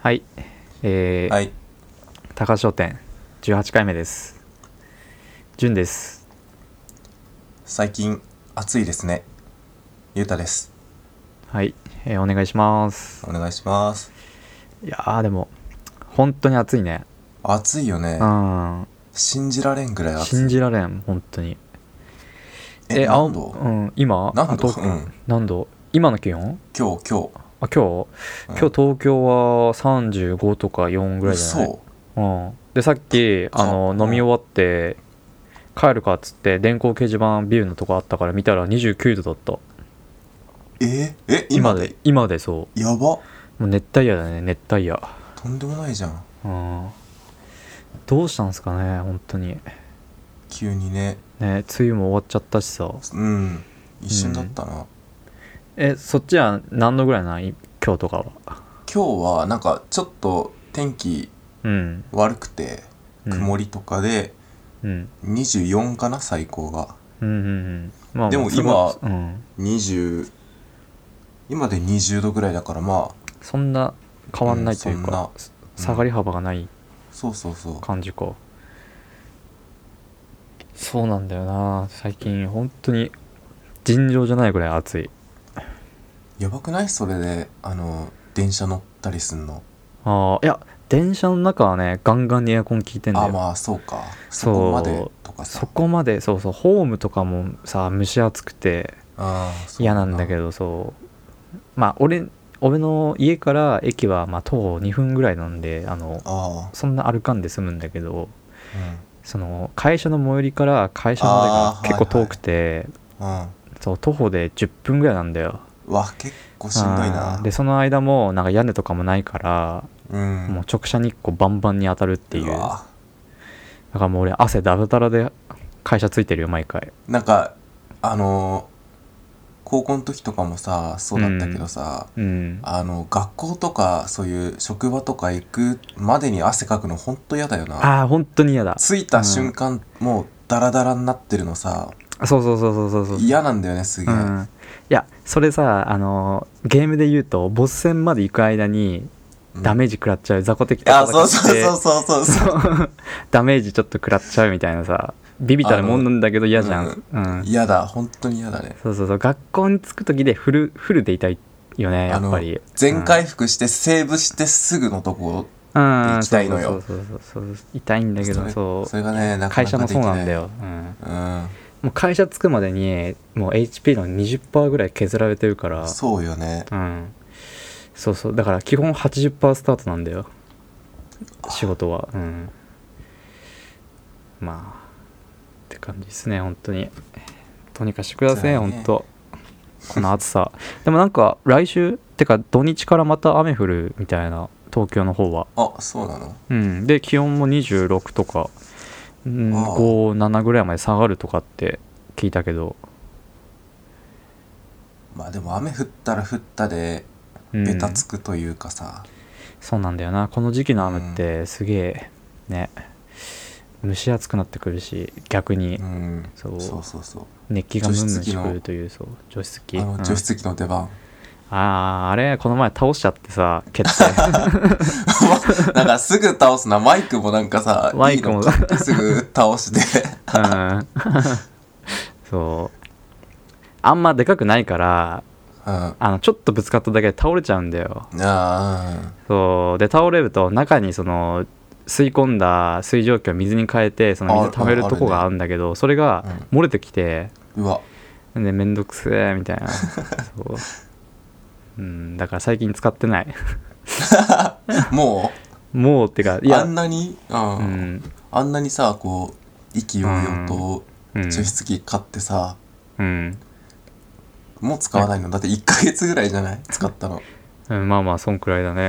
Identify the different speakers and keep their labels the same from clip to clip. Speaker 1: はい、えー
Speaker 2: はい。
Speaker 1: 高商店18回目です。じゅんです。
Speaker 2: 最近暑いですね。ゆうたです。
Speaker 1: はい、えーお願いします。
Speaker 2: お願いします。
Speaker 1: いやーでも本当に暑いね。
Speaker 2: 暑いよね
Speaker 1: う。ん、
Speaker 2: 信じられんぐらい暑い。
Speaker 1: 信じられん本当に。
Speaker 2: え、
Speaker 1: 青
Speaker 2: 何度
Speaker 1: うん、今
Speaker 2: 何
Speaker 1: あ
Speaker 2: 度
Speaker 1: 東京
Speaker 2: うん
Speaker 1: 何度？今の気温？
Speaker 2: 今日、今日。
Speaker 1: あ今日、
Speaker 2: うん
Speaker 1: 今日東京は35とか4ぐらいじゃない？
Speaker 2: そう。
Speaker 1: うん、でさっきあの
Speaker 2: うん
Speaker 1: 飲み終わって帰るかっつって電光掲示板ビューのとこあったから見たら29度だった
Speaker 2: えーえ、
Speaker 1: 今
Speaker 2: 今
Speaker 1: で
Speaker 2: で
Speaker 1: 今でそう
Speaker 2: やば。
Speaker 1: もう熱帯夜だね熱帯夜
Speaker 2: とんでもないじゃん。
Speaker 1: うんどうしたんすかね本当にね
Speaker 2: 急にね。
Speaker 1: 梅雨も終わっちゃったしさ
Speaker 2: うん。一瞬だったな。
Speaker 1: えそっちは何度ぐらいなんい今日とかは
Speaker 2: 今日はなんかちょっと天気
Speaker 1: うん、
Speaker 2: 悪くて、
Speaker 1: うん、
Speaker 2: 曇りとかで、
Speaker 1: うん
Speaker 2: 24かな、最高が。
Speaker 1: うんうんうんまあ
Speaker 2: でも
Speaker 1: そんな
Speaker 2: 今
Speaker 1: うん
Speaker 2: 20、今で20度ぐらいだからまあ、
Speaker 1: そんな変わんないという
Speaker 2: うんそんな
Speaker 1: か、下がり幅がない
Speaker 2: そうそうそう。
Speaker 1: 感じかそうなんだよな最近本当に尋常じゃないぐらい暑い
Speaker 2: やばくないそれであの電車乗ったりすんの
Speaker 1: ああいや電車の中はねガンガンにエアコン効いてんだよ
Speaker 2: あまあそうか
Speaker 1: そう
Speaker 2: そこまでとかさ
Speaker 1: そこまでそうそうホームとかもさ蒸し暑くて
Speaker 2: あーそう
Speaker 1: 嫌なんだけ
Speaker 2: ど
Speaker 1: どそうまあ俺俺の家から駅はまあ徒歩2分ぐらいなんであの
Speaker 2: あ
Speaker 1: そんな歩かんで済むんだけど
Speaker 2: あ
Speaker 1: その会社の最寄りから会社まで
Speaker 2: あ
Speaker 1: が
Speaker 2: ー
Speaker 1: 結構遠くて、
Speaker 2: うん、うん
Speaker 1: そう徒歩で10分ぐらいなんだよ
Speaker 2: うわ結構しんどい
Speaker 1: あ
Speaker 2: な
Speaker 1: ーでその間もなんか屋根とかもないから、
Speaker 2: うん
Speaker 1: もう直射日光バンバンに当たるっていう
Speaker 2: う
Speaker 1: だか
Speaker 2: わ
Speaker 1: らもう俺汗だらだらで会社ついてるよ毎回
Speaker 2: なんかあの高校の時とかもさそうだったけどさ、
Speaker 1: うん
Speaker 2: あの学校とかそういう職場とか行くまでに汗かくのほんと嫌だよな
Speaker 1: ああ本当に嫌だ
Speaker 2: 着いた瞬間、もうダラダラになってるのさ
Speaker 1: そうそうそうそうそうそう
Speaker 2: 嫌なんだよねすげ
Speaker 1: う
Speaker 2: え、
Speaker 1: ん、いやそれさあのーゲームで言うとボス戦まで行く間に
Speaker 2: うん
Speaker 1: ダメージ食らっちゃう、雑魚敵と
Speaker 2: あ、
Speaker 1: 戦
Speaker 2: そう
Speaker 1: っ
Speaker 2: そう
Speaker 1: て
Speaker 2: そうそうそうそう。
Speaker 1: そう ダメージちょっと食らっちゃうみたいなさビビたるもんなんだけど嫌じゃん、うん
Speaker 2: 嫌だ、本当に嫌だね。
Speaker 1: そうそうそう学校に着く時でフルフルでいたいよねや
Speaker 2: あ
Speaker 1: っ
Speaker 2: の
Speaker 1: ぱり
Speaker 2: 全回復して、セーブしてすぐのとこ、
Speaker 1: うん
Speaker 2: 行きたいのよ
Speaker 1: そうそうそうそうそう痛いんだけどそ
Speaker 2: そうれがね、なか
Speaker 1: 会
Speaker 2: な
Speaker 1: 社
Speaker 2: か
Speaker 1: も
Speaker 2: でき
Speaker 1: そう
Speaker 2: ない。
Speaker 1: なんだよ、うん、
Speaker 2: うん。
Speaker 1: もう会社着くまでにもう HP の20%ぐらい削られてるから
Speaker 2: そうよね。
Speaker 1: うんそうそうだから基本80%スタートなんだよ仕事はうんまあって感じですね本当にどうにかしてくださいね
Speaker 2: そうだね
Speaker 1: 本当この暑さでもなんか来週ってか土日からまた雨降るみたいな東京の方は
Speaker 2: あ、そうなの
Speaker 1: うんで気温も26とか、うん、
Speaker 2: ああ
Speaker 1: 57ぐらいまで下がるとかって聞いたけど、
Speaker 2: まあでも雨降ったら降ったで、
Speaker 1: うん、
Speaker 2: ベタつくというかさ、
Speaker 1: そうなんだよなこの時期の雨ってすげえね蒸し暑くなってくるし逆に
Speaker 2: うん。
Speaker 1: そう
Speaker 2: そうそうそう。
Speaker 1: 熱気がムンムンしてく
Speaker 2: 除湿機
Speaker 1: る
Speaker 2: の
Speaker 1: というそう除湿
Speaker 2: あ
Speaker 1: 機
Speaker 2: の、
Speaker 1: うん
Speaker 2: 除湿機の出番。
Speaker 1: あーあれこの前倒しちゃってさ蹴 って
Speaker 2: なんかすぐ倒すな、マイクもなんかさ、
Speaker 1: マイクも
Speaker 2: いいの買ってすぐ倒 して。
Speaker 1: うんそうあんまでかくないから
Speaker 2: うん。あ
Speaker 1: あのちょっとぶつかっただけで倒れちゃうんだよ
Speaker 2: あ、
Speaker 1: そうで倒れると中にその吸い込んだ水蒸気を水に変えてその水溜めるとこがあるんだけどそれが漏れてきて、
Speaker 2: うん。うわ。
Speaker 1: なんでめんどくせえみたいなそううんだから最近使ってない
Speaker 2: も、
Speaker 1: もうってかいう
Speaker 2: あ
Speaker 1: や
Speaker 2: んなに、
Speaker 1: う
Speaker 2: うん
Speaker 1: ん
Speaker 2: あんなにさこう意気揚々と
Speaker 1: うん
Speaker 2: 除湿機買ってさ、
Speaker 1: うん、
Speaker 2: もう使わないのだって1ヶ月ぐらいじゃない使ったの
Speaker 1: うん、まあまあそんくらいだね、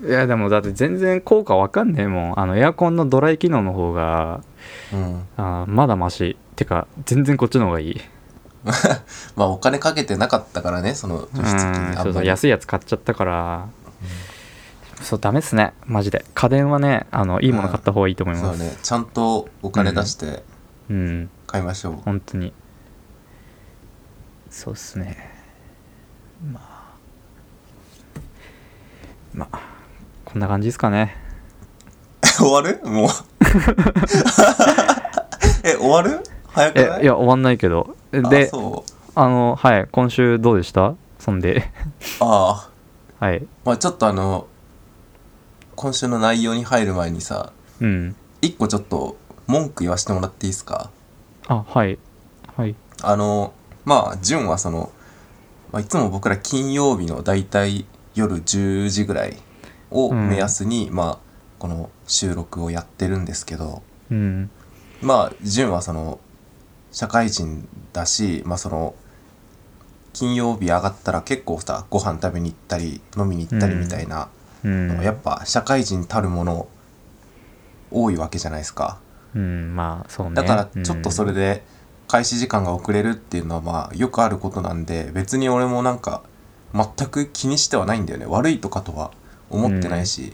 Speaker 1: うん、いやでもだって全然効果わかんねえもんあのエアコンのドライ機能の方が
Speaker 2: うん
Speaker 1: あーまだマシてか全然こっちの方がいい、
Speaker 2: まあお金かけてなかったからねその
Speaker 1: う
Speaker 2: 除
Speaker 1: ん、
Speaker 2: 湿機にあ
Speaker 1: そ
Speaker 2: ん
Speaker 1: う
Speaker 2: ま
Speaker 1: そう
Speaker 2: り
Speaker 1: 安いやつ買っちゃったから、そうダメっすねマジで家電はねあのいいもの買った方がいいと思い
Speaker 2: そ
Speaker 1: ま
Speaker 2: う
Speaker 1: す、
Speaker 2: ねちゃんとお金出して
Speaker 1: うん
Speaker 2: 買いましょう、
Speaker 1: 本当にそうっすねまあまあこそんな感じですかね
Speaker 2: 終わるもう え終わる早くな
Speaker 1: え
Speaker 2: い
Speaker 1: いや終わんないけど
Speaker 2: あ
Speaker 1: で
Speaker 2: そう
Speaker 1: あのはい今週どうでしたそんで
Speaker 2: ああ
Speaker 1: はい
Speaker 2: まあちょっとあの今週の内容に入る前にさ
Speaker 1: うん
Speaker 2: 一個ちょっと文句言わせてもらっていいですか
Speaker 1: あはいはい
Speaker 2: あのまあ潤はその、まあ、いつも僕ら金曜日のだいたい夜10時ぐらいを目安に、まあこの収録をやってるんですけど
Speaker 1: うん
Speaker 2: まあ潤はその社会人だしまあその金曜日上がったら結構さご飯食べに行ったり飲みに行ったりみたいな、
Speaker 1: うん
Speaker 2: やっぱ社会人たるもの多いわけじゃないですか。
Speaker 1: うんまあそうね
Speaker 2: だからちょっとそれで開始時間が遅れるっていうのはまあよくあることなんで別に俺もなんか全く気にしてはないんだよね悪いとかとは思ってないし、
Speaker 1: うん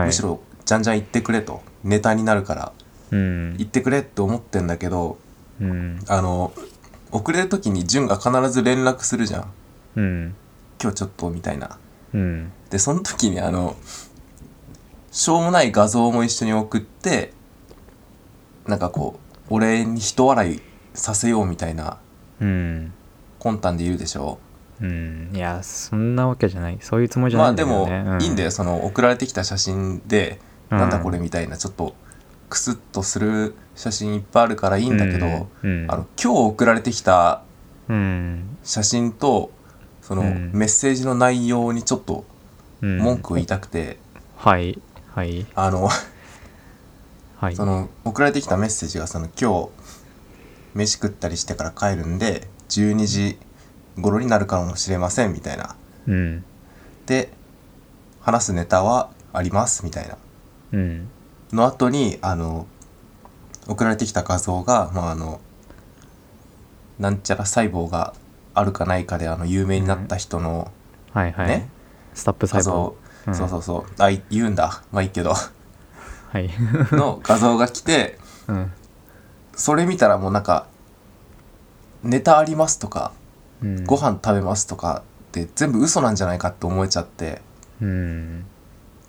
Speaker 1: はい
Speaker 2: むしろじゃんじゃん言ってくれとネタになるから
Speaker 1: うん
Speaker 2: 言ってくれって思ってんだけど
Speaker 1: うん
Speaker 2: あの遅れる時に潤が必ず連絡するじゃん
Speaker 1: うん
Speaker 2: 今日ちょっとみたいな
Speaker 1: うん
Speaker 2: でその時にあのしょうもない画像も一緒に送ってなんかこう俺に人笑いさせようみたいな
Speaker 1: うん
Speaker 2: 魂胆で言うでしょ
Speaker 1: うんいやそんなわけじゃないそういうつもりじゃな
Speaker 2: まあ
Speaker 1: いんだ
Speaker 2: で
Speaker 1: けど
Speaker 2: も、
Speaker 1: ね、
Speaker 2: いいんだよその送られてきた写真で、
Speaker 1: うん
Speaker 2: なんだこれみたいなちょっとクスッとする写真いっぱいあるからいいんだけど、
Speaker 1: うん
Speaker 2: あの今日送られてきた
Speaker 1: うん
Speaker 2: 写真とその
Speaker 1: うん
Speaker 2: メッセージの内容にちょっと
Speaker 1: うん
Speaker 2: 文句を言いたくて、
Speaker 1: はいはい
Speaker 2: あの
Speaker 1: はい
Speaker 2: その送られてきたメッセージがその今日飯食ったりしてから帰るんで12時頃になるかもしれませんみたいな
Speaker 1: うん
Speaker 2: で話すネタはありますみたいな
Speaker 1: うん
Speaker 2: の後にあの送られてきた画像がまああのなんちゃら細胞があるかないかであの有名になった人の
Speaker 1: はいはい、
Speaker 2: ね
Speaker 1: スタップ
Speaker 2: 画
Speaker 1: 細胞
Speaker 2: 像、
Speaker 1: うん
Speaker 2: そうそうそうあい言うんだまあいい けど
Speaker 1: はい
Speaker 2: の画像が来て
Speaker 1: うん
Speaker 2: それ見たらもうなんかネタありますとか
Speaker 1: うん
Speaker 2: ご飯食べますとかって全部嘘なんじゃないかって思えちゃって
Speaker 1: うん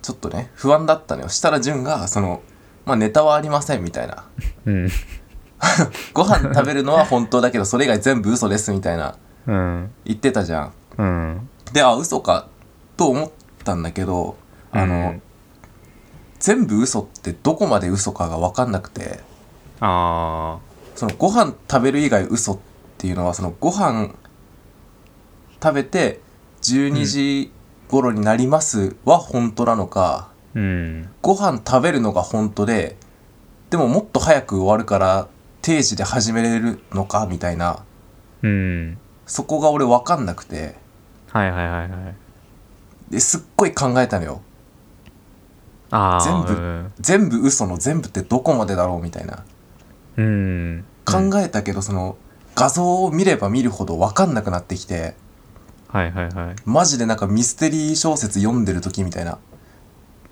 Speaker 2: ちょっとね不安だったのよしたら潤がそのまあネタはありませんみたいな
Speaker 1: うん
Speaker 2: ご飯食べるのは本当だけどそれ以外全部嘘ですみたいな
Speaker 1: うん
Speaker 2: 言ってたじゃん
Speaker 1: うん
Speaker 2: であ嘘かと思ったんだけどあの、
Speaker 1: うん
Speaker 2: 全部嘘ってどこまで嘘かが分かんなくて
Speaker 1: あ
Speaker 2: そのご飯食べる以外嘘っていうのはそのご飯食べて12時頃になりますは本当なのか、
Speaker 1: ーうん
Speaker 2: ご飯食べるのが本当ででももっと早く終わるから定時で始めれるのかみたいな
Speaker 1: うん
Speaker 2: そこが俺分かんなくて
Speaker 1: はいはいはいはい
Speaker 2: ですっごい考えたのよ
Speaker 1: ああ
Speaker 2: 全全部嘘の全部ってどこまでだろうみたいな
Speaker 1: うん、うん、
Speaker 2: 考えたけどその画像を見れば見るほど分かんなくなってきて
Speaker 1: はいはいはい
Speaker 2: マジでなんかミステリー小説読んでる時みたいな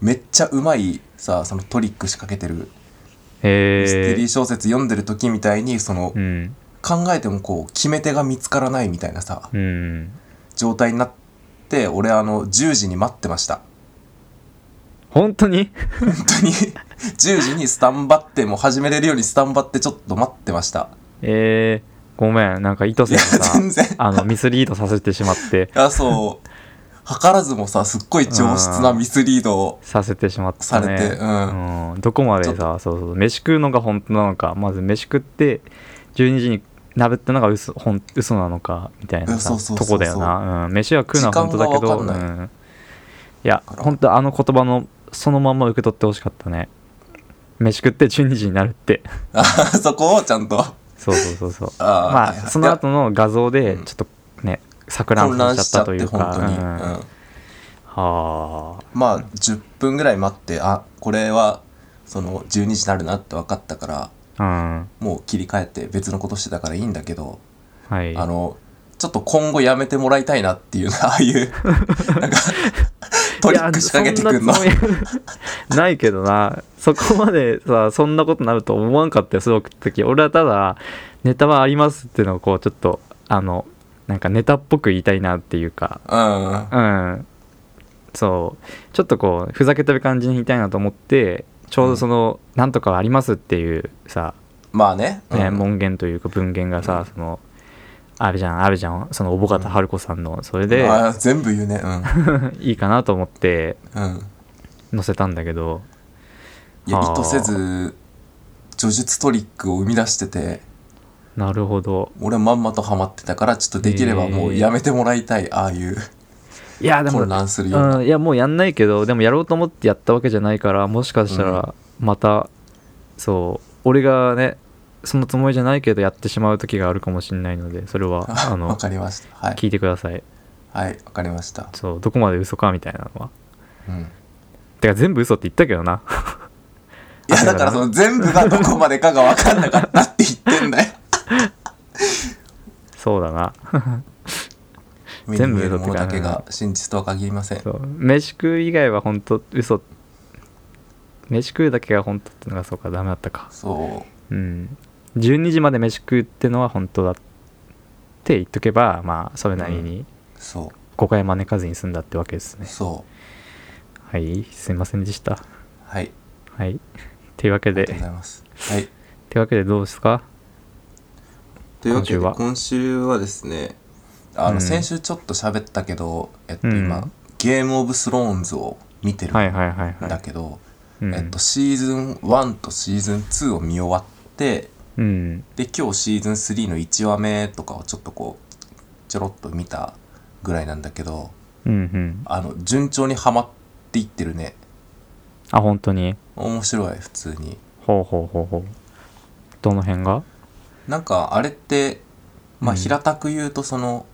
Speaker 2: めっちゃうまいさそのトリック仕掛けてるミステ
Speaker 1: へ
Speaker 2: リー
Speaker 1: え
Speaker 2: 小説読んでる時みたいにその
Speaker 1: うん
Speaker 2: 考えてもこう決め手が見つからないみたいなさ
Speaker 1: うん
Speaker 2: 状態になって俺あの10時に待ってました
Speaker 1: 本当に
Speaker 2: 本当に 10時にスタンバってもう始めれるようにスタンバってちょっと待ってました
Speaker 1: えー、ごめんなんか意図
Speaker 2: い
Speaker 1: せ
Speaker 2: や
Speaker 1: ずさ
Speaker 2: 全然
Speaker 1: あのミスリードさせてしまって
Speaker 2: いやそう図らずもさすっごい上質なミスリードを
Speaker 1: させてしまったね
Speaker 2: されてうん
Speaker 1: うんどこまで
Speaker 2: ちょっ
Speaker 1: さそうそう飯食うのが本当なのかまず飯食って12時に鍋ってのが嘘ほん嘘なのかみたいなさ
Speaker 2: うんそうそうそうそ
Speaker 1: とこ
Speaker 2: う
Speaker 1: だよな、うん、飯は食うのは本当だけ
Speaker 2: 時
Speaker 1: ど
Speaker 2: 間がわかん
Speaker 1: うん、いや本当あの言葉のそのまんま受け取ってほしかったね飯食って12時になるって
Speaker 2: あそこをちゃんとあ
Speaker 1: そうそうそうそう
Speaker 2: ー
Speaker 1: まあ
Speaker 2: はいはい
Speaker 1: その後の画像で
Speaker 2: うん
Speaker 1: ちょっとね錯
Speaker 2: いや混
Speaker 1: 乱
Speaker 2: 乱
Speaker 1: さ
Speaker 2: し
Speaker 1: せ
Speaker 2: ち
Speaker 1: ち
Speaker 2: ゃ
Speaker 1: ゃ
Speaker 2: っ
Speaker 1: ったとい
Speaker 2: て
Speaker 1: うか
Speaker 2: 本当に、
Speaker 1: うんは
Speaker 2: うん
Speaker 1: あ
Speaker 2: まあ10分ぐらい待ってあこれはその12時になるなって分かったから
Speaker 1: うん
Speaker 2: もう切り替えて別のことしてたからいいんだけど
Speaker 1: はい
Speaker 2: あのちょっと今後やめてもらいたいなっていう ああいうな んかトリック仕掛けてくんの
Speaker 1: いやそんなつもり ないけどなそこまでさそんなことになると思わんかったよすごく時俺はただネタはありますっていうのをこうちょっとあのなんかネタっぽく言いたいなっていうか
Speaker 2: うん
Speaker 1: うんそうちょっとこうふざけてる感じに弾いたいなと思ってちょうどその「なんとかあります」っていうさ、
Speaker 2: まあね。
Speaker 1: ね
Speaker 2: うん
Speaker 1: 文言というか文言がさ、そのあるじゃんあるじゃんその小保方春子さんのそれで、
Speaker 2: あー全部言うね。う
Speaker 1: いいかなと思って
Speaker 2: ん。うん。
Speaker 1: 載せたんだけど
Speaker 2: いや、
Speaker 1: あー
Speaker 2: 意図せず、叙述トリックを生み出してて、
Speaker 1: なるほど
Speaker 2: 俺はまんまとハマってたから、ちょっとできればもうやめてもらいたい、ああいう
Speaker 1: いやでも
Speaker 2: 混乱するような。
Speaker 1: うん、いやもうやんないけどでもやろうと思ってやったわけじゃないからもしかしたらまた、そう俺がねそのつもりじゃないけどやってしまう時があるかもしれないのでそれはあ
Speaker 2: わ
Speaker 1: の
Speaker 2: かりました。はい。
Speaker 1: 聞いてください
Speaker 2: はい、わかりました。
Speaker 1: そうどこまで嘘かみたいなのは
Speaker 2: うん。
Speaker 1: てか全部嘘って言ったけどな
Speaker 2: いや、だからその全部がどこまでかがわかんなかったって言ってん だよ。
Speaker 1: そうだな
Speaker 2: 目に見え
Speaker 1: 全部
Speaker 2: る
Speaker 1: だ
Speaker 2: も
Speaker 1: って
Speaker 2: の
Speaker 1: か
Speaker 2: だけが真実とは限りません。
Speaker 1: そう飯食う以外は本当嘘飯食うだけが本当ってのがそうかダメだったか
Speaker 2: そう。
Speaker 1: うん12時まで飯食うってのは本当だって言っとけばまあそれなりに、
Speaker 2: そ
Speaker 1: 誤解招かずに済んだってわけです
Speaker 2: う
Speaker 1: ね
Speaker 2: そ
Speaker 1: はいすいませんでした
Speaker 2: うはい
Speaker 1: はいというわけ
Speaker 2: あり
Speaker 1: で
Speaker 2: がとうございますはい
Speaker 1: というわけでどうですか
Speaker 2: というわけ
Speaker 1: 今週
Speaker 2: で
Speaker 1: は
Speaker 2: 今週はですねあの、
Speaker 1: うん
Speaker 2: 先週ちょっと喋ったけど、えっと、
Speaker 1: うん
Speaker 2: 今、ゲームオブスローンズを見てるん
Speaker 1: はいはいはいは
Speaker 2: だ
Speaker 1: い
Speaker 2: けど、
Speaker 1: うん
Speaker 2: えっと、シーズン1とシーズン2を見終わって
Speaker 1: うん
Speaker 2: で今日シーズン3の1話目とかをちょっとこうちょろっと見たぐらいなんだけど
Speaker 1: うんうん
Speaker 2: あの順調にはまっていってるね
Speaker 1: あ本当に
Speaker 2: 面白い普通に
Speaker 1: ほうほうほうほうどの辺が
Speaker 2: なんかあれって
Speaker 1: う
Speaker 2: まあ
Speaker 1: ん
Speaker 2: 平たく言うとその、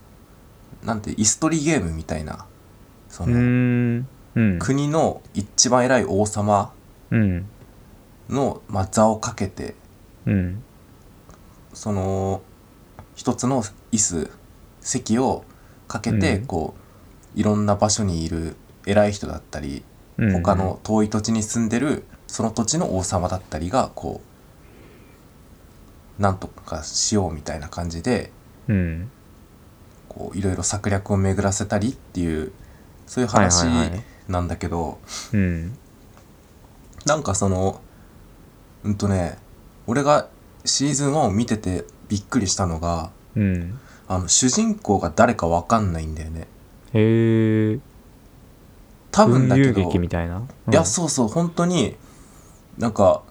Speaker 2: なんてイストリーゲームみたいなそう
Speaker 1: ー
Speaker 2: の、
Speaker 1: んうん
Speaker 2: 国の一番偉い王様
Speaker 1: うん
Speaker 2: の、まあ、座をかけて
Speaker 1: うん
Speaker 2: その一つの椅子席をかけて、
Speaker 1: うん
Speaker 2: こういろんな場所にいる偉い人だったり
Speaker 1: うん
Speaker 2: 他の遠い土地に住んでるその土地の王様だったりがこうなんとかしようみたいな感じで
Speaker 1: うん
Speaker 2: こういろいろ策略を巡らせたりっていうそういう話
Speaker 1: はいはいはい
Speaker 2: なんだけど、
Speaker 1: うん
Speaker 2: なんかそのうんとね俺がシーズン1を見ててびっくりしたのが
Speaker 1: うん
Speaker 2: あの主人公が誰かわかんないんだよね
Speaker 1: へえ
Speaker 2: 多分
Speaker 1: 群
Speaker 2: だけ
Speaker 1: 雄
Speaker 2: ど、
Speaker 1: 劇みたいな、うん
Speaker 2: いやそうそう本当になんか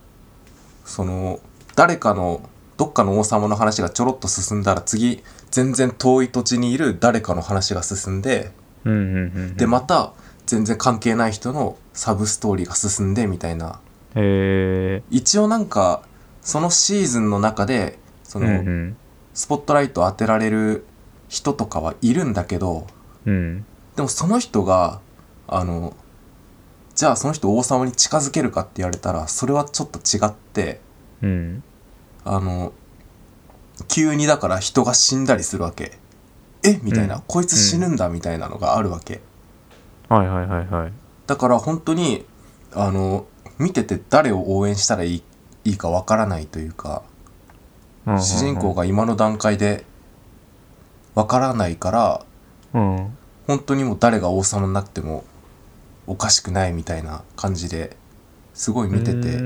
Speaker 2: その誰かのどっかの王様の話がちょろっと進んだら次全然遠い土地にいる誰かの話が進んで
Speaker 1: うんうんうんうん
Speaker 2: でまた全然関係ない人のサブストーリーが進んでみたいな
Speaker 1: へえ
Speaker 2: 一応なんかそのシーズンの中でそ
Speaker 1: うん
Speaker 2: の、
Speaker 1: うん
Speaker 2: スポットライト当てられる人とかはいるんだけど
Speaker 1: うん
Speaker 2: でもその人があのじゃあその人王様に近づけるかって言われたらそれはちょっと違って
Speaker 1: うん
Speaker 2: あの急にだから人が死んだりするわけえみたいな、
Speaker 1: うん
Speaker 2: こいつ死ぬんだみたいなのがあるわけ、
Speaker 1: はいはいはいはい
Speaker 2: だから本当にあの見てて誰を応援したらいいいいかわからないというか
Speaker 1: うんうんうん
Speaker 2: 主人公が今の段階でわからないから
Speaker 1: うん
Speaker 2: 本当にもう誰が王様になってもおかしくないみたいな感じですごい見て
Speaker 1: うー
Speaker 2: て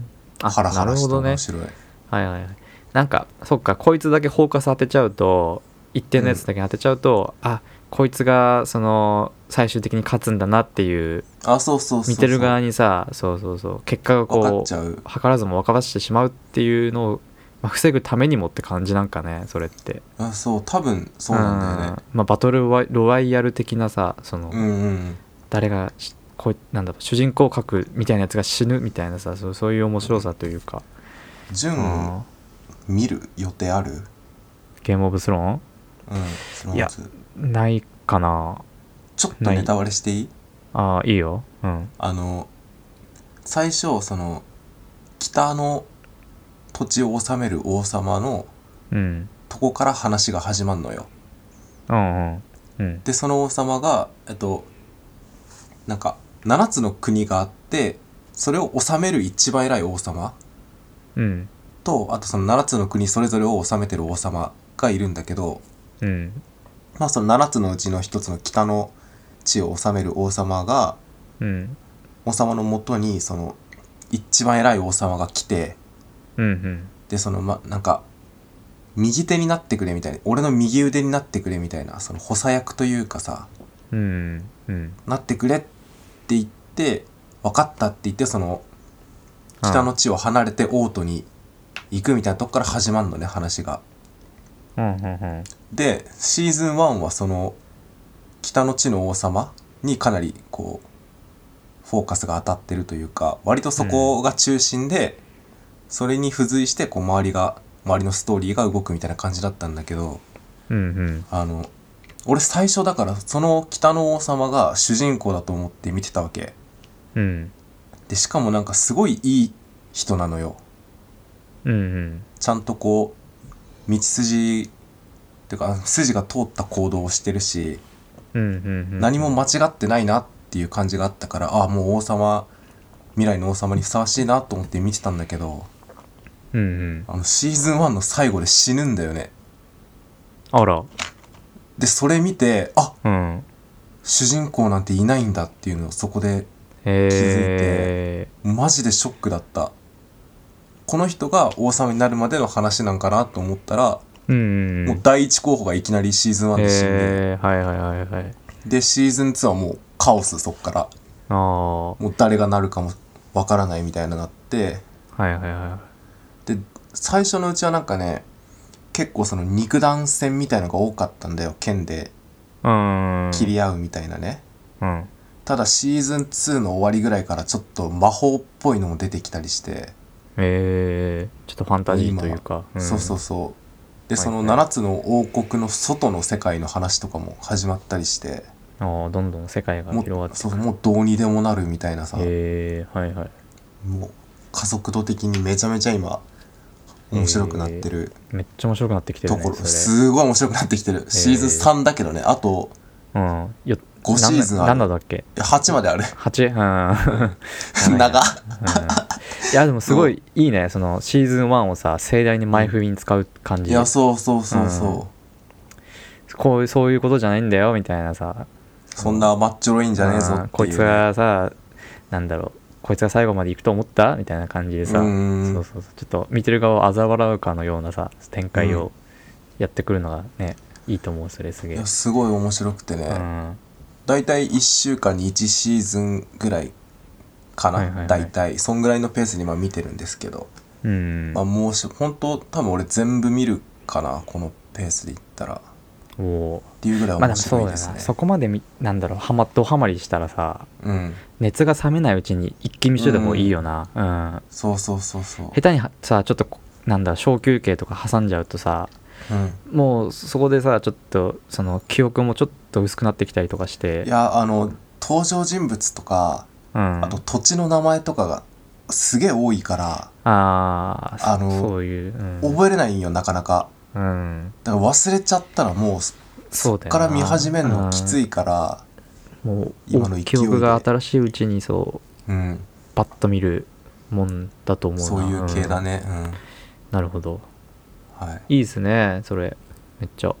Speaker 1: んあ
Speaker 2: ハラハラして
Speaker 1: なるほどね
Speaker 2: 面白い、
Speaker 1: はいはいはいなんかそっかこいつだけフォーカス当てちゃうと一定のやつだけ当てちゃうと、あこいつがその最終的に勝つんだなっていう
Speaker 2: あそうそうそうそう
Speaker 1: 見てる側にさそうそうそう結果が
Speaker 2: 分かっ
Speaker 1: こ
Speaker 2: ち
Speaker 1: う
Speaker 2: ゃう
Speaker 1: 図らずも分からせてしまうっていうのを、まあ、防ぐためにもって感じなんかねそれって
Speaker 2: あそう多分そうなんだよね
Speaker 1: うんまあ、バトルワイロワイヤル的なさその、
Speaker 2: うんうん
Speaker 1: 誰がしこうなんだろう主人公格みたいなやつが死ぬみたいなさそうそういう面白さというか、
Speaker 2: 純、
Speaker 1: うん
Speaker 2: 見る予定あるうん
Speaker 1: ゲームオブスローン
Speaker 2: その
Speaker 1: いや
Speaker 2: つ
Speaker 1: ないかな
Speaker 2: ちょっと
Speaker 1: ない
Speaker 2: ネタバレしていい
Speaker 1: あーいいようん
Speaker 2: あの最初その北の土地を治める王様の
Speaker 1: うん
Speaker 2: とこから話が始まるのよ
Speaker 1: うんうんうん
Speaker 2: でその王様がえっとなんか7つの国があってそれを治める一番偉い王様
Speaker 1: うん
Speaker 2: とあとその7つの国それぞれを治めてる王様がいるんだけど、
Speaker 1: うん
Speaker 2: まあ、その7つのうちの1つの北の地を治める王様が
Speaker 1: うん
Speaker 2: 王様のもとにその一番偉い王様が来て
Speaker 1: うんうん
Speaker 2: でそのまなんか右手になってくれみたいな俺の右腕になってくれみたいなその補佐役というかさ
Speaker 1: うんうん
Speaker 2: なってくれって言って分かったって言ってその
Speaker 1: ああ
Speaker 2: 北の地を離れて王都に行くみたいなとこから始まるのね話が。
Speaker 1: うんうんうん
Speaker 2: でシーズン1はその北の地の王様にかなりこうフォーカスが当たってるというか割とそこが中心で、それに付随してこう周りが周りのストーリーが動くみたいな感じだったんだけど
Speaker 1: うんうん
Speaker 2: あの俺最初だからその北の王様が主人公だと思って見てたわけ
Speaker 1: うん
Speaker 2: でしかもなんかすごいいい人なのよ
Speaker 1: うん
Speaker 2: ちゃんとこう道筋っていうか筋が通った行動をしてるし
Speaker 1: うんうんうん
Speaker 2: 何も間違ってないなっていう感じがあったからああもう王様未来の王様にふさわしいなと思って見てたんだけど
Speaker 1: うんうん
Speaker 2: あのシーズン1の最後で死ぬんだよね
Speaker 1: あら
Speaker 2: でそれ見てあ
Speaker 1: うん
Speaker 2: 主人公なんていないんだっていうのをそこで
Speaker 1: へえ
Speaker 2: マジでショックだったこの人が王様になるまでの話なんかなと思ったら、
Speaker 1: うんうん
Speaker 2: もう第一候補がいきなりシーズン1で死んで、
Speaker 1: えー、はいはいはいはい
Speaker 2: でシーズン2はもうカオスそっから
Speaker 1: ああは
Speaker 2: もう誰がなるかもわからないみたいななって
Speaker 1: いはいは
Speaker 2: で最初のうちはなんかね結構その肉弾戦みたいのが多かったんだよ剣で
Speaker 1: いうん
Speaker 2: 切り合うみたいなね、
Speaker 1: うん
Speaker 2: ただシーズン2の終わりぐらいからちょっと魔法っぽいのも出てきたりして、
Speaker 1: えー、ちょっとファンタジーというか、ん
Speaker 2: そうそうそうで
Speaker 1: はい
Speaker 2: その7つの王国の外の世界の話とかも始まったりして
Speaker 1: ああどんどん世界が
Speaker 2: も
Speaker 1: 広がっ
Speaker 2: う
Speaker 1: て
Speaker 2: そうもうどうにでもなるみたいなさ、
Speaker 1: へえー、はいはい
Speaker 2: もう加速度的にめちゃめちゃ今面白くなってる
Speaker 1: めっちゃ面白くなってきてる
Speaker 2: と
Speaker 1: ね
Speaker 2: ころ、
Speaker 1: それ
Speaker 2: すごい面白くなってきてる、シーズン3だけどねあと
Speaker 1: うんよ
Speaker 2: 5シーズンある
Speaker 1: なんだなんだっけ
Speaker 2: 8まである
Speaker 1: 8? うん
Speaker 2: 長っ
Speaker 1: うんいやでもすごいいいねそのシーズン1をさ盛大に前振りに使う感
Speaker 2: い
Speaker 1: じ
Speaker 2: やそうそうそうそう、
Speaker 1: うんこうそういうことじゃないんだよみたいなさ
Speaker 2: そんな甘っちょろいんじゃねえぞ
Speaker 1: うん
Speaker 2: って
Speaker 1: こ
Speaker 2: いう
Speaker 1: いつがさなんだろうこいつが最後まで行くと思ったみたいな感じでさ
Speaker 2: う
Speaker 1: そ
Speaker 2: ーん
Speaker 1: うそうそうちょっと見てる側を嘲笑うかのようなさ展開をやってくるのがね、いいと思うそれすげ
Speaker 2: い
Speaker 1: え
Speaker 2: や、すごい面白くてね、
Speaker 1: うん、
Speaker 2: だいたい1週間に1シーズンぐらいか
Speaker 1: はいはいは
Speaker 2: ないだいたいそんぐらいのペースに今見てるんですけど、
Speaker 1: うん
Speaker 2: まあ、もうし本当多分俺全部見るかなこのペースでいったらっ
Speaker 1: おお
Speaker 2: ていうぐらい
Speaker 1: まあでも
Speaker 2: 面
Speaker 1: そう
Speaker 2: 白い
Speaker 1: だよ
Speaker 2: です
Speaker 1: な
Speaker 2: ね、
Speaker 1: そこまでみなんだろうハマドハマりしたらさ
Speaker 2: うん
Speaker 1: 熱が冷めないうちに一気見してた方がいいよな、うん
Speaker 2: そうそうそうそう
Speaker 1: 下手にはさちょっとこなんだ小休憩とか挟んじゃうとさ
Speaker 2: うん
Speaker 1: もうそこでさちょっとその記憶もちょっと薄くなってきたりとかして
Speaker 2: いやあの登場人物とか
Speaker 1: うん、
Speaker 2: あと土地の名前とかがすげえ多いから
Speaker 1: あー
Speaker 2: あの
Speaker 1: そそういう、うん
Speaker 2: 覚えれないんよなかなか
Speaker 1: うん、
Speaker 2: だから忘れちゃったらもう
Speaker 1: そ
Speaker 2: そうっ
Speaker 1: だよな
Speaker 2: から見始めるのきついから
Speaker 1: もう
Speaker 2: 今の勢いで
Speaker 1: 記憶が新しいうちにそう
Speaker 2: うん
Speaker 1: パッと見るもんだと思うな
Speaker 2: そういう系だ
Speaker 1: ん
Speaker 2: ねうん
Speaker 1: なるほど
Speaker 2: はい
Speaker 1: いいですねそれめっちゃ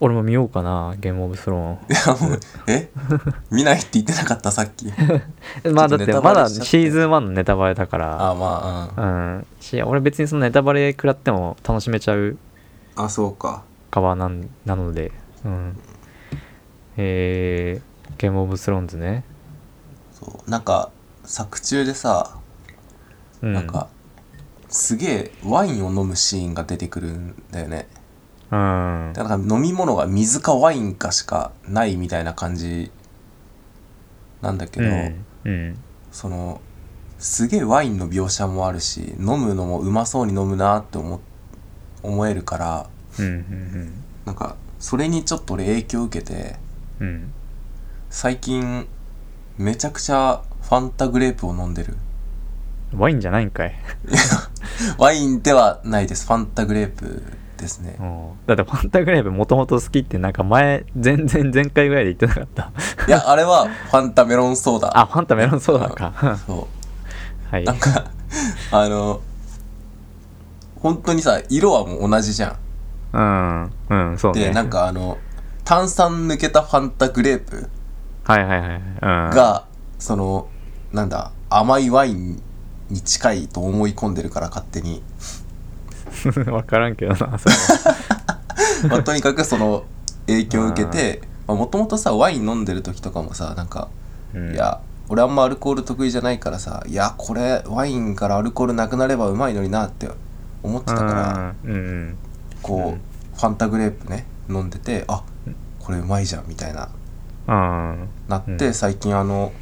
Speaker 1: 俺も見ようかなゲームオブスロー ン
Speaker 2: いやもうえ 見ないって言ってなかった さっき
Speaker 1: まあだ
Speaker 2: ちょっ
Speaker 1: っ
Speaker 2: と
Speaker 1: て
Speaker 2: ネタ
Speaker 1: ま
Speaker 2: バレ
Speaker 1: だ
Speaker 2: しちゃって
Speaker 1: シーズン1のネタバレだから
Speaker 2: あまあうん
Speaker 1: うんし俺別にそのネタバレ食らっても楽しめちゃう
Speaker 2: あそうか
Speaker 1: 側なんなのでうんえー、ゲームオブスローンズね
Speaker 2: そうなんか作中でさ
Speaker 1: うん
Speaker 2: なんか、すげえワインを飲むシーンが出てくるんだよね
Speaker 1: うん
Speaker 2: だから飲み物が水かワインかしかないみたいな感じなんだけど、
Speaker 1: うんうん
Speaker 2: そのすげえワインの描写もあるし飲むのもうまそうに飲むなって思思えるから
Speaker 1: うんうん
Speaker 2: なんかそれにちょっと俺影響を受けて
Speaker 1: うんうん
Speaker 2: 最近めちゃくちゃファンタグレープを飲んでる
Speaker 1: ワインじゃないんかい
Speaker 2: ワインではないですファンタグレープですね
Speaker 1: うん だってファンタグレープもともと好きってなんか前全然前回ぐらいで言ってなかった
Speaker 2: いやあれはファンタメロンソー ダ
Speaker 1: あファンタメロンソーダか
Speaker 2: そう
Speaker 1: はい
Speaker 2: なんかあの本当にさ色はもう同じじゃん
Speaker 1: うんうんそうね
Speaker 2: でなんかあの炭酸抜けたファンタグレープ
Speaker 1: はいはいはい。うん。
Speaker 2: が、そのなんだ甘いワインに近いと思い込んでるから勝手に、
Speaker 1: 分からんけどな、それは
Speaker 2: ま あ、とにかくその影響を受けてもともとさワイン飲んでる時とかもさなんか、
Speaker 1: うん
Speaker 2: いや俺あんまアルコール得意じゃないからさいやこれワインからアルコールなくなればうまいのになって思ってたから
Speaker 1: うんうん。
Speaker 2: こう、
Speaker 1: うん
Speaker 2: ファンタグレープね飲んでてあこれうまいじゃんみたいな
Speaker 1: うん。
Speaker 2: なって、
Speaker 1: うん
Speaker 2: 最近あの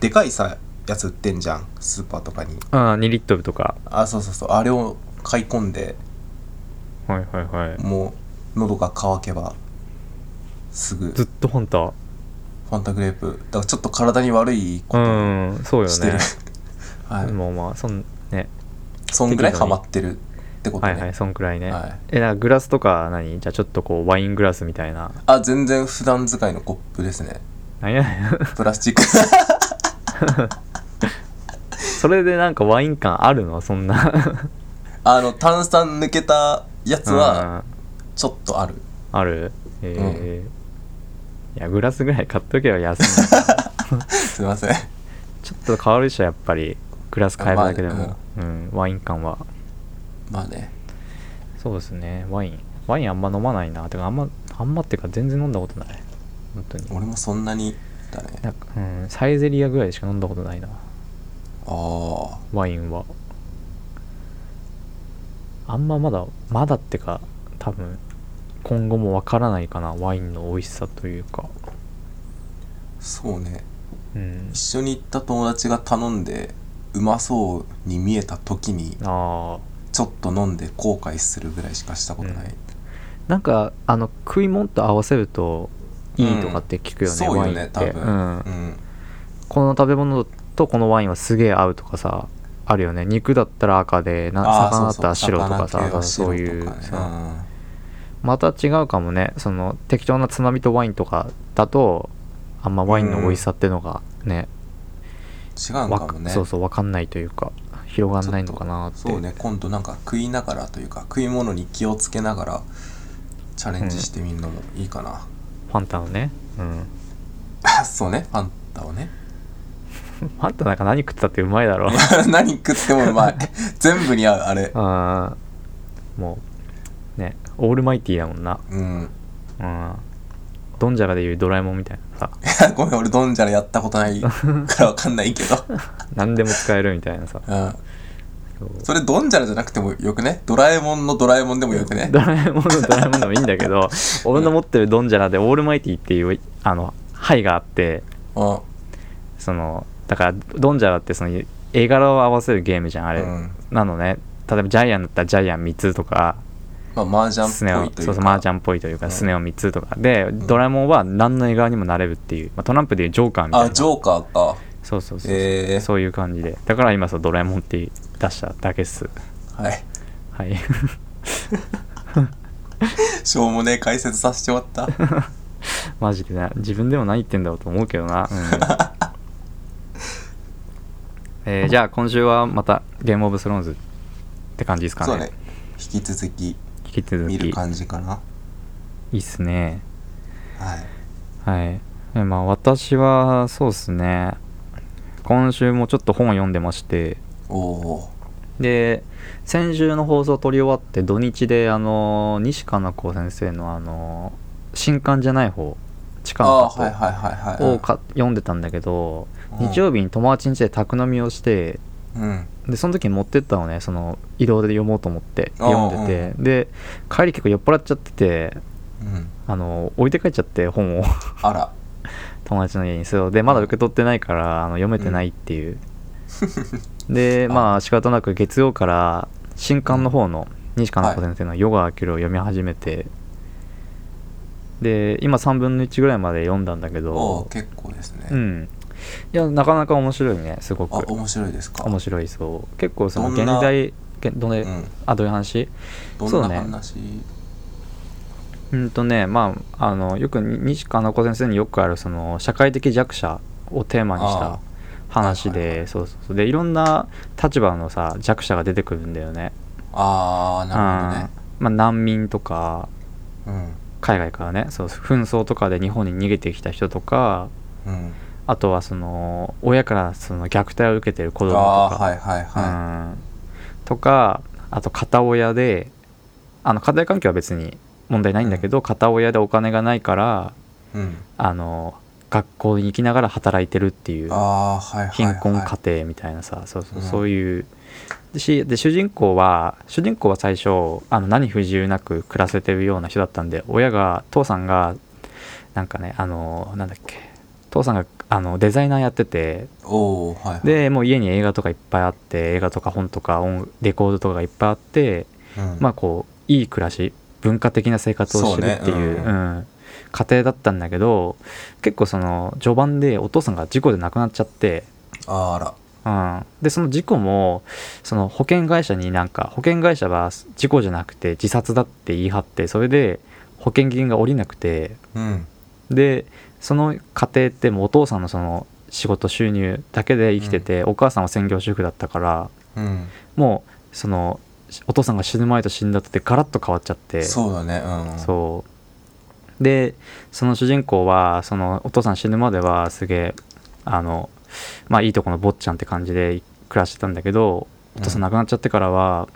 Speaker 2: でかいさやつ売ってんじゃんスーパーとかに
Speaker 1: ああ、2リットルとか。
Speaker 2: あそうそうそうあれを買い込んで
Speaker 1: はいはいはい。
Speaker 2: もう喉が渇けばすぐ
Speaker 1: ず
Speaker 2: フ
Speaker 1: っとファンタ。
Speaker 2: ァンタグレープだからちょっと体に悪いこ
Speaker 1: うん、そうよ
Speaker 2: としてる、
Speaker 1: ね。
Speaker 2: はい
Speaker 1: でもまあ、そん、ね。
Speaker 2: そんぐらいハマってるってこと
Speaker 1: は
Speaker 2: ね、
Speaker 1: いはい、そんくらいね。
Speaker 2: はい
Speaker 1: え、なんかグラスとか何じゃあちょっとこう、ワイングラスみたいな。
Speaker 2: あ全然普段使いのコップですね
Speaker 1: 何 や
Speaker 2: プラスチック
Speaker 1: それでなんかワイン感あるのそんな。
Speaker 2: あの炭酸抜けたやつは
Speaker 1: うん
Speaker 2: ちょっとある、
Speaker 1: あるえーいやグラスぐらい買っとけば安 いな
Speaker 2: すいません
Speaker 1: ちょっと変わるでしょやっぱりグラス変えるだけでも、
Speaker 2: ま
Speaker 1: うんワイン感は
Speaker 2: まあね
Speaker 1: そうですねワインワインあんま飲まないなてかあんまあんまっていうか全然飲んだことない本当に
Speaker 2: 俺もそんなにだね
Speaker 1: なんか、うん、サイゼリアぐらいしか飲んだことないな
Speaker 2: あ
Speaker 1: ワインはあんままだまだってか多分今後もわからないかなワインの美味しさというか
Speaker 2: あそうね
Speaker 1: うん
Speaker 2: 一緒に行った友達が頼んでうまそうに見えた時に
Speaker 1: ああ
Speaker 2: ちょっと飲んで後悔するぐらいしかしたことない、
Speaker 1: なんかあの食い物と合わせるといいとかって聞くよね、
Speaker 2: そう
Speaker 1: ワ
Speaker 2: よ
Speaker 1: イン
Speaker 2: ね
Speaker 1: っ
Speaker 2: 多
Speaker 1: て、
Speaker 2: 分
Speaker 1: うん
Speaker 2: うん
Speaker 1: この食べ物とこのワインはすげえ合うとかさあるよね肉だったら赤でな
Speaker 2: あー
Speaker 1: 魚だったら
Speaker 2: そう
Speaker 1: 白
Speaker 2: そう
Speaker 1: とか
Speaker 2: 魚系
Speaker 1: さ
Speaker 2: は
Speaker 1: そういう、
Speaker 2: 白とかね
Speaker 1: そうまた違うかもねその適当なつまみとワインとかだとあんまワインの美味しさってのがね,
Speaker 2: うん、違う
Speaker 1: わ
Speaker 2: んか
Speaker 1: か、
Speaker 2: もね
Speaker 1: そうそう分かんないというか広がんないのかなって
Speaker 2: そうね今度なんか食いながらというか食い物に気をつけながらチャレンジしてみるのもいいかな、
Speaker 1: ファンタのねうん
Speaker 2: そうねファンタをね
Speaker 1: ファンタなんか何食ったってうまいだろ
Speaker 2: 何食っても うまい全部に合うあれ
Speaker 1: あーもうねオールマイティーだもんな
Speaker 2: うん
Speaker 1: うんドンジャラでいうドラえもんみたいなさ
Speaker 2: ごめん俺ドンジャラやったこと ないからわかんないけど、
Speaker 1: 何でも使えるみたいなさ
Speaker 2: うん、
Speaker 1: そう
Speaker 2: それドンジャラじゃなくてもよくねドラえもんのドラえもんでもよくね
Speaker 1: ドラえもんのドラえもんでもいいんだけ ど俺の持ってるドンジャラでオールマイティーっていうあの牌があって
Speaker 2: うん
Speaker 1: そのだからドンジャラってその絵柄を合わせるゲームじゃんあれ、
Speaker 2: うん
Speaker 1: なのね例えばジャイアンだったらジャイアン3つとか
Speaker 2: まあ麻雀
Speaker 1: スネ
Speaker 2: っぽ
Speaker 1: を
Speaker 2: いというか
Speaker 1: そうそうマージャンっぽいというか、
Speaker 2: うん
Speaker 1: スネを3つとかで、
Speaker 2: ん
Speaker 1: ドラえもんは何の絵柄にもなれるっていう、まあ、トランプでいうジョーカーみたいな
Speaker 2: あジョーカーか
Speaker 1: そうそうそうそう、
Speaker 2: えー、
Speaker 1: そういう感じでだから今そうドラえもんって出しただけっす
Speaker 2: はい
Speaker 1: はい
Speaker 2: しょうもねえ解説させてもらった
Speaker 1: マジでな自分でも何言ってんだろうと思うけどな、うん えーじゃあ今週はまたゲームオブスローンズって感じ ですかね
Speaker 2: そうね引き続き
Speaker 1: 引き続
Speaker 2: 見
Speaker 1: き
Speaker 2: る
Speaker 1: い
Speaker 2: 感じかない
Speaker 1: っすね
Speaker 2: はい
Speaker 1: はいえまあ私はそうっすね今週もちょっと本を読んでまして
Speaker 2: おお
Speaker 1: で先週の放送取り終わって土日であの西加奈子先生のあの新刊じゃない方地下
Speaker 2: あ
Speaker 1: の
Speaker 2: あーはいはいはいはい
Speaker 1: をか読んでたんだけど
Speaker 2: うん
Speaker 1: 日曜日に友達ん家で宅飲みをして
Speaker 2: うん
Speaker 1: でその時に持ってったのねその移動で読もうと思って読んでてで帰り結構酔っ払っちゃってて
Speaker 2: うん
Speaker 1: あの置いて帰っちゃって本を
Speaker 2: あら
Speaker 1: 友達の家にそうでまだ受け取ってないからあの読めてないっていう、 でまあ仕方なく月曜から新刊の方の西加奈子先生の「ヨガアキル」を読み始めて、で今3分の1ぐらいまで読んだんだけ
Speaker 2: お
Speaker 1: ど
Speaker 2: お結構ですね、
Speaker 1: うんいやなかなか面白いねすご
Speaker 2: あ
Speaker 1: く
Speaker 2: 面白いですか
Speaker 1: 面白いそう結構その
Speaker 2: ど
Speaker 1: 現
Speaker 2: んな
Speaker 1: 代げどれ、
Speaker 2: うん
Speaker 1: あどういう話そ
Speaker 2: ど
Speaker 1: うんね
Speaker 2: な話、
Speaker 1: うんとねまああのよくに西川奈子先生によくあるその社会的弱者をテーマにし
Speaker 2: あ
Speaker 1: た話
Speaker 2: はいはい
Speaker 1: で
Speaker 2: はい
Speaker 1: そうそうそうでいろんな立場のさ弱者が出てくるんだよね
Speaker 2: ああな
Speaker 1: う
Speaker 2: る
Speaker 1: んまあ、難民とか
Speaker 2: ほどね
Speaker 1: 海外からねそう紛争とかで日本に逃げてきた人とか
Speaker 2: うん、
Speaker 1: あとはその親からその虐待を受けてる子供と
Speaker 2: ああー
Speaker 1: か、
Speaker 2: はいはいは
Speaker 1: うん、とかあと片親であの家庭環境は別に問題ないんだけど、片親でお金がないから
Speaker 2: い、うん、
Speaker 1: あの学校に行きながら働いてるっていう
Speaker 2: ああはいはい、はい、
Speaker 1: 貧困家庭みたいなさ、そうそう
Speaker 2: うん
Speaker 1: そういう、でしで主人公は主人公は最初あの何不自由なく暮らせてるような人だったんで親が父さんがなんかねあのなんだっけ父さんがあのデザイナーやってて
Speaker 2: おおはいはい、
Speaker 1: でもう家に映画とかいっぱいあって映画とか本とか音レコードとかがいっぱいあって、
Speaker 2: うん、
Speaker 1: まあこういい暮らし文化的な生活をしてるっていう
Speaker 2: そうね
Speaker 1: う
Speaker 2: うん
Speaker 1: 家庭だったんだけど結構その序盤でお父さんが事故で亡くなっちゃって。
Speaker 2: あら
Speaker 1: うん、でその事故もその保険会社になんか保険会社は事故じゃなくて自殺だって言い張ってそれで保険金が下りなくて
Speaker 2: うん
Speaker 1: でその家庭ってもうお父さんのその仕事収入だけで生きてて、お母さんは専業主婦だったから
Speaker 2: うん
Speaker 1: もうそのお父さんが死ぬ前と死んだ後ってガラッと変わっちゃって
Speaker 2: そうだねうん
Speaker 1: そうでその主人公はそのお父さん死ぬまではすげえあのまあいいとこの坊ちゃんって感じで暮らしてたんだけどお父さん亡くなっちゃってからは、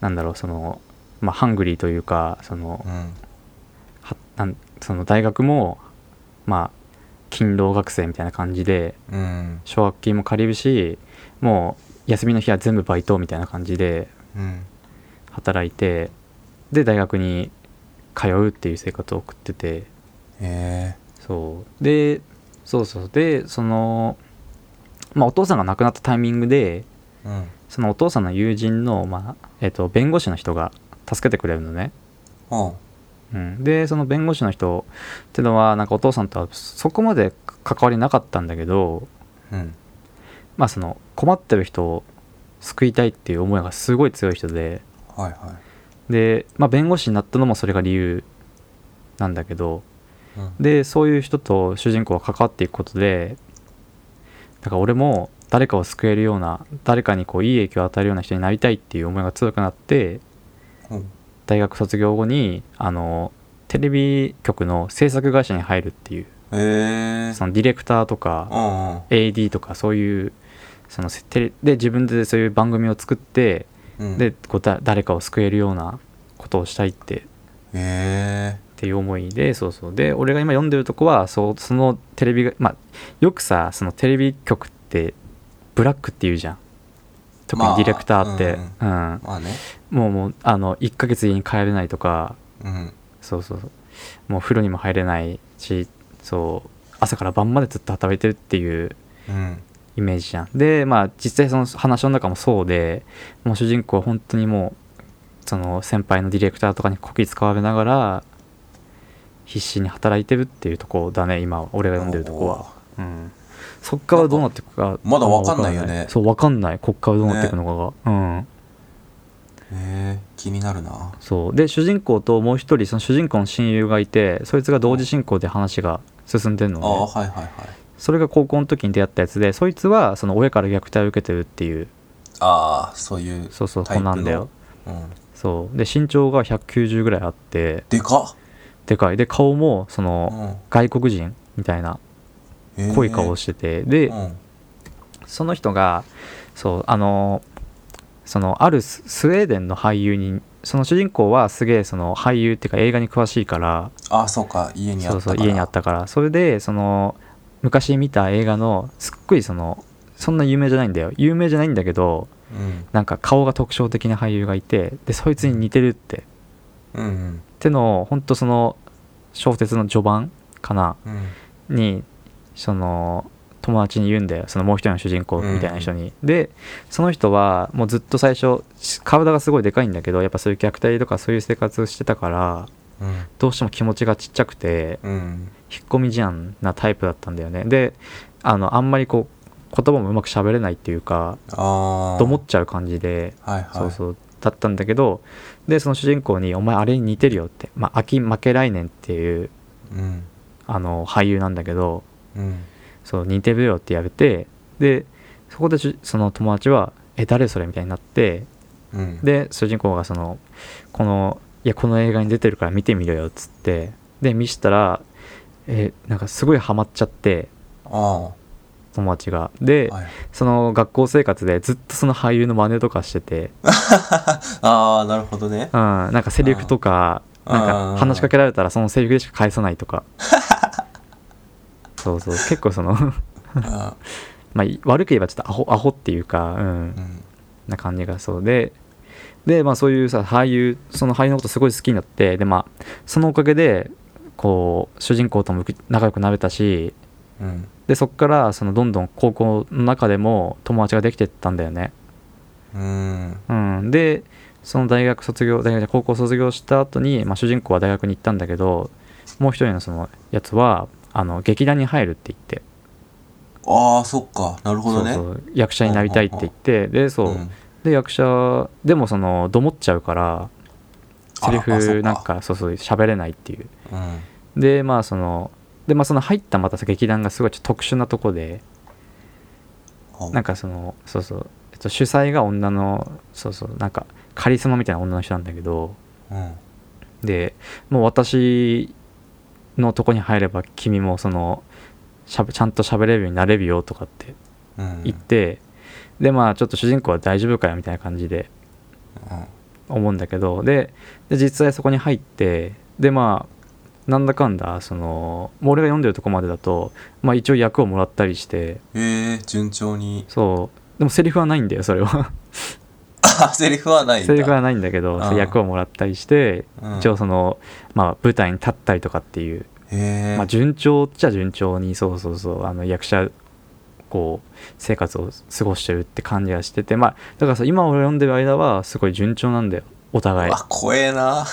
Speaker 1: なんだろうそのまあハングリーというかその
Speaker 2: うん
Speaker 1: はなんその大学もまあ勤労学生みたいな感じで
Speaker 2: うん
Speaker 1: 奨学金も借りるしもう休みの日は全部バイトみたいな感じで
Speaker 2: うん
Speaker 1: 働いてで大学に通うっていう生活を送ってて
Speaker 2: へえ
Speaker 1: そうでそうそうでその、まあ、お父さんが亡くなったタイミングで
Speaker 2: うん
Speaker 1: そのお父さんの友人の、まあえっと弁護士の人が助けてくれるのね、
Speaker 2: おう
Speaker 1: うん、でその弁護士の人ってのはなんかお父さんとはそこまで関わりなかったんだけど、
Speaker 2: うん
Speaker 1: まあ、その困ってる人を救いたいっていう思いがすごい強い人で
Speaker 2: はいは
Speaker 1: で、まあ、弁護士になったのもそれが理由なんだけど
Speaker 2: いうん
Speaker 1: でそういう人と主人公は関わっていくことでだから俺も誰かを救えるような誰かにこういい影響を与えるような人になりたいっていう思いが強くなって
Speaker 2: おう
Speaker 1: 大学卒業後にあのテレビ局の制作会社に入るっていう
Speaker 2: へえ
Speaker 1: そのディレクターと
Speaker 2: う
Speaker 1: か
Speaker 2: んうん
Speaker 1: AD とかそういうそのせテレで自分でそういう番組を作って
Speaker 2: うん
Speaker 1: でこうだ誰かを救えるようなことをしたいって
Speaker 2: へえ
Speaker 1: っていう思いでそうそうで俺が今読んでるとこはそうそのテレビがまあよくさそのテレビ局ってブラックって言うじゃん特
Speaker 2: ま
Speaker 1: に
Speaker 2: あ
Speaker 1: ディレクターって、うん
Speaker 2: まあね
Speaker 1: もうもうあの1ヶ月家に帰れないとか
Speaker 2: うん
Speaker 1: そうそうそうもう風呂にも入れないしそう朝から晩までずっと働いてるっていう
Speaker 2: うん
Speaker 1: イメージじゃんでまあ実際その話の中もそうでもう主人公は本当にもうその先輩のディレクターとかにこき使われながら必死に働いてるっていうとこだね今俺が読んでるとこは、うん、そっからどうなっていくか
Speaker 2: まだわかんないよね
Speaker 1: そうわかんないこっからどうなっていくのかが、うん
Speaker 2: へえ気になるな
Speaker 1: そうで主人公ともう一人その主人公の親友がいてそいつが同時進行で話が進んでんの
Speaker 2: ああ
Speaker 1: ね
Speaker 2: はいはいはい
Speaker 1: それが高校の時に出会ったやつでそいつはその親から虐待を受けてるっていう
Speaker 2: ああそういう
Speaker 1: そうそう
Speaker 2: タ
Speaker 1: 子
Speaker 2: イプ
Speaker 1: な
Speaker 2: の
Speaker 1: んだよ
Speaker 2: うん
Speaker 1: そうで身長が190ぐらいあって
Speaker 2: でか
Speaker 1: でかいで顔もそうの
Speaker 2: ん
Speaker 1: 外国人みたいな
Speaker 2: へえ
Speaker 1: 濃い顔をしててで
Speaker 2: うん
Speaker 1: その人がそうあのそのあるススウェーデンの俳優にその主人公はすげえその俳優っていうか映画に詳しいから
Speaker 2: ああそうか家にあ
Speaker 1: そ
Speaker 2: っ
Speaker 1: う
Speaker 2: た
Speaker 1: そう
Speaker 2: から
Speaker 1: 家にあったからそれでその昔見た映画のすっごいそのそんな有名じゃないんだよ有名じゃないんだけど
Speaker 2: うん
Speaker 1: なんか顔が特徴的な俳優がいてでそいつに似てるって
Speaker 2: う
Speaker 1: っ
Speaker 2: ん
Speaker 1: てのを本当その小説の序盤かな
Speaker 2: うんうん
Speaker 1: にその友達に言うんだよそのもう一人の主人公みたいな人に、でその人はもうずっと最初し体がすごいでかいんだけどやっぱそういう虐待とかそういう生活をしてたから
Speaker 2: うん
Speaker 1: どうしても気持ちがちっちゃくて
Speaker 2: うん
Speaker 1: 引っ込み思案なタイプだったんだよねであのあんまりこう言葉もうまく喋れないっていうか
Speaker 2: ああ
Speaker 1: と思っちゃう感じで
Speaker 2: はいはい
Speaker 1: そうそうだったんだけどでその主人公に「お前あれに似てるよ」って「まあ、秋負け来年」っていう
Speaker 2: うん
Speaker 1: あの俳優なんだけど
Speaker 2: うん
Speaker 1: そう似てるよって言われてでそこでしその友達は「え誰それ?」みたいになって
Speaker 2: うん
Speaker 1: で主人公がその「このいやこの映画に出てるから見てみろよ」っつってで見したらえなんかすごいハマっちゃって
Speaker 2: あ
Speaker 1: 友達がで、
Speaker 2: あ、はい、
Speaker 1: その学校生活でずっとその俳優の真似とかしてて、
Speaker 2: ああなるほどね
Speaker 1: うん、なんかセリフとか
Speaker 2: あー
Speaker 1: なん
Speaker 2: あ
Speaker 1: か
Speaker 2: ー
Speaker 1: 話しかけられたらそのセリフでしか返さないと かそうそう結構その
Speaker 2: あ
Speaker 1: まあい悪く言えばちょっとアホアホっていうか、うん
Speaker 2: ー、うん、
Speaker 1: な感じがそうででまあそういうさ俳優その俳優のことすごい好きになってでまあそのおかげでこう主人公とも仲良くなれたし
Speaker 2: うん
Speaker 1: でそっからそのどんどん高校の中でも友達ができてったんだよね、
Speaker 2: うん
Speaker 1: うん、でその大学卒業大学じゃ高校卒業した後に、まあ、主人公は大学に行ったんだけどもう一人のそのやつはあの劇団に入るって言って、
Speaker 2: ああそっかなるほどね
Speaker 1: そうそう役者になりたいって言ってでそう、
Speaker 2: ん
Speaker 1: で役者でもそのどもっちゃうからセリ
Speaker 2: ああそっ
Speaker 1: フ
Speaker 2: か
Speaker 1: なんかそうそう喋れないっていう
Speaker 2: うん
Speaker 1: でまあそのでまあその入ったまた劇団がすごいちょっと特殊なとこで
Speaker 2: あ
Speaker 1: なんかそのそうそう、えっと、主催が女のそうそうなんかカリスマみたいな女の人なんだけど
Speaker 2: うん
Speaker 1: でもう私のとこに入れば君もそのしゃべちゃんと喋れるようになれるよとかって
Speaker 2: うん
Speaker 1: 言って、でまあちょっと主人公は大丈夫かよみたいな感じで
Speaker 2: うん
Speaker 1: 思うんだけどでで実際そこに入ってでまあなんだかんだそのもう俺が読んでるとこまでだと、まあ、一応役をもらったりして
Speaker 2: えー、順調に
Speaker 1: そうでもセリフはないんだよそれ は
Speaker 2: あセリフはないんだ
Speaker 1: セリフはないんだけど
Speaker 2: うん
Speaker 1: そう役をもらったりして、
Speaker 2: うん
Speaker 1: 一応その、まあ、舞台に立ったりとかっていう、
Speaker 2: へえ、
Speaker 1: まあ、順調っちゃ順調にそうそうそうあの役者こう生活を過ごしてるって感じがしててまあだからさ今俺が読んでる間はすごい順調なんだよお互い
Speaker 2: あ怖えな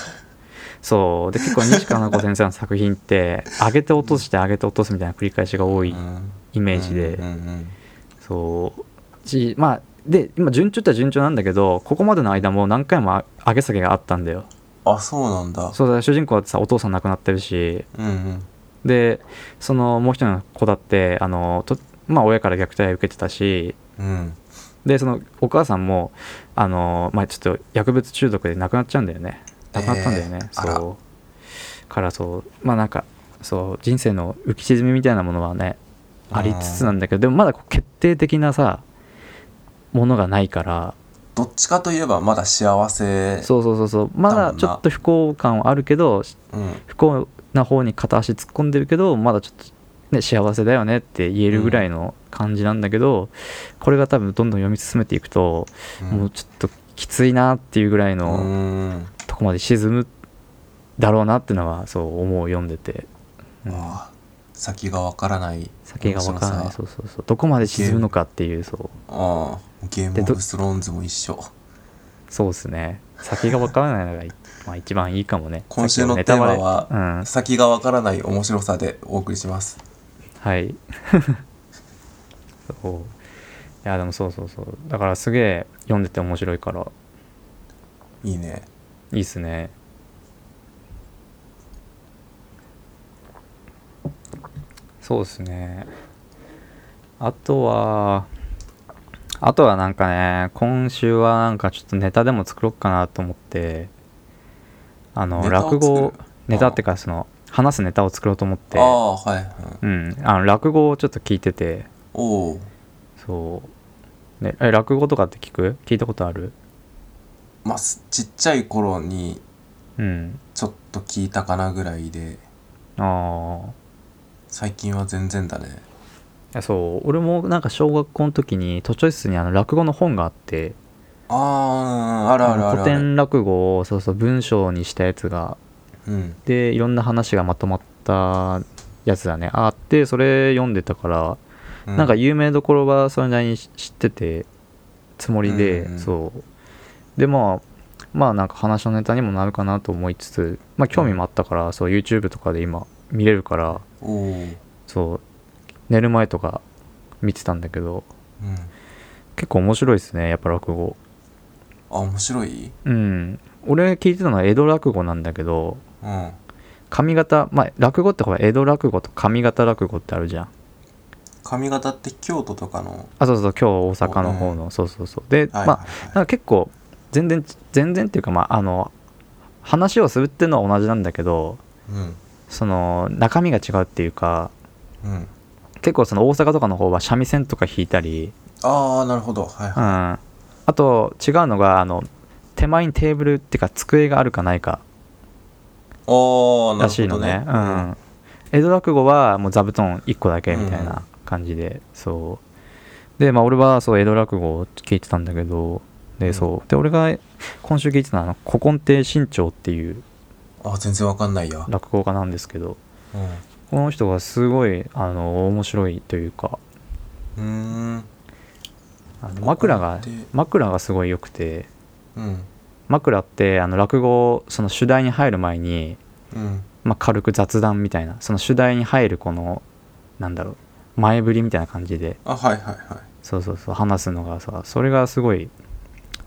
Speaker 1: そうで結構西川菜子先生の作品って 上げて落として上げて落とすみたいな繰り返しが多
Speaker 2: う
Speaker 1: い
Speaker 2: ん
Speaker 1: イメージで、
Speaker 2: うんうんうん
Speaker 1: そうしまあで今順調って順調なんだけどここまでの間も何回もあ上げ下げがあったんだよ
Speaker 2: あそうなんだ
Speaker 1: そうだ主人公はさお父さん亡くなってるし
Speaker 2: うんうん
Speaker 1: でそのもう一人の子だってあのと、まあ、親から虐待を受けてたし
Speaker 2: うん
Speaker 1: でそのお母さんもあの、まあ、ちょっと薬物中毒で亡くなっちゃうんだよね亡くなったんだよね、
Speaker 2: えー
Speaker 1: そうからそうまあなんかそう人生の浮き沈みみたいなものはねありつつなんだけどでもまだこう決定的なさものがないから
Speaker 2: どっちかといえばまだ幸せ
Speaker 1: そうそうそうそうまだちょっと不幸感はあるけど
Speaker 2: う、ん、
Speaker 1: 不幸な方に片足突っ込んでるけどまだちょっと、ね、幸せだよねって言えるぐらいの感じなんだけど、これが多分どんどん読み進めていくと、
Speaker 2: うん
Speaker 1: もうちょっときついなっていうぐらいうの
Speaker 2: ん
Speaker 1: とこまで沈むだろうなってのはそう思う読んでて、うん
Speaker 2: あー先がわからない
Speaker 1: 先が分からな
Speaker 2: 面
Speaker 1: い
Speaker 2: 白さ
Speaker 1: そうそうそうどこまで沈むのかっていうそう
Speaker 2: あーゲーム
Speaker 1: で
Speaker 2: オ
Speaker 1: ど
Speaker 2: ブスローンズも一緒
Speaker 1: そうですね先が分からないのがい、 まあ、一番いいかもね
Speaker 2: 今週
Speaker 1: さ
Speaker 2: の
Speaker 1: っきネタバレ
Speaker 2: テーマは
Speaker 1: うん、
Speaker 2: 先がわからない面白さでお送りします
Speaker 1: はい そういやでもそうそうそうだからすげえ読んでて面白いから
Speaker 2: いいね
Speaker 1: いいっすねそうですねあとはあとはなんかね今週はなんかちょっとネタでも作ろうかなと思ってあの
Speaker 2: ネタを
Speaker 1: 落
Speaker 2: 作る
Speaker 1: 語ネタっていうかその話すネタを作ろうと思って
Speaker 2: ああはい、うん、
Speaker 1: うん、あの落語をちょっと聞いてて
Speaker 2: おお
Speaker 1: そう、ね、え落語とかって聞く聞いたことある
Speaker 2: まあすちっちゃい頃に
Speaker 1: うん
Speaker 2: ちょっと聞いたかなぐらいで
Speaker 1: ああ
Speaker 2: 最近は全然だね
Speaker 1: いやそう俺もなんか小学校の時に図書室にあの落語の本があって
Speaker 2: あああるあ
Speaker 1: あ
Speaker 2: る
Speaker 1: の
Speaker 2: ある
Speaker 1: 古
Speaker 2: ある
Speaker 1: 典落語をそうそう文章にしたやつが
Speaker 2: うん
Speaker 1: でいろんな話がまとまったやつだねあってそれ読んでたから、
Speaker 2: う
Speaker 1: なんか有名どころはそれなりに知っててつもりで、
Speaker 2: うんうん
Speaker 1: そうでまあまあなんか話のネタにもなるかなと思いつつまあ興味もあったから、そう YouTube とかで今見れるから
Speaker 2: おおー
Speaker 1: そう寝る前とか見てたんだけど
Speaker 2: うん
Speaker 1: 結構面白いですねやっぱ落語
Speaker 2: あ面白い
Speaker 1: うん俺聞いてたのは江戸落語なんだけど
Speaker 2: うん
Speaker 1: 上方まあ落語ってほら江戸落語と上方落語ってあるじゃん
Speaker 2: 髪型って京都とかの
Speaker 1: あそうそう今日大阪の方の、そうそうそうで、
Speaker 2: はい
Speaker 1: まあ
Speaker 2: はい
Speaker 1: なん
Speaker 2: はい
Speaker 1: か結構全然全然っていうかまああの話をするっていうのは同じなんだけど
Speaker 2: うん
Speaker 1: その中身が違うっていうか
Speaker 2: うん
Speaker 1: 結構その大阪とかの方は三味線とか弾いたり、
Speaker 2: ああなるほどはい
Speaker 1: うん、
Speaker 2: は
Speaker 1: あと違うのがあの手前にテーブルっていうか机があるかないか
Speaker 2: い、おーな
Speaker 1: らしい
Speaker 2: る
Speaker 1: の
Speaker 2: ほど
Speaker 1: ね
Speaker 2: ね
Speaker 1: うん、江戸落語はもう座布団1個だけみたいな感じで、そうでまあ俺はそう江戸落語を聞いてたんだけど
Speaker 2: う
Speaker 1: で
Speaker 2: ん
Speaker 1: そうで俺が今週聞いてたのはあの古今亭新潮っていう
Speaker 2: あー全然わかんないや、
Speaker 1: 落語家なんですけど
Speaker 2: うん
Speaker 1: この人がすごいあの面白いというか
Speaker 2: うーん
Speaker 1: あの枕が
Speaker 2: 古今亭
Speaker 1: 枕がすごい良くて
Speaker 2: うん
Speaker 1: 枕ってあの落語その主題に入る前に、
Speaker 2: うん
Speaker 1: まあ、軽く雑談みたいなその主題に入るこのなんだろう前振りみたいな感じで
Speaker 2: あはいはいはい
Speaker 1: そうそうそう話すのがさそれがすごい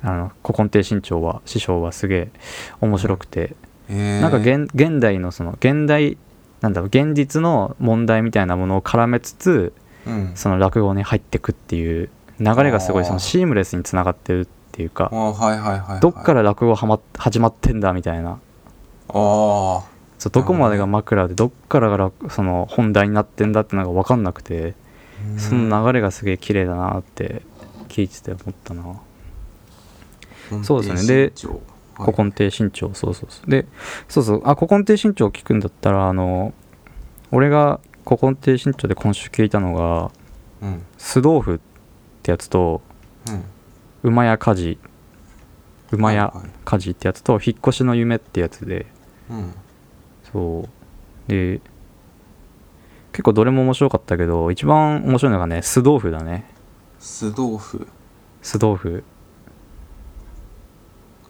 Speaker 1: あの古今亭新潮は師匠はすげえ面白くて、
Speaker 2: えー、
Speaker 1: なんか現現代のその現代なんだろう現実の問題みたいなものを絡めつつ
Speaker 2: うん
Speaker 1: その落語に入ってくっていう流れがすごいそ
Speaker 2: あ
Speaker 1: の
Speaker 2: ー
Speaker 1: シームレスにつながってるっていうか
Speaker 2: あーはいはいはいはい
Speaker 1: どっからら落語はまっ始まってんだみたいな
Speaker 2: ああ
Speaker 1: そうどこまで
Speaker 2: なるほど
Speaker 1: が
Speaker 2: ね
Speaker 1: 枕でどっからが落その本題になってんだってのが分かんなくてその流れがすげえ綺麗だなって聞いてて思ったな
Speaker 2: うん
Speaker 1: そうですねで
Speaker 2: 身長
Speaker 1: 「古今亭新潮」そうそうそうでそうそうあ古今亭新潮聞くんだったらあの俺が古今亭新潮で今週聞いたのが
Speaker 2: はい、うん
Speaker 1: 酢豆腐ってやつと
Speaker 2: うん
Speaker 1: 馬屋家事馬屋
Speaker 2: はいはい
Speaker 1: 家事ってやつと引っ越しの夢ってやつで
Speaker 2: うん
Speaker 1: そうで結構どれも面白かったけど一番面白いのがね酢豆腐だね
Speaker 2: 酢豆腐
Speaker 1: 酢豆腐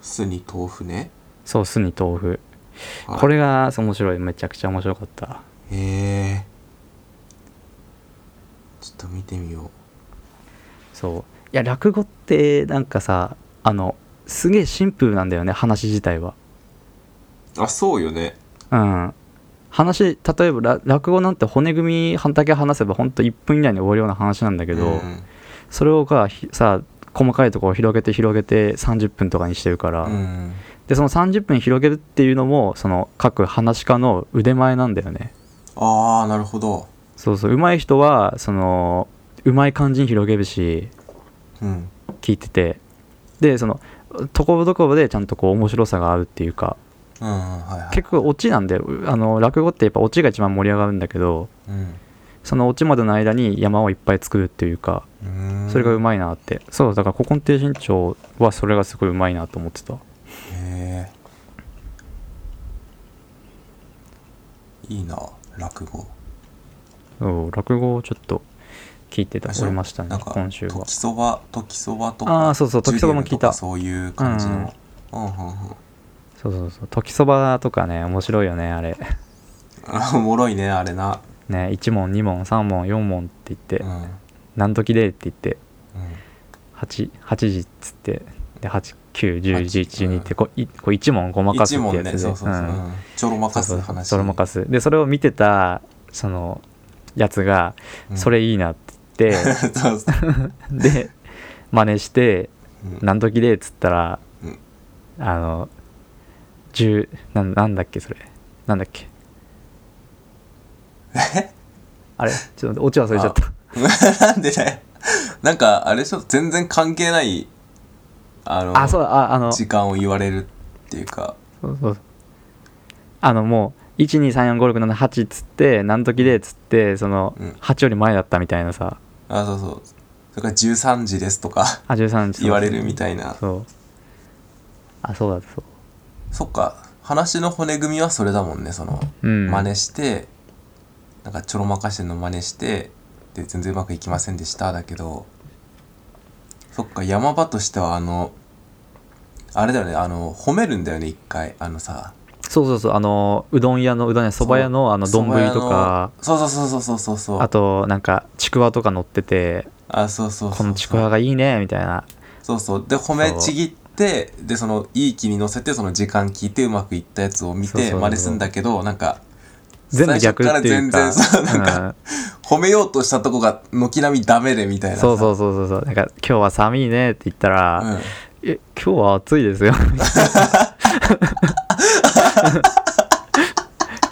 Speaker 2: 酢に豆腐ね、
Speaker 1: そう酢に豆腐
Speaker 2: はい
Speaker 1: これがそう面白いめちゃくちゃ面白かった
Speaker 2: へえちょっと見てみよ
Speaker 1: そういや落語ってなんかさあのすげえシンプルなんだよね話自体は
Speaker 2: うあそうよね
Speaker 1: うん話例えばら落語なんて骨組みだけ話せばほんと1分以内に終わるような話なんだけど、
Speaker 2: うん
Speaker 1: それをがひさ細かいところを広げて広げて30分とかにしてるから、
Speaker 2: うん
Speaker 1: でその30分広げるっていうのもその各話し家の腕前なんだよね
Speaker 2: ああなるほど
Speaker 1: そうそう上手い人はその上手い感じに広げるし
Speaker 2: うん
Speaker 1: 聞いててでそのところどころでちゃんとこう面白さがあるっていうか
Speaker 2: うんうんはいはい
Speaker 1: 結構オチなんであの落語ってやっぱオチが一番盛り上がるんだけど
Speaker 2: うん
Speaker 1: そのオチまでの間に山をいっぱい作るっていうか
Speaker 2: うーん
Speaker 1: それがうまいなって、そうだから古今亭新潮はそれがすごいうまいなと思ってた
Speaker 2: へえいいな落語
Speaker 1: そう落語をちょっと聞いてた
Speaker 2: あそう
Speaker 1: おりましたね
Speaker 2: なんか
Speaker 1: 今週は
Speaker 2: 時そば時そばと
Speaker 1: あ
Speaker 2: か
Speaker 1: あそうそう時そばも聞いた
Speaker 2: ジュリウムとかそういう感じのうんうん うん
Speaker 1: そうそうそう時そばとかね面白いよねあれ
Speaker 2: あおもろいねあれな
Speaker 1: ね1問2問3問4問って言って、
Speaker 2: うんうん
Speaker 1: 何時でって言って8 8時っつってで8910112ってこういこう1問ごまかす
Speaker 2: 一
Speaker 1: ってや
Speaker 2: 問
Speaker 1: つ
Speaker 2: ね
Speaker 1: で
Speaker 2: そうそうそう
Speaker 1: うん
Speaker 2: うんちょろま
Speaker 1: そ
Speaker 2: か
Speaker 1: うそ
Speaker 2: す
Speaker 1: うそう
Speaker 2: 話
Speaker 1: それもかすでそれを見てたそのやつが「
Speaker 2: うん
Speaker 1: それいいな」って言っ
Speaker 2: そうそう
Speaker 1: て、で真似して
Speaker 2: う
Speaker 1: 「
Speaker 2: ん
Speaker 1: 何時で」っつったら、
Speaker 2: うん
Speaker 1: あの10なんなんだっけそれなんだっけあれちょっとオチ忘れちゃった
Speaker 2: なんでねなんかあれでしょ全然関係ないあの
Speaker 1: あそうああの
Speaker 2: 時間を言われるっていうか
Speaker 1: そうそうそうあのもう1234567っつって何時でっつってその
Speaker 2: うん
Speaker 1: 8より前だったみたいなさ
Speaker 2: あそうそうそれから13時ですとか
Speaker 1: あ13時
Speaker 2: 言われるみたいな
Speaker 1: そうあそうだったそ
Speaker 2: そっか話の骨組みはそれだもんねその
Speaker 1: ううん
Speaker 2: 真似して、なんかちょろまかしてんの真似してで全然うまくいきませんでしただけどそっか山場としてはあのあれだよねあの褒めるんだよね一回あのさ
Speaker 1: そうそうそうあのうどん屋のうどん屋そば屋のあの
Speaker 2: そ
Speaker 1: 丼
Speaker 2: ば屋の
Speaker 1: とか
Speaker 2: そうそうそうそうそうそうそう
Speaker 1: あとなんかちくわとか乗ってて
Speaker 2: あそうそうそうそう
Speaker 1: このちくわがいいねみたいな
Speaker 2: そうそうで褒めちぎってでそのいい気に乗せてその時間聞いてうまくいったやつを見
Speaker 1: そうそう
Speaker 2: て
Speaker 1: そう
Speaker 2: 真似すんだけどなんか
Speaker 1: 全部逆っていうか
Speaker 2: 最初から全然そうなんか褒めようとしたとこが軒並みダメでみたい
Speaker 1: うん
Speaker 2: な
Speaker 1: そうそううそうそうそうなんか「今日は寒いね」って言ったら「
Speaker 2: うん
Speaker 1: え 今日は暑いですよ」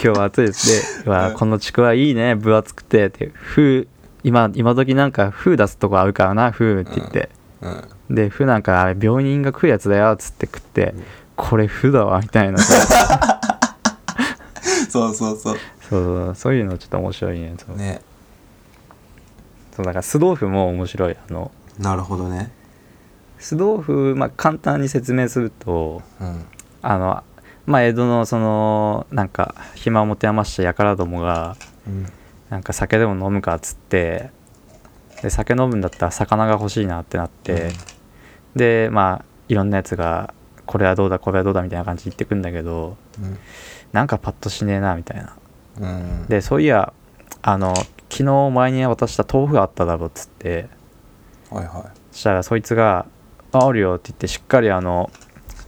Speaker 1: 今日は暑いですね。うわ、このちくわいいね、分厚くて。って、ふう、今、今時なんか、ふう出すとこあるからな、ふうって言って。
Speaker 2: うん
Speaker 1: で、ふなんか、あれ、病人が食うやつだよ、つって食って、これ、ふだわ、みたい な。そう
Speaker 2: そうそうそう
Speaker 1: そう、そういうのちょっと面白いね。そう
Speaker 2: ね
Speaker 1: そうだから、酢豆腐も面白い。あの、
Speaker 2: なるほどね
Speaker 1: 酢豆腐、まあ、簡単に説明すると、
Speaker 2: うん
Speaker 1: あの、まあ、江戸のそのなんか暇を持て余した輩どもが
Speaker 2: うん
Speaker 1: なんか酒でも飲むかっつってで酒飲むんだったら魚が欲しいなってなって、でまあいろんなやつがこれはどうだこれはどうだみたいな感じで言ってくんだけど
Speaker 2: うん
Speaker 1: なんかパッとしねえなみたいな
Speaker 2: うん
Speaker 1: でそういやあの昨日お前に渡した豆腐があっただろっつって
Speaker 2: はいは
Speaker 1: そしたらそいつが「ああるよ」って言ってしっかりあの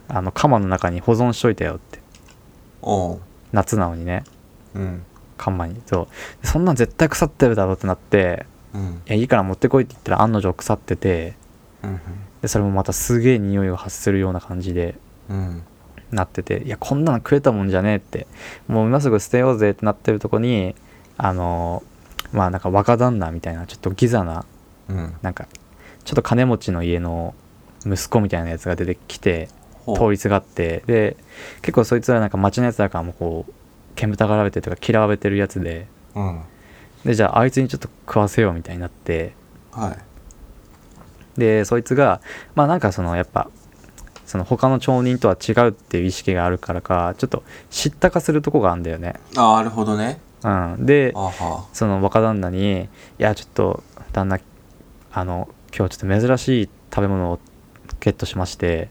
Speaker 1: あの釜の中に保存しといたよって
Speaker 2: いおう
Speaker 1: 夏なのにね
Speaker 2: うん
Speaker 1: 看板にそうそんなん絶対腐ってるだろうってなって
Speaker 2: うん
Speaker 1: いやいいから持ってこいって言ったら案の定腐ってて
Speaker 2: うん
Speaker 1: でそれもまたすげえ匂いを発するような感じで
Speaker 2: うん
Speaker 1: なってていやこんなの食えたもんじゃねえってもう今すぐ捨てようぜってなってるとこにあのまあなんか若旦那みたいなちょっとギザな
Speaker 2: うん
Speaker 1: なんかちょっと金持ちの家の息子みたいなやつが出てきて
Speaker 2: ほう
Speaker 1: 通りすがってで結構そいつらなんか町のやつだからもうこう煙たがられてとか嫌われてるやつで
Speaker 2: うん
Speaker 1: でじゃああいつにちょっと食わせようみたいになって
Speaker 2: はい
Speaker 1: でそいつがまあなんかそのやっぱその他の町人とは違うっていう意識があるからかちょっと知ったかするとこがあるんだよね、
Speaker 2: あなるほどね
Speaker 1: うん、で
Speaker 2: あは
Speaker 1: その若旦那に「いやちょっと旦那あの今日ちょっと珍しい食べ物をゲットしまして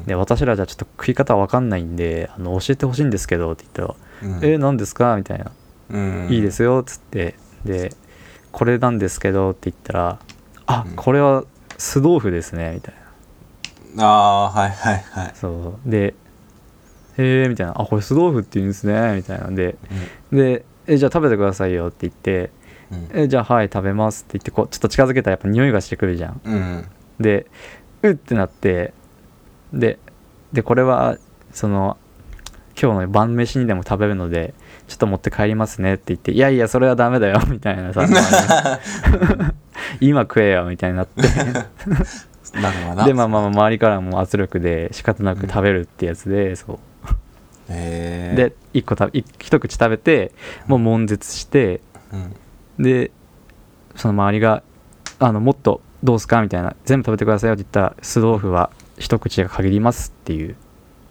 Speaker 2: うん
Speaker 1: で私らじゃちょっと食い方わかんないんであの教えてほしいんですけど」って言ったら「
Speaker 2: うん
Speaker 1: え何ですか?」みたいな
Speaker 2: うん
Speaker 1: いいですよっつってでこれなんですけどって言ったら「あ
Speaker 2: うん
Speaker 1: これは酢豆腐ですね」みたいな
Speaker 2: ああーはいはいはい
Speaker 1: そうで「へえ」みたいな「あこれ酢豆腐って言うんですね」みたいなんででえ「じゃあ食べてくださいよ」って言って
Speaker 2: うん
Speaker 1: 「えじゃあはい食べます」って言ってこうちょっと近づけたらやっぱ匂いがしてくるじゃん
Speaker 2: うん うん
Speaker 1: で「うっ」てなってででこれはその今日の晩飯にでも食べるのでちょっと持って帰りますねって言って「いやいやそれはダメだよ」みたいな さ今食えよみたいになって
Speaker 2: なる わな
Speaker 1: でまあまあ周りからも圧力で仕方なく食べるってやつで、そう
Speaker 2: へえ
Speaker 1: で一個食べ一一口食べてもう悶絶して
Speaker 2: うん
Speaker 1: でその周りが「あのもっとどうすか?」みたいな「全部食べてくださいよ」って言ったら「酢豆腐は一口が限ります」っていう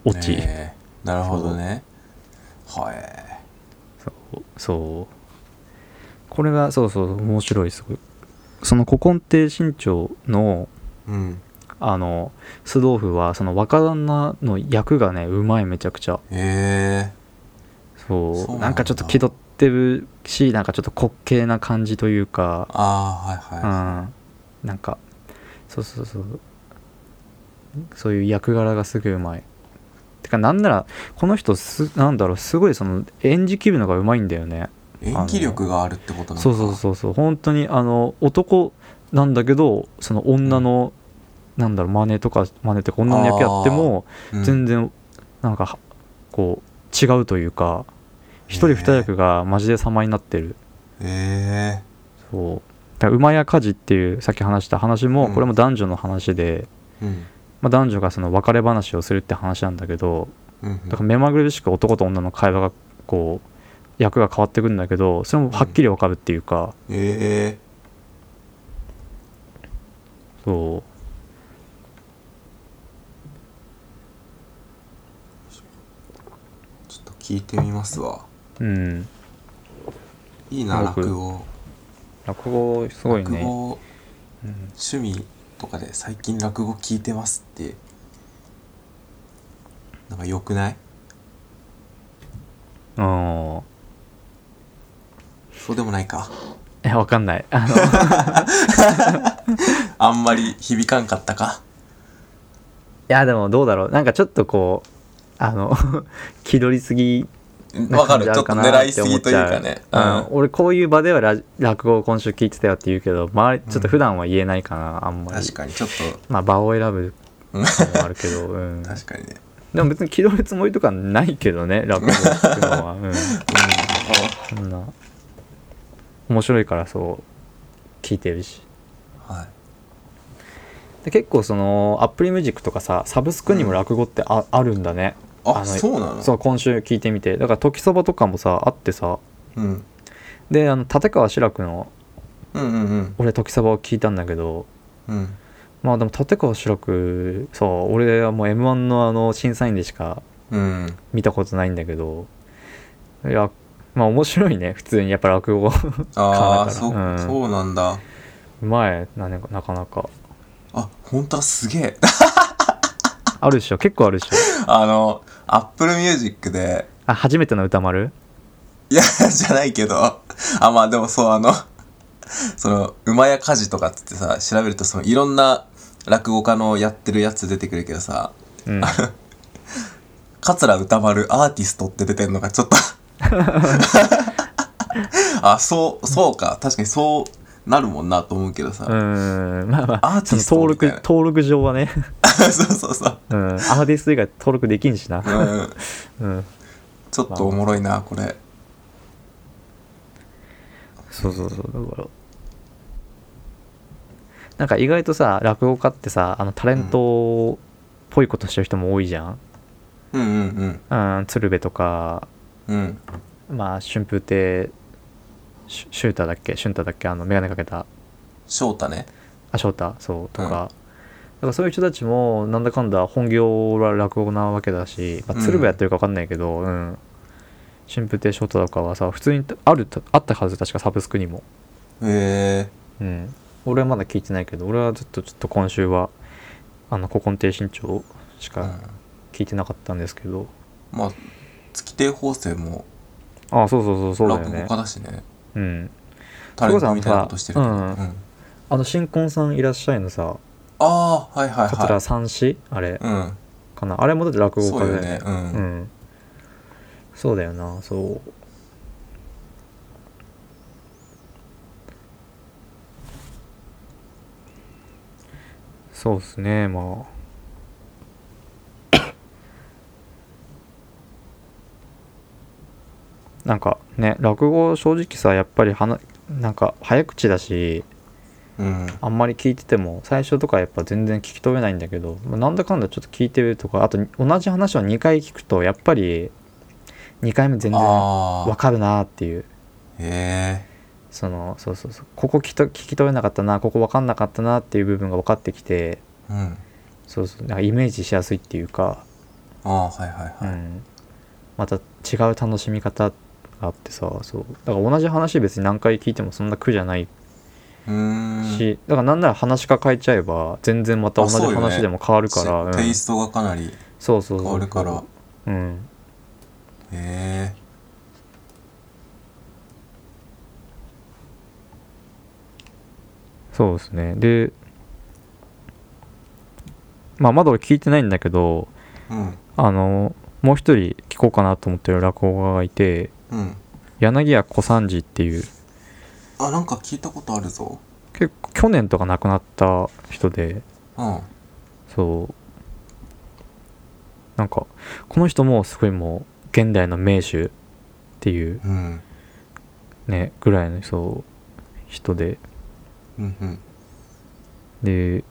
Speaker 1: オチ、
Speaker 2: ねえなるほどねはい、
Speaker 1: そうそうこれがそうそう面白いすごいその古今亭新潮の
Speaker 2: うん
Speaker 1: あの酢豆腐はその若旦那の役がねうまいめちゃくちゃ
Speaker 2: へえ
Speaker 1: そう
Speaker 2: そうなんだ
Speaker 1: なんかちょっと気取ってるしなんかちょっと滑稽な感じというか
Speaker 2: あ
Speaker 1: う
Speaker 2: あはい
Speaker 1: ん
Speaker 2: は
Speaker 1: なんかそうそうそうそういう役柄がすぐうまいてかなんならこの人すなんだろうすごいその演じきるのがうまいんだよね
Speaker 2: い、演技力があるってことなのか
Speaker 1: そうそうそうそう本当にあの男なんだけどその女の、なんだろう真似とか真似とか女の役やっても
Speaker 2: う、ん、
Speaker 1: 全然なんかはこう違うというか一人二役がマジで様になってる
Speaker 2: へえ
Speaker 1: そうだから馬や家事っていうさっき話した話も
Speaker 2: うん
Speaker 1: これも男女の話で、
Speaker 2: うん
Speaker 1: まあ、男女がその別れ話をするって話なんだけど
Speaker 2: うんうん
Speaker 1: だから目まぐるしく男と女の会話がこう役が変わってくるんだけどそれもはっきりわかるっていうか、
Speaker 2: へえ
Speaker 1: そう
Speaker 2: ちょっと聞いてみますわ
Speaker 1: うん
Speaker 2: いい
Speaker 1: すご
Speaker 2: な
Speaker 1: く
Speaker 2: 落語
Speaker 1: 落語すごい
Speaker 2: 落
Speaker 1: ね、
Speaker 2: 語
Speaker 1: うん
Speaker 2: 趣味とかで最近落語聞いてますってなんか良くない
Speaker 1: ああ
Speaker 2: そうでもないか
Speaker 1: えわかん ないあの
Speaker 2: あんまり響かんかったか
Speaker 1: いやでもどうだろうなんかちょっとこうあの 気取りすぎな
Speaker 2: わか
Speaker 1: 感じ
Speaker 2: るち
Speaker 1: ある
Speaker 2: ょっと
Speaker 1: かな
Speaker 2: 狙い
Speaker 1: って
Speaker 2: す
Speaker 1: 思っ
Speaker 2: ぎ
Speaker 1: ち
Speaker 2: という
Speaker 1: ゃ
Speaker 2: かね
Speaker 1: ううん、俺こういう場ではラジ落語を今週聞いてたよって言うけど周りちょっと普段は言えないかな、あんまり
Speaker 2: 確かにちょっと
Speaker 1: まあ場を選ぶ
Speaker 2: う
Speaker 1: の
Speaker 2: ん
Speaker 1: もあるけど、うん、
Speaker 2: 確かにね
Speaker 1: でも別に気取るつもりとかないけどね落語っていうのは、 うん、そんな面白いからそう聞いてるし
Speaker 2: あはい
Speaker 1: で結構そのアップルミュージックとかさサブスクにも落語ってあ,、あるんだね
Speaker 2: あ
Speaker 1: あの
Speaker 2: そうなの
Speaker 1: そう今週聞いてみてだから時そばとかもさあってさ
Speaker 2: うん、
Speaker 1: であの立川志らくの
Speaker 2: うんうんうん
Speaker 1: 俺時そばを聞いたんだけど
Speaker 2: うん
Speaker 1: まあでも立川志らくさ俺はもう m 1のあの審査員でしか
Speaker 2: うん
Speaker 1: 見たことないんだけどいやまあ面白いね普通にやっぱ落語
Speaker 2: あ
Speaker 1: か
Speaker 2: あ
Speaker 1: ら
Speaker 2: そ,、う
Speaker 1: うん
Speaker 2: そうなんだ
Speaker 1: うまいなねなかなか
Speaker 2: あ本当だすげえ
Speaker 1: あるでしょ結構あるでしょ
Speaker 2: あのアップルミュージックで
Speaker 1: あ初めての歌丸
Speaker 2: いやじゃないけどあまあでもそうあのその馬や家事とかっつってさ調べるとそのいろんな落語家のやってるやつ出てくるけどさ
Speaker 1: うん
Speaker 2: 桂歌丸アーティストって出てんのがちょっと あそうそうか確かにそうなるもんなと思うけどさ、
Speaker 1: うーんまあま
Speaker 2: アー
Speaker 1: あ
Speaker 2: ティス
Speaker 1: そ
Speaker 2: ト
Speaker 1: の登録
Speaker 2: みたいな
Speaker 1: 登録上はね、
Speaker 2: そうそうそう
Speaker 1: うん、アーティスト以外登録できんしな、
Speaker 2: うん
Speaker 1: うん、
Speaker 2: ちょっとおもろいなこれ
Speaker 1: そうそうそうだからなんか意外とさ落語家ってさあのタレントっぽいことしてる人も多いじゃん、
Speaker 2: うんうん
Speaker 1: うん、鶴瓶とか
Speaker 2: うんうん
Speaker 1: まあ春風亭しゅうただっけ俊太だっけあの眼鏡かけた
Speaker 2: 翔太ね
Speaker 1: あ翔太そうとか、
Speaker 2: うん
Speaker 1: だからそういう人たちもなんだかんだ本業は落語なわけだし、まあ、
Speaker 2: うん
Speaker 1: 鶴瓶やってるか分かんないけど、うん春風亭翔太とかはさ普通にあるあったはず確かサブスクにも、
Speaker 2: へえ
Speaker 1: うん、俺はまだ聞いてないけど俺はずっとちょっと今週はあの古今亭新潮し
Speaker 2: う
Speaker 1: か
Speaker 2: ん
Speaker 1: 聞いてなかったんですけど、
Speaker 2: まあ月亭方正も
Speaker 1: ああそうそうそうそうだよ
Speaker 2: 落
Speaker 1: ね
Speaker 2: 語家だしね
Speaker 1: うん
Speaker 2: タレントみたいなことしてるけど、
Speaker 1: う
Speaker 2: うんん
Speaker 1: あの新婚さんいらっしゃいのさ
Speaker 2: ああはいはい
Speaker 1: 桂
Speaker 2: は
Speaker 1: 三枝あれ
Speaker 2: い、うん、
Speaker 1: かなあれもだって落語
Speaker 2: そ
Speaker 1: 家だよ
Speaker 2: うよ
Speaker 1: ね
Speaker 2: ねうん、
Speaker 1: うん、そうだよなそうそうっすねまあなんかね落語正直さやっぱりはななんか早口だし
Speaker 2: うん
Speaker 1: あんまり聞いてても最初とかやっぱ全然聞き取れないんだけどまあなんだかんだちょっと聞いてるとかあと同じ話を2回聞くとやっぱり2回目全然わ
Speaker 2: ああ
Speaker 1: かるなっていう
Speaker 2: へ
Speaker 1: そのそうそうそうここ聞きと聞き取れなかったなここ分かんなかったなっていう部分が分かってきて
Speaker 2: えうん
Speaker 1: そうそうなんかイメージしやすいっていうか、
Speaker 2: ああはいは
Speaker 1: う
Speaker 2: いはい、
Speaker 1: ん、また違う楽しみ方があってさそうだから同じ話別に何回聞いてもそんな苦じゃないう
Speaker 2: ーん
Speaker 1: し、だからなんなら話が変えちゃえば全然また同じ
Speaker 2: あそうよね
Speaker 1: 話でも変わるから、うん
Speaker 2: テイストがかなり
Speaker 1: そうそうそう
Speaker 2: 変わるからへ
Speaker 1: うん
Speaker 2: え
Speaker 1: そうですねでまあまだ俺聞いてないんだけど
Speaker 2: うん
Speaker 1: あのもう一人聞こうかなと思ってる落語家がいて
Speaker 2: うん
Speaker 1: 柳家小三治っていう
Speaker 2: あなんか聞いたことあるぞ
Speaker 1: 結構去年とか亡くなった人で
Speaker 2: うん
Speaker 1: そうなんかこの人もすごいもう現代の名手っていう
Speaker 2: うん
Speaker 1: ねぐらいのそう人で
Speaker 2: うんうん
Speaker 1: で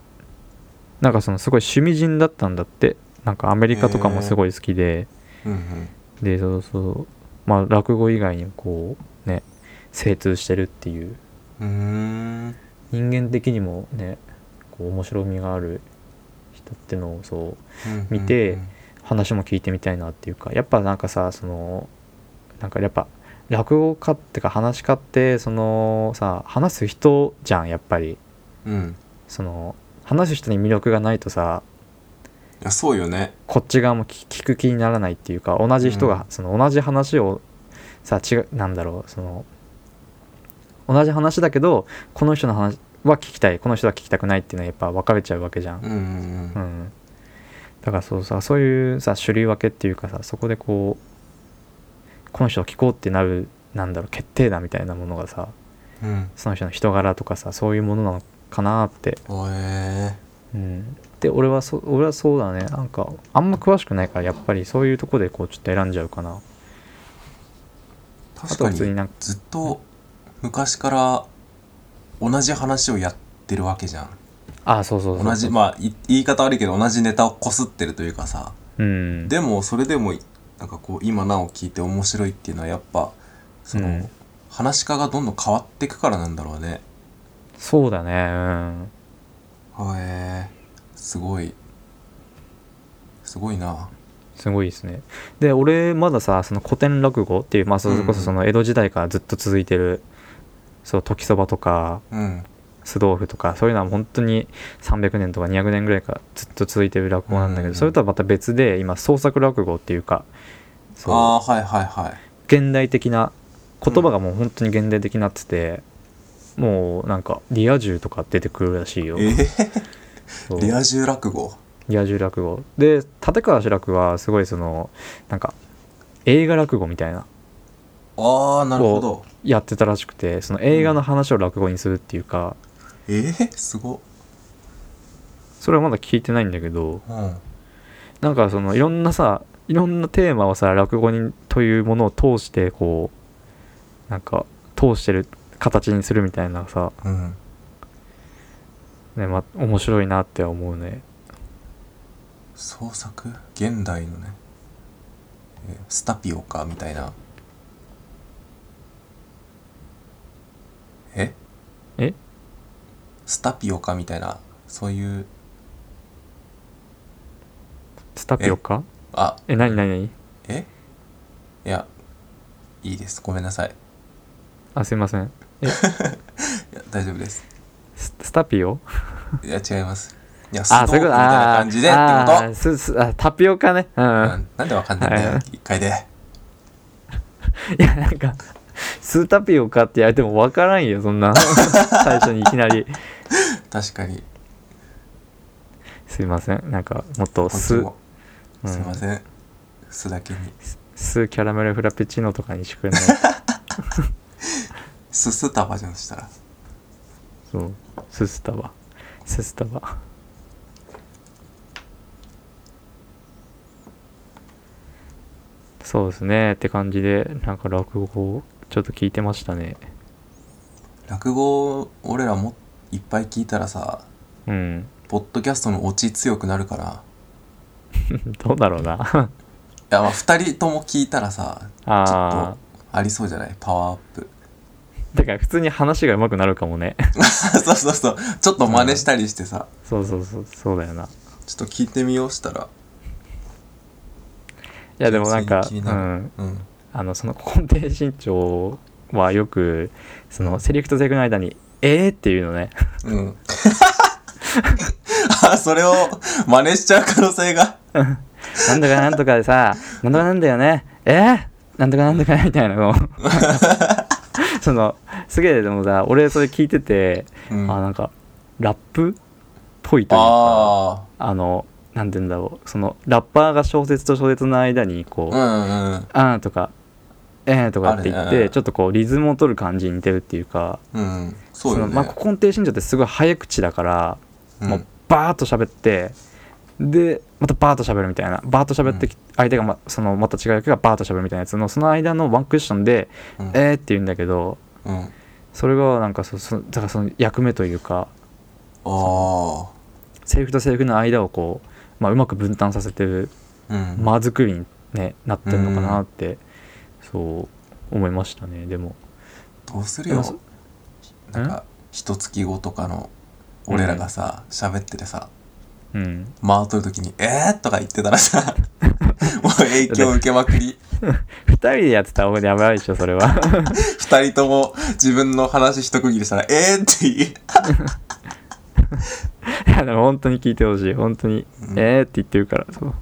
Speaker 1: なんかそのすごい趣味人だったんだってなんかアメリカとかもすごい好きで、
Speaker 2: うんうん
Speaker 1: でそうそうまあ落語以外にもこうね精通してるっていう
Speaker 2: うーん
Speaker 1: 人間的にもねこう面白みがある人ってのをそう見て話も聞いてみたいなっていうかやっぱなんかさそのなんかやっぱ落語家ってか話し家ってそのさ話す人じゃんやっぱり
Speaker 2: うんうんうん、うん、い
Speaker 1: その話す人に魅力がないとさ
Speaker 2: やそうよね
Speaker 1: こっち側も聞聞く気にならないっていうか同じ人が、
Speaker 2: うん
Speaker 1: その同じ話をさ違うなんだろうその同じ話だけどこの人の話は聞きたいこの人は聞きたくないっていうのはやっぱ分かれちゃうわけじゃん
Speaker 2: う、んうん
Speaker 1: う
Speaker 2: うん
Speaker 1: ん、だからそうさそういうさ種類分けっていうかさそこでこうこの人を聞こうってなるなんだろう決定だみたいなものがさ
Speaker 2: うん
Speaker 1: その人の人柄とかさそういうものなのかなって、
Speaker 2: おえ
Speaker 1: うん、って俺はそ俺はそうだねなんかあんま詳しくないからやっぱりそういうとこでこうちょっと選んじゃうかな
Speaker 2: 確
Speaker 1: と
Speaker 2: か
Speaker 1: は
Speaker 2: に
Speaker 1: 普通になんか
Speaker 2: ずっと昔から同じ話をやってるわけじ ゃん
Speaker 1: あそうそうそう
Speaker 2: 同じまあい言い方悪いけど同じネタをこすってるというかさ
Speaker 1: うん
Speaker 2: でもそれでもなんかこう今なお聞いて面白いっていうのはやっぱその、
Speaker 1: うん
Speaker 2: 話し家がどんどん変わっていくからなんだろうね
Speaker 1: そうだねうん
Speaker 2: へえすごいすごいな
Speaker 1: すごいですねで俺まださその古典落語っていう、まあ、それこそその江戸時代からずっと続いてる、そう時そばとか
Speaker 2: うん
Speaker 1: 須豆腐とかそういうのは本当に300年とか200年ぐらいからずっと続いてる落語なんだけど、
Speaker 2: うん
Speaker 1: それとはまた別で今創作落語っていうかそう
Speaker 2: ああーはいはいはい
Speaker 1: 現代的な言葉がもう本当に現代的になってて、もうなんかリア充とか出てくるらしいよ、
Speaker 2: え
Speaker 1: そ
Speaker 2: ー、
Speaker 1: う
Speaker 2: リア充落語
Speaker 1: リア充落語で立川志らくはすごいそのなんか映画落語みたいな
Speaker 2: ああなるほど
Speaker 1: やってたらしくてその映画の話を落語にするっていうか、
Speaker 2: えー、すごっ
Speaker 1: それはまだ聞いてないんだけど
Speaker 2: うん
Speaker 1: なんかそのいろんなさいろんなテーマをさ落語にというものを通してこうなんか通してる形にするみたいなさ、
Speaker 2: うん
Speaker 1: ねま、面白いなって思うね
Speaker 2: 創作現代のねえースタピオかみたいなえ
Speaker 1: え
Speaker 2: スタピオかみたいなそういう
Speaker 1: スタピオか
Speaker 2: あ
Speaker 1: え何何何
Speaker 2: えいやいいですごめんなさい
Speaker 1: あすいません
Speaker 2: いや大丈夫です
Speaker 1: ススタピオ
Speaker 2: いや違いますいやス
Speaker 1: あ
Speaker 2: ト
Speaker 1: そ
Speaker 2: ー
Speaker 1: う
Speaker 2: ブ
Speaker 1: いう
Speaker 2: みた
Speaker 1: こ
Speaker 2: い
Speaker 1: と
Speaker 2: な
Speaker 1: あ
Speaker 2: 感じでってこと
Speaker 1: ーすすあタピオカねうん、
Speaker 2: うんなんでわかんないんだ
Speaker 1: は
Speaker 2: よ
Speaker 1: い
Speaker 2: 一回で
Speaker 1: いやなんかスータピオカって言われても分からんよそん な最初にいきなり
Speaker 2: 確かに
Speaker 1: すいませんなんかもっと
Speaker 2: こっ
Speaker 1: ス
Speaker 2: ちも
Speaker 1: うん
Speaker 2: すいません酢だけに
Speaker 1: スーキャラメルフラペチーノとかにしてくれない
Speaker 2: すすたばじゃんそしたら
Speaker 1: そうススタバススタバそうですねって感じでなんか落語をちょっと聞いてましたね
Speaker 2: 落語俺らもいっぱい聞いたらさ
Speaker 1: うん
Speaker 2: ポッドキャストのオチ強くなるから
Speaker 1: どうだろうな
Speaker 2: いやまあ2人とも聞いたらさちょっ
Speaker 1: ああ
Speaker 2: とありそうじゃないパワーアップ
Speaker 1: だから普通に話が上手くなるかもね
Speaker 2: そうそうそうちょっと真似したりしてさ
Speaker 1: そうそうそうそうだよない
Speaker 2: ちょっと聞いてみようしたら
Speaker 1: やでもなんか
Speaker 2: 気に
Speaker 1: う
Speaker 2: なる
Speaker 1: ん
Speaker 2: うん
Speaker 1: あのその根底身長はよくそのセリフとセリフの間に「えー」っていうのね
Speaker 2: うん あそれを真似しちゃう可能性が
Speaker 1: なんとかなんとかでさ「なんとかなんだよねえー、なんとかなんとか」みたいな のそのすげえでもさ俺それ聞いてて、
Speaker 2: うん
Speaker 1: あ
Speaker 2: あ
Speaker 1: なんかラップっぽいというか
Speaker 2: あ
Speaker 1: あのなんて言うんだろうそのラッパーが小説と小説の間にこう、
Speaker 2: ーうんうん
Speaker 1: あーとか、えーとかって言っ
Speaker 2: ある
Speaker 1: て、
Speaker 2: ね
Speaker 1: ちょっとこうリズムを取る感じに似てるっていうか、
Speaker 2: うんそうよ
Speaker 1: の
Speaker 2: ね、
Speaker 1: まあ、根底信者ってすごい早口だから、
Speaker 2: うん
Speaker 1: もうバーッと喋って、で、またバーッと喋るみたいな、バーッと喋ってき、相手がまそのまた違う役がバーッと喋るみたいなやつの、その間のワンクッションで、
Speaker 2: うん
Speaker 1: えーって言うんだけど、
Speaker 2: うん、あ
Speaker 1: それがなんかそ、そだからその役目というか、
Speaker 2: あ
Speaker 1: セリフとセリフの間をこう、まあ、うまく分担させてる
Speaker 2: うん
Speaker 1: 間作りに、ね、なってるのかなって、そう思いましたね、でも。
Speaker 2: どうする
Speaker 1: で
Speaker 2: よ
Speaker 1: もそ
Speaker 2: なんか一月後とかの俺らがさ喋っててさ
Speaker 1: うん
Speaker 2: 回っとる時に「えー?」とか言ってた らさもう影響受けまくり
Speaker 1: 二人でやってたらやばいでしょそれは
Speaker 2: 二人とも自分の話一区切りしたら「えー?」って言 う
Speaker 1: いやでも本当に聞いてほしい本当に、
Speaker 2: うん
Speaker 1: えーって言ってるからそう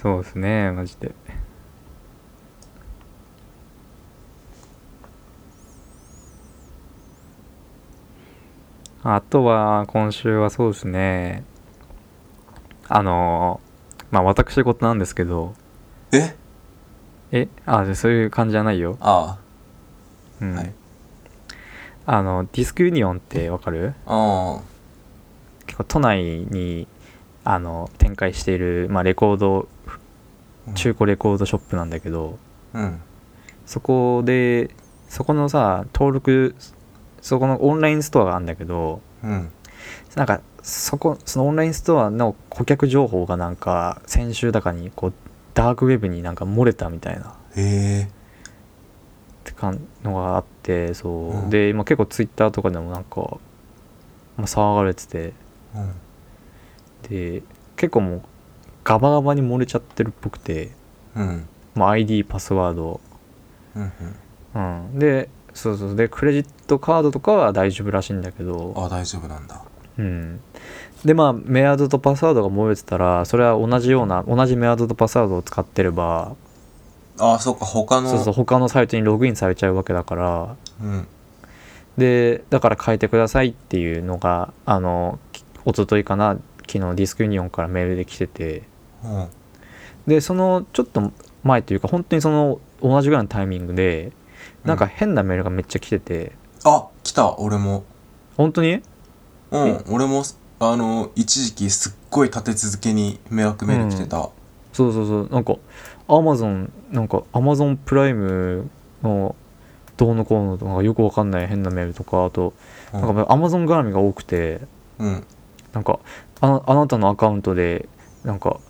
Speaker 1: そうですねマジであとは今週はそうですねあのまあ私事なんですけど
Speaker 2: え
Speaker 1: えあじゃあそういう感じじゃないよ、
Speaker 2: あ
Speaker 1: うん
Speaker 2: あ、はい。
Speaker 1: あのディスクユニオンってわかる
Speaker 2: あ
Speaker 1: 結構都内にあの展開している、まあ、レコード
Speaker 2: あ。
Speaker 1: 中古レコードショップなんだけど、
Speaker 2: うん。
Speaker 1: そこでそこのさ登録そこのオンラインストアがあるんだけど
Speaker 2: うん。
Speaker 1: なんかそこそのオンラインストアの顧客情報がなんか先週だかにこうダークウェブになんか漏れたみたいな
Speaker 2: へえ。
Speaker 1: ってかんのがあってそう、
Speaker 2: うん
Speaker 1: で、まあ、結構ツイッターとかでもなんか、まあ、騒がれてて
Speaker 2: うん。
Speaker 1: で結構もうガバガバに漏れちゃってるっぽくて、
Speaker 2: うん。
Speaker 1: まあ、ID パスワード、
Speaker 2: うん。
Speaker 1: うん、でそうそうでクレジットカードとかは大丈夫らしいんだけ
Speaker 2: あ
Speaker 1: ど、
Speaker 2: あ、大丈夫なんだ。
Speaker 1: うん、でまあメアドとパスワードが漏れてたらそれは同じような同じメアドとパスワードを使ってれば
Speaker 2: ああ、そっか、他の。
Speaker 1: そうそう他のサイトにログインされちゃうわけだから
Speaker 2: うん。
Speaker 1: でだから変えてくださいっていうのがあのき一昨日かな昨日ディスクユニオンからメールで来てて
Speaker 2: うん。
Speaker 1: でそのちょっと前というか本当にその同じぐらいのタイミングでなんか変なメールがめっちゃ来てて、
Speaker 2: あ、来た、俺も。
Speaker 1: 本当に
Speaker 2: うん
Speaker 1: え、
Speaker 2: 俺も、あの、一時期すっごい立て続けに迷惑メール来てた。
Speaker 1: そうそうそうなんかアマゾンなんかアマゾンプライムのどうのこうのとかよくわかんない変なメールとかあと
Speaker 2: うん。
Speaker 1: なんかアマゾン絡みが多くて
Speaker 2: うん。
Speaker 1: なんかあのあなたのアカウントでなんか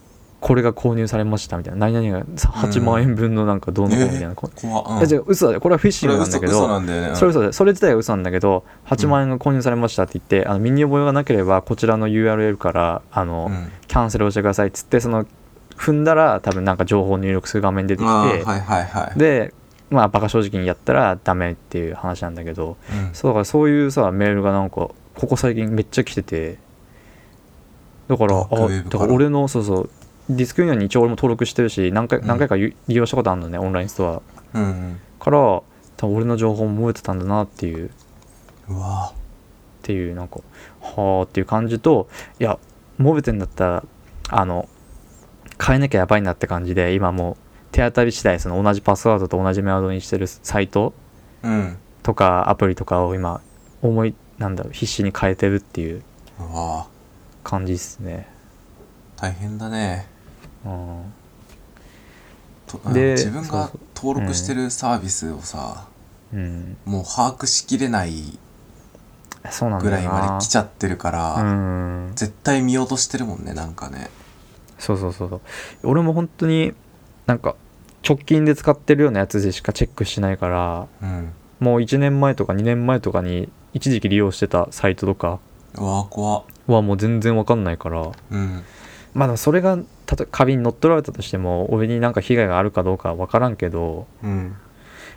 Speaker 1: これが購入されましたみたいな何々がさ
Speaker 2: うん
Speaker 1: 8万円分のなんかどうのこうのみたいな、こ
Speaker 2: 怖
Speaker 1: う
Speaker 2: うん。
Speaker 1: えじゃあ嘘だよこれはフィッシ
Speaker 2: こ
Speaker 1: ン
Speaker 2: れ
Speaker 1: グなんだ
Speaker 2: 嘘、
Speaker 1: け
Speaker 2: 嘘
Speaker 1: ど
Speaker 2: なんだよね。
Speaker 1: それ
Speaker 2: うん
Speaker 1: 嘘だそれ自体は嘘なんだけど8万円が購入されましたって言って、あの身に覚えがなければこちらの URL からあの、
Speaker 2: うん。
Speaker 1: キャンセルをしてくださいっつってその踏んだら多分なんか情報を入力する画面出てきて、
Speaker 2: ああ、はいはいはい。
Speaker 1: でまあバカ正直にやったらダメっていう話なんだけど
Speaker 2: うん
Speaker 1: そうだからそういうさメールがなんかここ最近めっちゃ来ててだから
Speaker 2: ダ
Speaker 1: あ
Speaker 2: ークウェブ
Speaker 1: だ
Speaker 2: から
Speaker 1: から俺のそうそうディスクユニオンに一応俺も登録してるし何回
Speaker 2: うん
Speaker 1: 何回かゆ利用したことあるのねオンラインスト
Speaker 2: うん
Speaker 1: アから多分俺の情報も漏れてたんだなっていう
Speaker 2: うん。うわ
Speaker 1: っていうなんかはあっていう感じといやモブテンだったらあの変えなきゃやばいなって感じで今もう手当たり次第その同じパスワードと同じメアドにしてるサイト
Speaker 2: うん。
Speaker 1: とかアプリとかを今思いなんだろう必死に変えてるっていう
Speaker 2: うわ
Speaker 1: 感じですね。
Speaker 2: 大変だね。
Speaker 1: うん
Speaker 2: とあの
Speaker 1: で
Speaker 2: 自分が
Speaker 1: そう
Speaker 2: 登録してるサービスをさ、
Speaker 1: うん、
Speaker 2: もう把握しきれない
Speaker 1: そうなん
Speaker 2: ぐ
Speaker 1: だ
Speaker 2: らい
Speaker 1: よ
Speaker 2: ま
Speaker 1: な
Speaker 2: で来ちゃってるから、
Speaker 1: うん
Speaker 2: 絶対見落としてるもんねなんかね
Speaker 1: そうそうそうそう俺も本当になんか直近で使ってるようなやつでしかチェックしないから
Speaker 2: うん
Speaker 1: もう1年前とか2年前とかに一時期利用してたサイトとか
Speaker 2: うわー怖っ
Speaker 1: はもう全然わかんないから
Speaker 2: うん
Speaker 1: まあでもそれがたとカビに乗っ取られたとしても俺になんか被害があるかどうかは分からんけど
Speaker 2: うん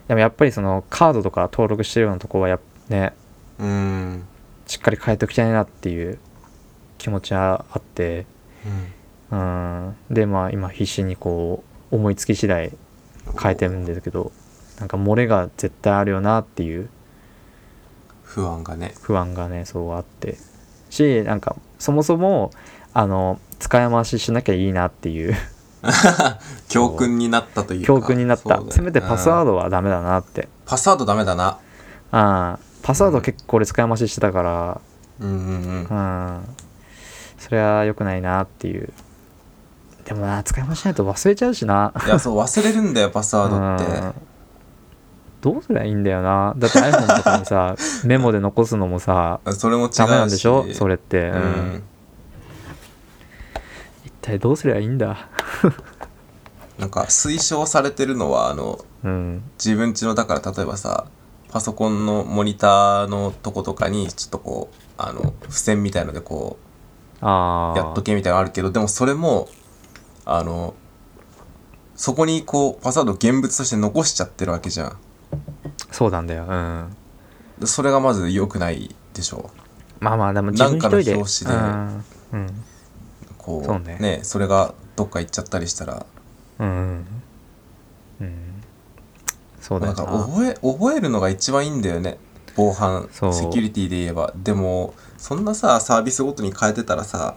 Speaker 1: でもやっぱりそのカードとか登録してるようなとこはやっね
Speaker 2: うん
Speaker 1: しっかり変えときたいなっていう気持ちはあって
Speaker 2: うん
Speaker 1: うんでまあ今必死にこう思いつき次第変えてるんですけどなんか漏れが絶対あるよなっていう
Speaker 2: 不安がね
Speaker 1: 不安がねそうあってしなんかそもそもあの使い回ししなきゃいいなっていう
Speaker 2: 教訓になったというか
Speaker 1: 教訓になった、
Speaker 2: そうだよね
Speaker 1: せめてパスワー
Speaker 2: うん
Speaker 1: ドはダメだなって
Speaker 2: パスワードダメだな
Speaker 1: あパスワード結構俺使い回ししてたか
Speaker 2: うんうんうん
Speaker 1: らうんそれは良くないなっていうでもな使い回しないと忘れちゃうしない
Speaker 2: やそう忘れるんだよパスワード
Speaker 1: うん
Speaker 2: って
Speaker 1: どうすりゃいいんだよなだって iPhone とかに さメモで残すのもさ
Speaker 2: それも違うし
Speaker 1: ダメなんでしょそれって、
Speaker 2: う
Speaker 1: うん
Speaker 2: ん
Speaker 1: 一体どうすりゃいいんだ
Speaker 2: なんか推奨されてるのはあの
Speaker 1: うん
Speaker 2: 自分ちのだから例えばさパソコンのモニターのとことかにちょっとこうあの付箋みたいのでこ
Speaker 1: あ
Speaker 2: う
Speaker 1: あ
Speaker 2: やっとけみたいなのあるけどでもそれもあのそこにこうパスワードを現物として残しちゃってるわけじゃん
Speaker 1: そうなんだようんま
Speaker 2: でそれがまず良くないでしょ
Speaker 1: あまあでも自分一人で
Speaker 2: なんかの表紙で
Speaker 1: うんうん
Speaker 2: こう
Speaker 1: そうね
Speaker 2: それがどっか行っちゃったりしたら
Speaker 1: うんうん、うん、そうだ
Speaker 2: なん
Speaker 1: よ
Speaker 2: か
Speaker 1: な
Speaker 2: 覚え覚えるのが一番いいんだよね防犯セ
Speaker 1: そう
Speaker 2: キュリティで言えばでもそんなさサービスごとに変えてたらさ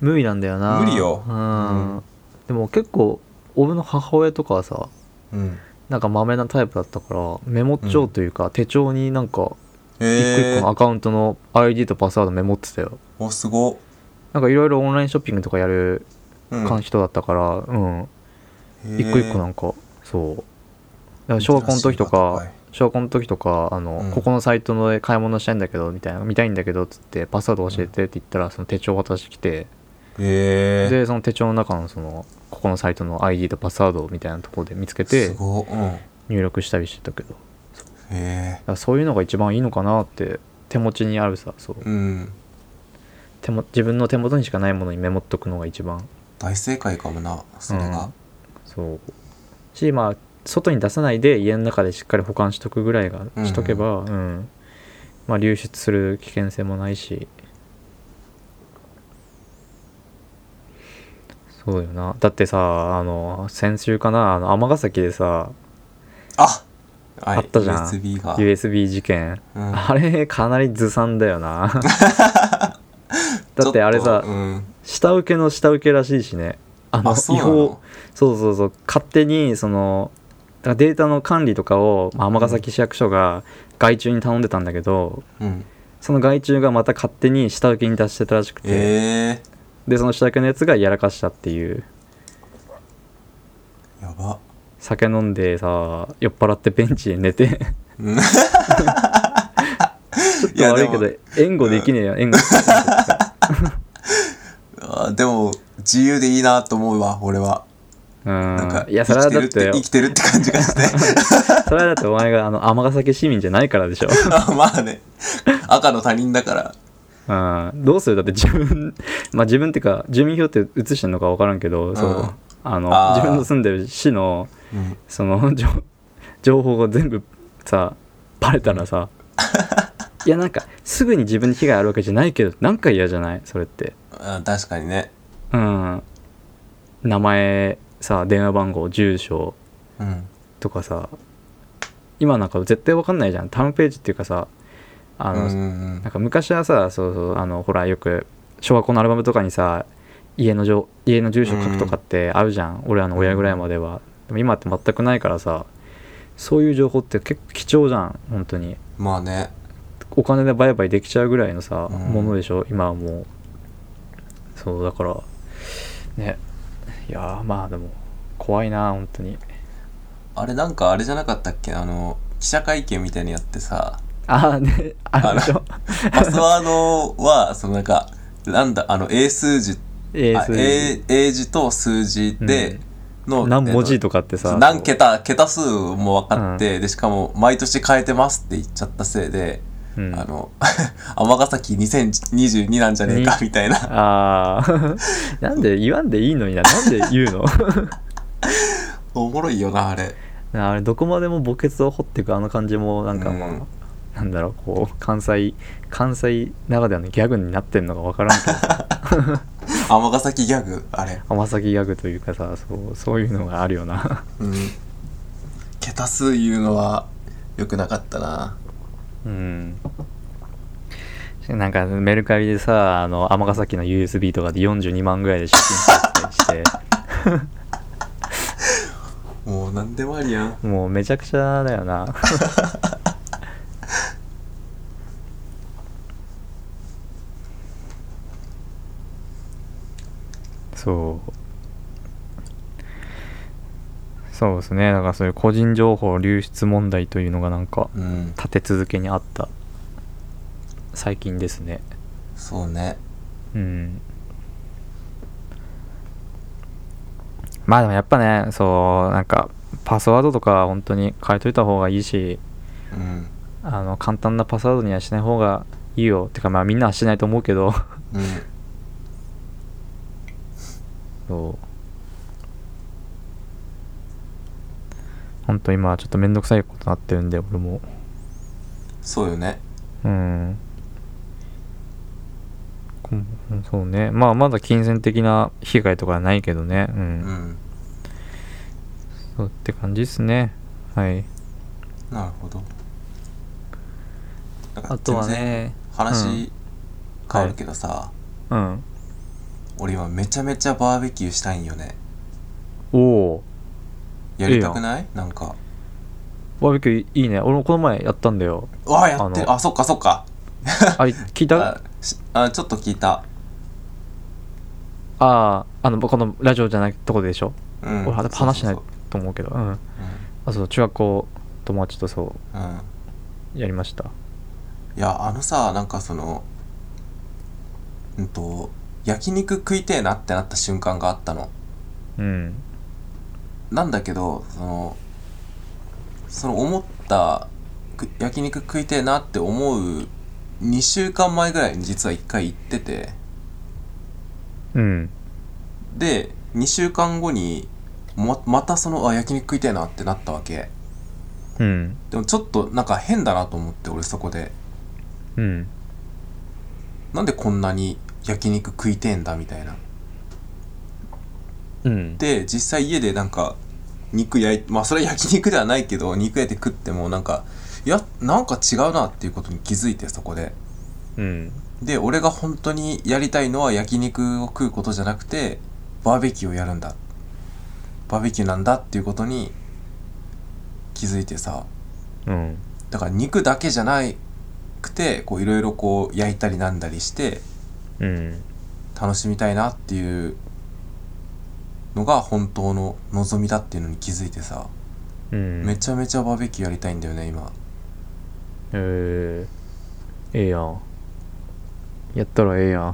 Speaker 1: 無理なんだよな
Speaker 2: 無理よ
Speaker 1: う
Speaker 2: うん
Speaker 1: んでも結構俺の母親とかはさ
Speaker 2: うん
Speaker 1: なんかまめなタイプだったからメモ帳というか、手帳になんか一個一
Speaker 2: え
Speaker 1: 個のアカウントの ID とパスワードメモってたよ
Speaker 2: ー、おすごっ、
Speaker 1: なんかいろいろオンラインショッピングとかやる
Speaker 2: うん、
Speaker 1: 感人だったからうん、
Speaker 2: へー
Speaker 1: 一個一個なんかそうだから小学校の時とか
Speaker 2: 珍しい
Speaker 1: 小学校の時とかあの、
Speaker 2: うん
Speaker 1: ここのサイトの買い物したいんだけどみたいな見たいんだけどっつってパスワード教えてって言ったら、その手帳渡してきて
Speaker 2: へえ
Speaker 1: でその手帳の中のそのここのサイトの ID とパスワードみたいなところで見つけ
Speaker 2: す
Speaker 1: て
Speaker 2: ごっうんへ
Speaker 1: 入力したりしてたけどだか
Speaker 2: え
Speaker 1: らそういうのが一番いいのかなって手持ちにあるさそう
Speaker 2: うん
Speaker 1: 手も自分の手元にしかないものにメモっとくのが一番
Speaker 2: 大正解かもなそれが、
Speaker 1: そうしまあ外に出さないで家の中でしっかり保管しとくぐらいが
Speaker 2: うんうん
Speaker 1: しとけば、うんまあ、流出する危険性もないしそうよなだってさあの先週かなあの尼崎でさ
Speaker 2: あはい
Speaker 1: あったじゃん
Speaker 2: USB が、
Speaker 1: USB 事件、
Speaker 2: うん
Speaker 1: あれかなりずさんだよ なだってあれ
Speaker 2: ちょ
Speaker 1: さ
Speaker 2: っとうん、
Speaker 1: 下請けの下請けらしいしねあの
Speaker 2: あそう
Speaker 1: 違
Speaker 2: なの
Speaker 1: 法そうそうそう勝手にそのだからデータの管理とかをまあ尼崎市役所が外注に頼んでたんだけど
Speaker 2: うん、
Speaker 1: その外注がまた勝手に下請けに出してたらしくて、
Speaker 2: え
Speaker 1: でその下請けのやつがやらかしたっていう
Speaker 2: ー、やば
Speaker 1: 酒飲んでさ酔っ払ってベンチで寝て
Speaker 2: うん
Speaker 1: ちょっ
Speaker 2: い
Speaker 1: と
Speaker 2: や
Speaker 1: 悪
Speaker 2: で
Speaker 1: いけ
Speaker 2: も
Speaker 1: ど援護できねえよ、援護
Speaker 2: あーでも自由でいいなと思うわ俺は
Speaker 1: う
Speaker 2: なんか
Speaker 1: んい
Speaker 2: 生
Speaker 1: やそれは
Speaker 2: きて
Speaker 1: だ
Speaker 2: る
Speaker 1: っ
Speaker 2: って
Speaker 1: て
Speaker 2: 生きてるって感じがして
Speaker 1: それはだってお前があの尼崎市民じゃないからでしょ
Speaker 2: あまあね赤の他人だから
Speaker 1: うん、どうするだって自分 まあ自分っていうか住民票って移してんのか分からんけど、そううんあの
Speaker 2: あー
Speaker 1: 自分の住んでる市の
Speaker 2: うん
Speaker 1: その 情情報が全部さバレたらさいやなんかすぐに自分に被害あるわけじゃないけどなんか嫌じゃないそれって
Speaker 2: あ確かにね
Speaker 1: うん名前さ電話番号住所
Speaker 2: うん
Speaker 1: とかさ今なんか絶対分かんないじゃんタウンページっていうかさあ
Speaker 2: うん
Speaker 1: の、
Speaker 2: うん
Speaker 1: なんか昔はさそうそうあのほらよく小学校のアルバムとかにさ家のじょ家の住所書くとかってあるじゃん、俺らの親ぐらいまではでも今って全くないからさそういう情報って結構貴重じゃん本当に
Speaker 2: まあね
Speaker 1: お金で売買できちゃうぐらいのさ、
Speaker 2: うん
Speaker 1: ものでしょ今はもうそうだからねいやーまあでも怖いな本当に
Speaker 2: あれなんかあれじゃなかったっけあの記者会見みたいにやっ てさ
Speaker 1: ああねあれでしょ
Speaker 2: パスワードはそのなんかなんだあの英数字
Speaker 1: 英
Speaker 2: あ
Speaker 1: 数字
Speaker 2: 英英字と数字で、の
Speaker 1: 何文
Speaker 2: えっ
Speaker 1: 字
Speaker 2: と
Speaker 1: とかってさ
Speaker 2: 何桁桁数も分かって、でしかも毎年変えてますって言っちゃったせいで、
Speaker 1: うん
Speaker 2: あの 尼崎2022なんじゃねえかみたいな
Speaker 1: ああ なんで言わんでいいのにななんで言うの
Speaker 2: おもろいよなあれ
Speaker 1: あれどこまでも墓穴を掘っていくあの感じもなんかまあ、
Speaker 2: うん
Speaker 1: なんだろうこう関西関西ならではのギャグになってんのかわからんけど
Speaker 2: 尼崎ギャグあれ
Speaker 1: 甘崎ギャグというかさそうそういうのがあるよな
Speaker 2: うん桁数言うのは良くなかったな
Speaker 1: うんなんかメルカリでさあの尼崎の USB とかで42万ぐらいで出品されたりして
Speaker 2: もう何でもありやん
Speaker 1: もうめちゃくちゃだよなそうそうですねだからそういう個人情報流出問題というのがなんか
Speaker 2: うん
Speaker 1: 立て続けにあった最近ですね
Speaker 2: そうね
Speaker 1: うんまあでもやっぱねそうなんかパスワードとか本当に変えといた方がいいし
Speaker 2: うん
Speaker 1: あの簡単なパスワードにはしない方がいいよてかまあみんなはしないと思うけど
Speaker 2: うん
Speaker 1: そう本当今ちょっと面倒くさいことになってるんで俺も
Speaker 2: そうよね
Speaker 1: うんこんそうねまあまだ金銭的な被害とかはないけどねう
Speaker 2: うんん
Speaker 1: そうって感じですねはい
Speaker 2: なるほどなんか
Speaker 1: あとはねう
Speaker 2: 全
Speaker 1: ん
Speaker 2: 然話変わるけどさ、
Speaker 1: うん
Speaker 2: 俺今めちゃめちゃバーベキューしたいんよね
Speaker 1: おお
Speaker 2: やりたくないなんか
Speaker 1: バーベキューいいね俺もこの前やったんだ よ
Speaker 2: わあやって
Speaker 1: あ
Speaker 2: る
Speaker 1: の
Speaker 2: あそっかそっか
Speaker 1: あれ聞いたあ
Speaker 2: あしあちょっと聞いた
Speaker 1: あーあのこのラジオじゃないとこででしょ、
Speaker 2: うん
Speaker 1: 俺は話してない
Speaker 2: そう
Speaker 1: と思うけどうん
Speaker 2: そうそう
Speaker 1: あそう中学校友達とそ
Speaker 2: うんうん
Speaker 1: うやりました
Speaker 2: いやあのさなんかそのうんと焼肉食いてえなってなった瞬間があったの
Speaker 1: うん
Speaker 2: なんだけどそのその思ったく焼肉食いてえなって思う2週間前ぐらいに実は1回行ってて
Speaker 1: うん
Speaker 2: で2週間後にままたそのあ焼肉食いてえなってなったわけ
Speaker 1: うん
Speaker 2: でもちょっとなんか変だなと思って俺そこで
Speaker 1: うん
Speaker 2: なんでこんなに焼肉食いてえんだみたいな
Speaker 1: うん
Speaker 2: で実際家でなんか肉焼いまあそれは焼肉ではないけど肉焼いて食ってもなんかいやなんか違うなっていうことに気づいてそこで
Speaker 1: うん
Speaker 2: で俺が本当にやりたいのは焼肉を食うことじゃなくてバーベキューをやるんだバーベキューなんだっていうことに気づいてさ
Speaker 1: うん
Speaker 2: だから肉だけじゃなくてこういろいろこう焼いたりなんだりして
Speaker 1: うん
Speaker 2: 楽しみたいなっていうのが本当の望みだっていうのに気づいてさ
Speaker 1: うん
Speaker 2: めちゃめちゃバーベキューやりたいんだよね今
Speaker 1: ええええやんやったらええやん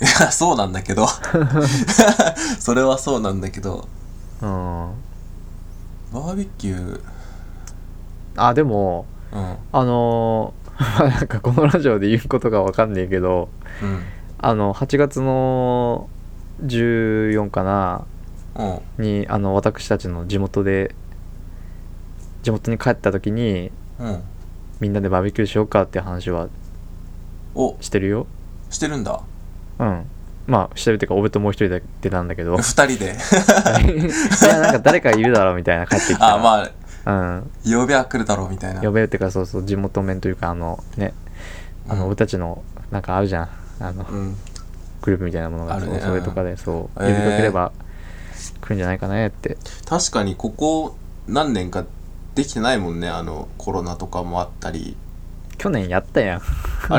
Speaker 2: いやそうなんだけど それはそうなんだけど
Speaker 1: うん
Speaker 2: バーベキュー
Speaker 1: あでも
Speaker 2: うん
Speaker 1: あの ーなんかこのラジオで言うことがわかんねえけど
Speaker 2: うん
Speaker 1: あの8月の14かな
Speaker 2: うん
Speaker 1: にあの私たちの地元で地元に帰った時に
Speaker 2: うん
Speaker 1: みんなでバーベキューしようかって話は
Speaker 2: お
Speaker 1: してるよ
Speaker 2: してるんだ
Speaker 1: うんまあしてるっていうか俺ともう一人で出たんだけ ど い
Speaker 2: 二人で
Speaker 1: やなんか誰かいるだろうみたいな帰ってきた
Speaker 2: あ
Speaker 1: ら
Speaker 2: まあ
Speaker 1: うん
Speaker 2: 呼べは来るだろうみたいな
Speaker 1: 呼べよっていうかそうそう地元面というかあのねあの
Speaker 2: うん
Speaker 1: 俺たちのなんかあるじゃんあの
Speaker 2: うん
Speaker 1: グループみたいなものが
Speaker 2: ある
Speaker 1: そう、
Speaker 2: ね
Speaker 1: それとかでそう呼
Speaker 2: へー
Speaker 1: びかければ来るんじゃないかねって、
Speaker 2: 確かにここ何年かできてないもんねあのコロナとかもあったり
Speaker 1: 去年やったやん
Speaker 2: あ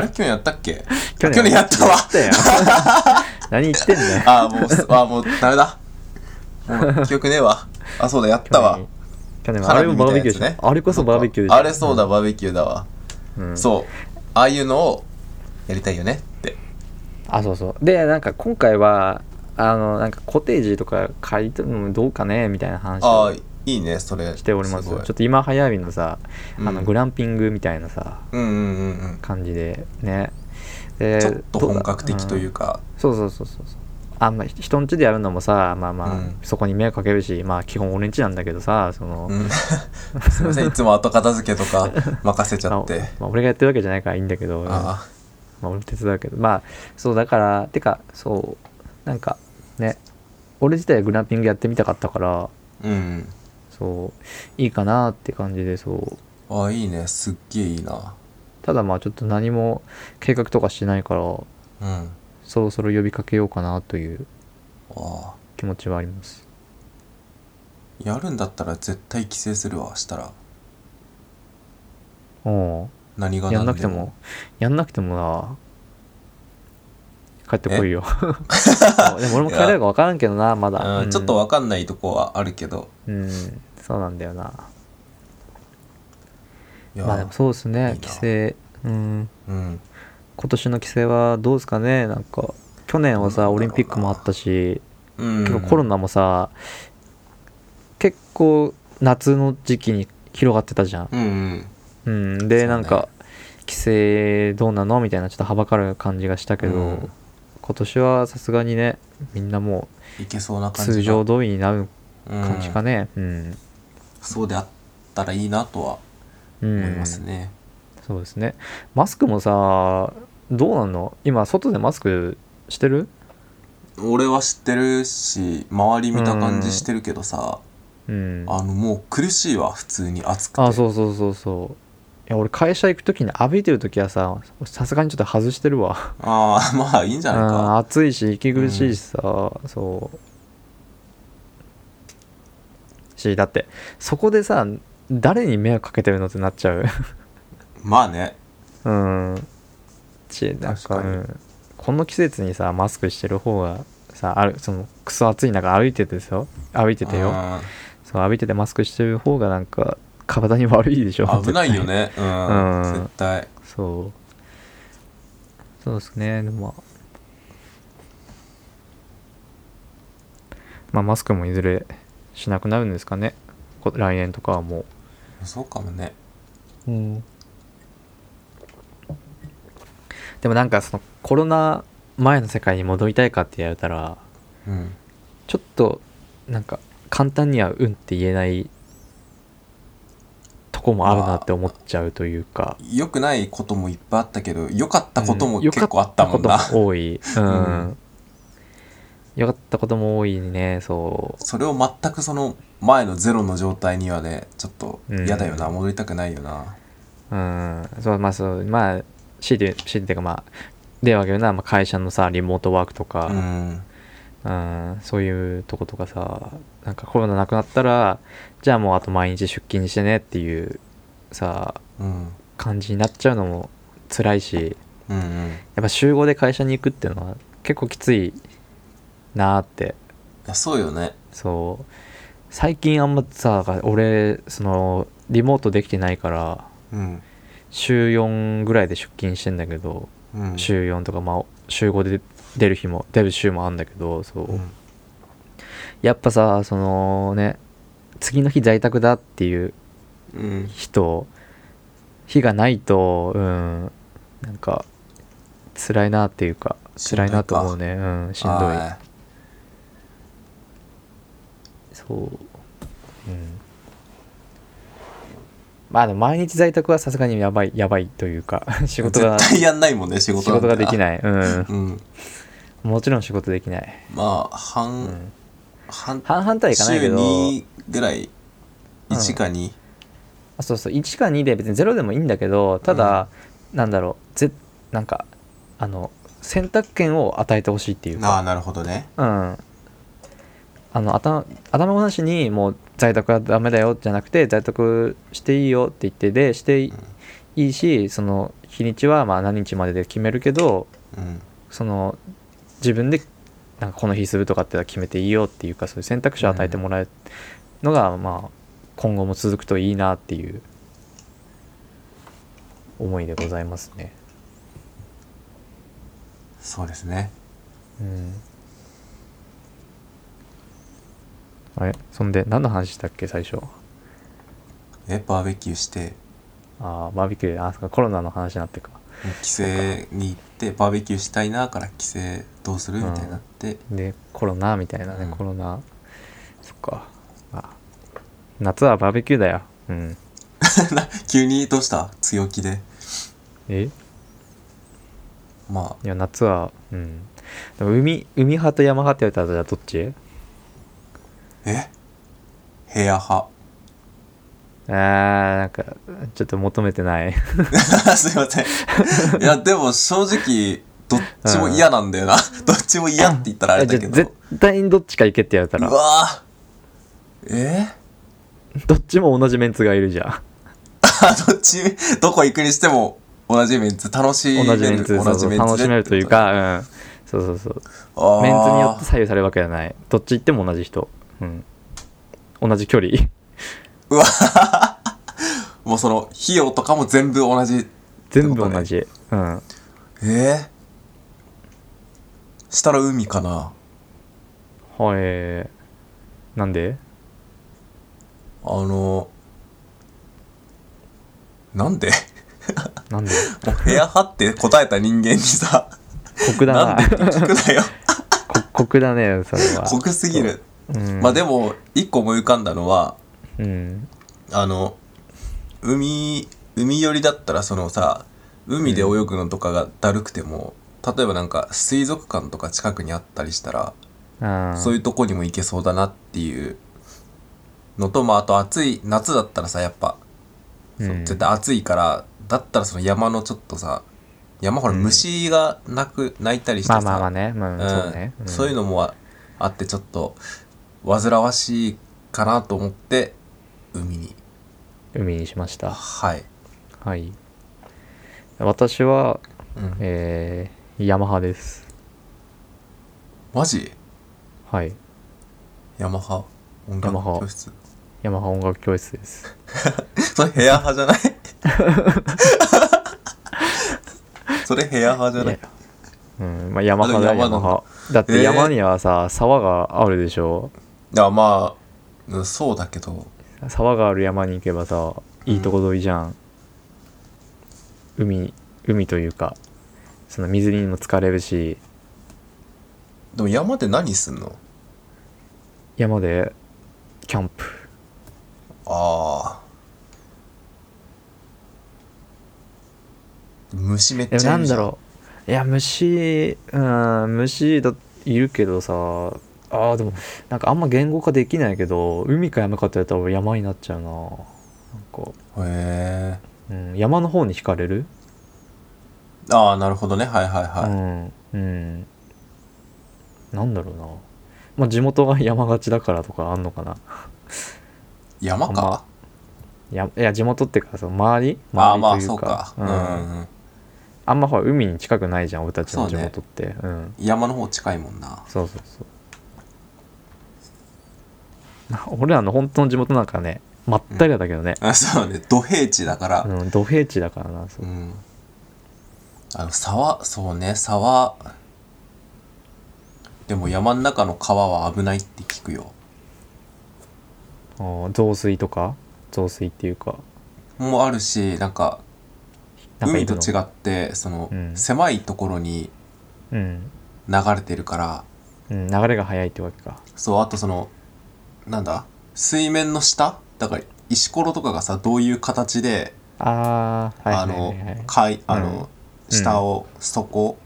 Speaker 2: れ去年やったっけ
Speaker 1: 去
Speaker 2: 去年やったわ
Speaker 1: やったやん 何言ってんだよ
Speaker 2: ああもうすあーもうダメだもう記憶ねえわあそうだやったわ
Speaker 1: 去年去年あ
Speaker 2: 花
Speaker 1: れ
Speaker 2: 火
Speaker 1: もバ
Speaker 2: みたい
Speaker 1: ーベ
Speaker 2: な
Speaker 1: キ
Speaker 2: や
Speaker 1: ュー
Speaker 2: つ
Speaker 1: でし
Speaker 2: ね
Speaker 1: ょあれこそバーベキューでしょ
Speaker 2: あれそうだバーベキューだわ、
Speaker 1: うん
Speaker 2: そうああいうのをやりたいよねって
Speaker 1: あそうそうでなんか今回はあのなんかコテージとか借りてもどうかねみたいな話
Speaker 2: ああ
Speaker 1: を
Speaker 2: いいねそれ
Speaker 1: しておりますよ
Speaker 2: ごい
Speaker 1: ちょっと今流行りのさ、あ
Speaker 2: う
Speaker 1: の
Speaker 2: ん
Speaker 1: グランピングみたいなさ
Speaker 2: うんうんうんうん
Speaker 1: 感じでねで
Speaker 2: ちょっと本格的といううか
Speaker 1: んそうそうそうそうそうあんま人ん家でやるのもさまあまあ、
Speaker 2: うん
Speaker 1: そこに迷惑かけるしまあ基本俺ん家なんだけどさその、
Speaker 2: うん すいませんいつも後片付けとか任せちゃ
Speaker 1: ま
Speaker 2: っ
Speaker 1: あ
Speaker 2: て
Speaker 1: まあ俺がやってるわけじゃないからいいんだけど
Speaker 2: あ
Speaker 1: まあ、俺も手伝うけどまあそうだからてかそうなんかね俺自体グランピングやってみたかったから
Speaker 2: あうん
Speaker 1: そういいかなって感じでそう
Speaker 2: ああいいねすっげえいいな
Speaker 1: ただまあちょっと何も計画とかしてないから
Speaker 2: うんあ
Speaker 1: そろそろ呼びかけようかなという
Speaker 2: あ
Speaker 1: 気持ちはあります
Speaker 2: やるんだったら絶対帰省するわしたら
Speaker 1: うん
Speaker 2: 何が
Speaker 1: やん
Speaker 2: 何で
Speaker 1: なくてもやんなくてもな帰ってこいよそう でも俺も帰れるか分からんけどなまだ、
Speaker 2: うん、ちょっとわかんないとこはあるけど
Speaker 1: うんそうなんだよない
Speaker 2: や、
Speaker 1: まあでもそうですね
Speaker 2: いいな
Speaker 1: 帰省うん
Speaker 2: うん
Speaker 1: 今年の規制はどうですかねなんか去年はさ
Speaker 2: ど
Speaker 1: オ
Speaker 2: うな
Speaker 1: リ
Speaker 2: んだろうな
Speaker 1: ンピックもあったし
Speaker 2: うん
Speaker 1: 結構コロナもさ結構夏の時期に広がってたじゃん、
Speaker 2: うんうん
Speaker 1: うん、
Speaker 2: そうね
Speaker 1: でなんか規制どうなのみたいなちょっとはばかる感じがしたけど、
Speaker 2: うん
Speaker 1: 今年はさすがにねみんなも
Speaker 2: いけそうな
Speaker 1: う
Speaker 2: 感じが
Speaker 1: 通常通りになる
Speaker 2: うん
Speaker 1: 感じかねうん、
Speaker 2: そうであったらいいなとは
Speaker 1: うん
Speaker 2: 思いますね、
Speaker 1: そうですねマスクもさどうなんの今外でマスクしてる
Speaker 2: 俺は知ってるし周り見た感じしてるけどさ、
Speaker 1: うん
Speaker 2: あのもう苦しいわ普通に暑くて
Speaker 1: あそうそうそうそういや俺会社行く時に歩いてる時はささすがにちょっと外してるわ
Speaker 2: あーまあいいんじゃない
Speaker 1: うん
Speaker 2: か
Speaker 1: 暑いし息苦しいしさ、そしだってそこでさ誰に迷惑かけてるのってなっちゃう
Speaker 2: まあね
Speaker 1: うんちなん
Speaker 2: 確
Speaker 1: か
Speaker 2: かに
Speaker 1: うんこの季節にさマスクしてる方がさあるそのクソ暑い中歩いててさ歩いててよ
Speaker 2: うん
Speaker 1: そう歩いててマスクしてる方がなんか体に悪いでしょ
Speaker 2: 危ないよ
Speaker 1: 絶対
Speaker 2: ねうん、
Speaker 1: うん
Speaker 2: 絶対
Speaker 1: そうそうですねでもまあまあマスクもいずれしなくなるんですかねこ来年とかはも
Speaker 2: そうかもね
Speaker 1: う、でもなんかそのコロナ前の世界に戻りたいかって言われたら
Speaker 2: うん
Speaker 1: ちょっとなんか簡単にはうんって言えないとこもあるなって思っちゃうというか
Speaker 2: 良くないこともいっぱいあったけど良かったことも
Speaker 1: うん良か
Speaker 2: 結構あったもんな、
Speaker 1: ことも多 い。う。
Speaker 2: うん
Speaker 1: 良かったことも多いね、そ
Speaker 2: それを全くその前のゼロの状態にはねちょっと
Speaker 1: うん
Speaker 2: 嫌だよな、戻りたくないよな
Speaker 1: う。うん。そう、まあそう、まあ、強いて、強いてっていうかまあ、例を挙げるのは、まあ、会社のさ、リモートワークと
Speaker 2: う
Speaker 1: か、
Speaker 2: ん
Speaker 1: うん、そういうとことかさ、なんかコロナなくなったら、じゃあもうあと毎日出勤してねっていうさ、
Speaker 2: うん
Speaker 1: 感じになっちゃうのも辛いし、
Speaker 2: うんうんい
Speaker 1: やっぱ集合で会社に行くっていうのは結構きついなーって
Speaker 2: やそうよね
Speaker 1: そう最近あんまさ俺そのリモートできてないから
Speaker 2: うん
Speaker 1: 週4ぐらいで出勤してんだけど、
Speaker 2: うん
Speaker 1: 週4とかまあ週5で出る日も出る週もあるんだけどそう、
Speaker 2: うん
Speaker 1: やっぱさそのね次の日在宅だっていう
Speaker 2: うん
Speaker 1: 人日がないとうんなんか辛いなっていうか
Speaker 2: しんど
Speaker 1: 辛
Speaker 2: いか
Speaker 1: いなと思うねうんしんどい
Speaker 2: は
Speaker 1: そううんまあでも毎日在宅はさすがにやばいやばいというか仕事が
Speaker 2: 絶対やんないもんね仕
Speaker 1: 仕
Speaker 2: 事なん
Speaker 1: 事
Speaker 2: て
Speaker 1: ができないうん
Speaker 2: うん
Speaker 1: もちろん仕事できない、
Speaker 2: まあ
Speaker 1: う
Speaker 2: 半、
Speaker 1: ん、
Speaker 2: 半
Speaker 1: 半々とはいかないけ
Speaker 2: 週
Speaker 1: ど
Speaker 2: 2ぐらい
Speaker 1: うん
Speaker 2: 1か2
Speaker 1: あそうそう1か2で別に0でもいいんだけどただ、なんだろうぜなんかあの選択権を与えてほしいっていう
Speaker 2: ああ
Speaker 1: か
Speaker 2: なるほどね
Speaker 1: うんあの頭頭ごなしにもう在宅はダメだよじゃなくて在宅していいよって言ってでしていいいしその日にちはまあ何日までで決めるけど
Speaker 2: うん
Speaker 1: その自分でなんかこの日するとかって決めていいよっていうかそういう選択肢を与えてもらえるのが、まあ今後も続くといいなっていう思いでございますね。
Speaker 2: そうですね
Speaker 1: うん、あれそんで何の話したっけ最初
Speaker 2: えバーベキューして
Speaker 1: あーバーベキューあそっかコロナの話になってるか
Speaker 2: 帰省に行ってバーベキューしたいなから帰省どうするみたいになって、
Speaker 1: でコロナみたいなね、
Speaker 2: うん
Speaker 1: コロナそっかあ夏はバーベキューだようん
Speaker 2: 急にどうした強気で
Speaker 1: え
Speaker 2: まあ
Speaker 1: いや夏はうんでも海海派と山派って言われたらじゃあどっち
Speaker 2: え部屋派
Speaker 1: あーなんかちょっと求めてない
Speaker 2: すいませんいやでも正直どっちも嫌なんだよな、 どっちも嫌って言ったらあれ
Speaker 1: じ
Speaker 2: だ
Speaker 1: ゃあ
Speaker 2: けど
Speaker 1: 絶対にどっちか行けって言われた
Speaker 2: う
Speaker 1: ら
Speaker 2: わーえ
Speaker 1: どっちも同じメンツがいるじゃん
Speaker 2: あどっちどこ行くにしても同じメンツ楽しめる
Speaker 1: 同じメンツそうそう
Speaker 2: で
Speaker 1: 楽しめるというか、うん、そうそうそう
Speaker 2: あー
Speaker 1: メンツによって左右されるわけじゃないどっち行っても同じ人、うん、同じ距離
Speaker 2: もうその費用とかも全部同じ
Speaker 1: 全部同じ、うん
Speaker 2: えー、したら海かな
Speaker 1: はいなんで
Speaker 2: あのなんで
Speaker 1: なんで
Speaker 2: もう部屋派って答えた人間にさ
Speaker 1: 酷だな
Speaker 2: な
Speaker 1: ん
Speaker 2: でって聞くな よ
Speaker 1: こ酷だねそれは
Speaker 2: 酷すぎる
Speaker 1: うん
Speaker 2: まあでも一個思い浮かんだのは
Speaker 1: うん
Speaker 2: あの海海寄りだったらそのさ海で泳ぐのとかがだるくても、例えばなんか水族館とか近くにあったりしたら、
Speaker 1: あー
Speaker 2: そういうとこにも行けそうだなっていうのとまああと暑い夏だったらさやっぱ、そう
Speaker 1: うん
Speaker 2: 絶対暑いからだったらその山のちょっとさ山ほら
Speaker 1: うん
Speaker 2: 虫が鳴く、鳴いたりして
Speaker 1: まあ
Speaker 2: さ
Speaker 1: まあまあね、まあ、そうね、
Speaker 2: そういう
Speaker 1: の
Speaker 2: のもああってちょっと煩わしかなと思って海に
Speaker 1: 海にしました
Speaker 2: はい、
Speaker 1: はい私は、
Speaker 2: うん
Speaker 1: えー、ヤマハです
Speaker 2: マジ
Speaker 1: はい
Speaker 2: ヤマハ音
Speaker 1: ヤマハ
Speaker 2: 楽教室
Speaker 1: ヤマハ音楽教室です
Speaker 2: それヘア派じゃない それヘア派じゃない
Speaker 1: いやうんまあ、ヤマハだヤ
Speaker 2: あでも山な
Speaker 1: マ
Speaker 2: んだ
Speaker 1: ハだって
Speaker 2: えー
Speaker 1: 山にはさ、沢があるでしょ
Speaker 2: いやまあうんそうだけど
Speaker 1: 沢がある山に行けばさいいとこ取りじゃん、海海というかその水にも浸かれるし
Speaker 2: でも山で何すんの
Speaker 1: 山でキャンプ
Speaker 2: ああ虫めっ
Speaker 1: でも
Speaker 2: ちゃ
Speaker 1: ないん
Speaker 2: るじ
Speaker 1: だ
Speaker 2: ゃん
Speaker 1: ろういや虫うん虫だいるけどさあーでもなんかあんま言語化できないけど海か山かってやったら俺山になっちゃうななんか、
Speaker 2: へ
Speaker 1: う
Speaker 2: え
Speaker 1: ん、山の方に惹かれる、
Speaker 2: ああなるほどねはいはいはい、
Speaker 1: うんうんなんだろうなまあ地元が山がちだからとかあんのかな
Speaker 2: 山
Speaker 1: あん
Speaker 2: か
Speaker 1: まやいや地元っていうかその周り
Speaker 2: ああま
Speaker 1: 周
Speaker 2: あ
Speaker 1: りとい
Speaker 2: そう
Speaker 1: う
Speaker 2: か
Speaker 1: か
Speaker 2: うん、
Speaker 1: うん
Speaker 2: うんうん、
Speaker 1: あんまほら海に近くないじゃん俺たちの地
Speaker 2: そうね
Speaker 1: 元ってう,、ん
Speaker 2: 山の方近いもんな
Speaker 1: そうそうそうまあ俺らの本当の地元なんかねまったりだけどね、
Speaker 2: あそうね土平地だから、
Speaker 1: うん、土平地だからなそううん
Speaker 2: あの沢そうね沢でも山の中の川は危ないって聞くよ
Speaker 1: あー増水とか増水っていうか
Speaker 2: もあるしなんか
Speaker 1: なんか
Speaker 2: 海
Speaker 1: い
Speaker 2: と
Speaker 1: る
Speaker 2: 違
Speaker 1: の
Speaker 2: ってその、
Speaker 1: うん
Speaker 2: 狭いところに
Speaker 1: うん、
Speaker 2: 流れてるから
Speaker 1: うん、流れが速いってわけか
Speaker 2: そうあとそのなんだ水面の下だから石ころとかがさどういう形で、
Speaker 1: ああはいはいはいは
Speaker 2: あの
Speaker 1: い
Speaker 2: 海あの、下を底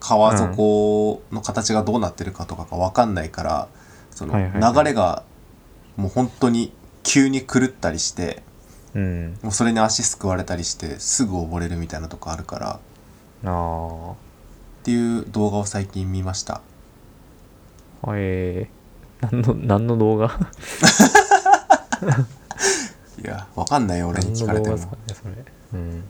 Speaker 2: 川底の形がどうなってるかとかが分かんないからその
Speaker 1: はいはいはい
Speaker 2: 流れがもう本当に急に狂ったりして
Speaker 1: うん
Speaker 2: もうそれに足すくわれたりしてすぐ溺れるみたいなとこあるから
Speaker 1: あ
Speaker 2: っていう動画を最近見ました
Speaker 1: あはい、えー、何の何の動画
Speaker 2: いや分かんないよ俺に聞かれ
Speaker 1: 何の動
Speaker 2: て
Speaker 1: 画
Speaker 2: も
Speaker 1: ですかねそれうん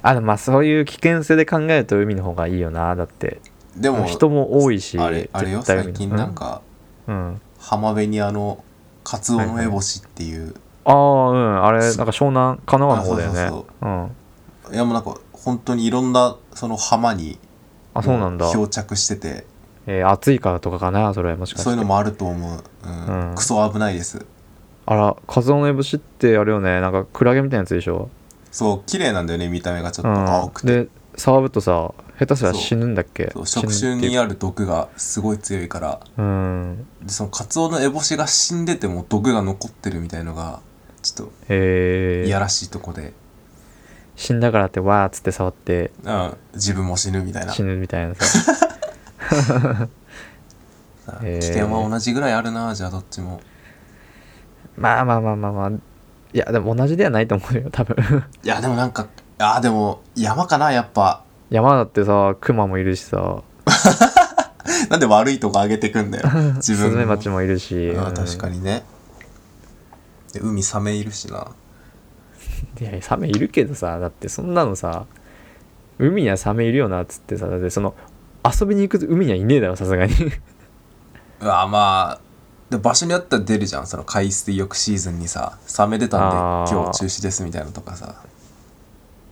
Speaker 1: あでもまあそういう危険性で考えると海の方がいいよなだって
Speaker 2: でも
Speaker 1: 人も多いし
Speaker 2: あれあれよ
Speaker 1: 絶対海
Speaker 2: 最
Speaker 1: の
Speaker 2: 近なんか
Speaker 1: うん、うん
Speaker 2: 浜辺にあのカツオの烏帽子っていう、
Speaker 1: ああうんあれなんか湘南神奈川の方だよね
Speaker 2: あそうそう
Speaker 1: うん
Speaker 2: い、やもうなんか本当にいろんなその浜に
Speaker 1: あそうなんだ、
Speaker 2: 漂着してて
Speaker 1: えー暑いからとかかなそれはもしかして
Speaker 2: そういうのもあると思う、うん
Speaker 1: うん
Speaker 2: クソ危ないです
Speaker 1: あらカズオノエブシってあれよねなんかクラゲみたいなやつでしょ
Speaker 2: そう綺麗なんだよね見た目がちょっと青く
Speaker 1: うん
Speaker 2: て、
Speaker 1: で触るとさ下手すら死ぬんだっけ
Speaker 2: そう
Speaker 1: 死ぬ
Speaker 2: 触
Speaker 1: ってい
Speaker 2: 手
Speaker 1: う
Speaker 2: にある毒がすごい強いから
Speaker 1: うん
Speaker 2: でそのカツオの烏帽子が死んでても毒が残ってるみたいのがちょっと
Speaker 1: え
Speaker 2: いや
Speaker 1: ー、
Speaker 2: らしいとこで、
Speaker 1: 死んだからってわーっつって触って
Speaker 2: うん、自分も死ぬみたいな
Speaker 1: 死ぬみたいなさ
Speaker 2: さ
Speaker 1: へー
Speaker 2: 危険は同じぐらいあるなじゃあどっちも
Speaker 1: まあまあまあまあまあいやでも同じではないと思うよ多分
Speaker 2: いやでもなんかああでも山かなやっぱ
Speaker 1: 山だってさクマもいるしさ
Speaker 2: なんで悪いとこ上げてくんだよ自
Speaker 1: ス
Speaker 2: 分
Speaker 1: ズメ
Speaker 2: の
Speaker 1: バチもいるし
Speaker 2: ああ確か
Speaker 1: に
Speaker 2: にねで海サメいるしない
Speaker 1: やサメいるけどさだってそんなのさ海にはサメいるよなっつってさだってその遊びに行く海にはいねえだろさすがに
Speaker 2: うわまあで場所によっては出るじゃんその海水浴シーズンにさサメ出たんで
Speaker 1: あー
Speaker 2: 今日中止ですみたいなのとかさ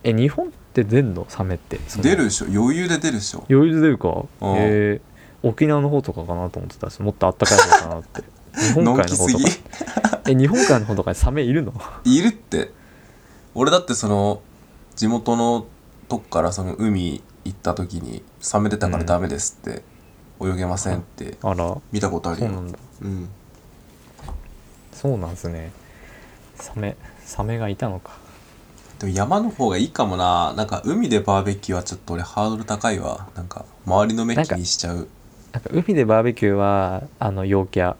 Speaker 1: え日本って出んのサメってその
Speaker 2: 出るでしょ余裕で出るでしょ
Speaker 1: 余裕で出るか
Speaker 2: うん
Speaker 1: えー、沖縄の方とかかなと思ってたしもっとあったかい方かなって日本
Speaker 2: のん
Speaker 1: 海
Speaker 2: き
Speaker 1: の方
Speaker 2: す
Speaker 1: と
Speaker 2: ぎ
Speaker 1: かえ日本海の方とかにサメいるの
Speaker 2: いるって俺だってその地元のとこからその海行った時にサメ出たからダメですって、泳げませんって
Speaker 1: あら
Speaker 2: 見たことある
Speaker 1: そう
Speaker 2: よ
Speaker 1: なんだ
Speaker 2: うん
Speaker 1: そうなんすねサメサメがいたのか
Speaker 2: でも山の方がいいかもななんか海でバーベキューはちょっと俺ハードル高いわなんか周りの目気にしちゃう
Speaker 1: なんか海でバーベキューはあの陽キャ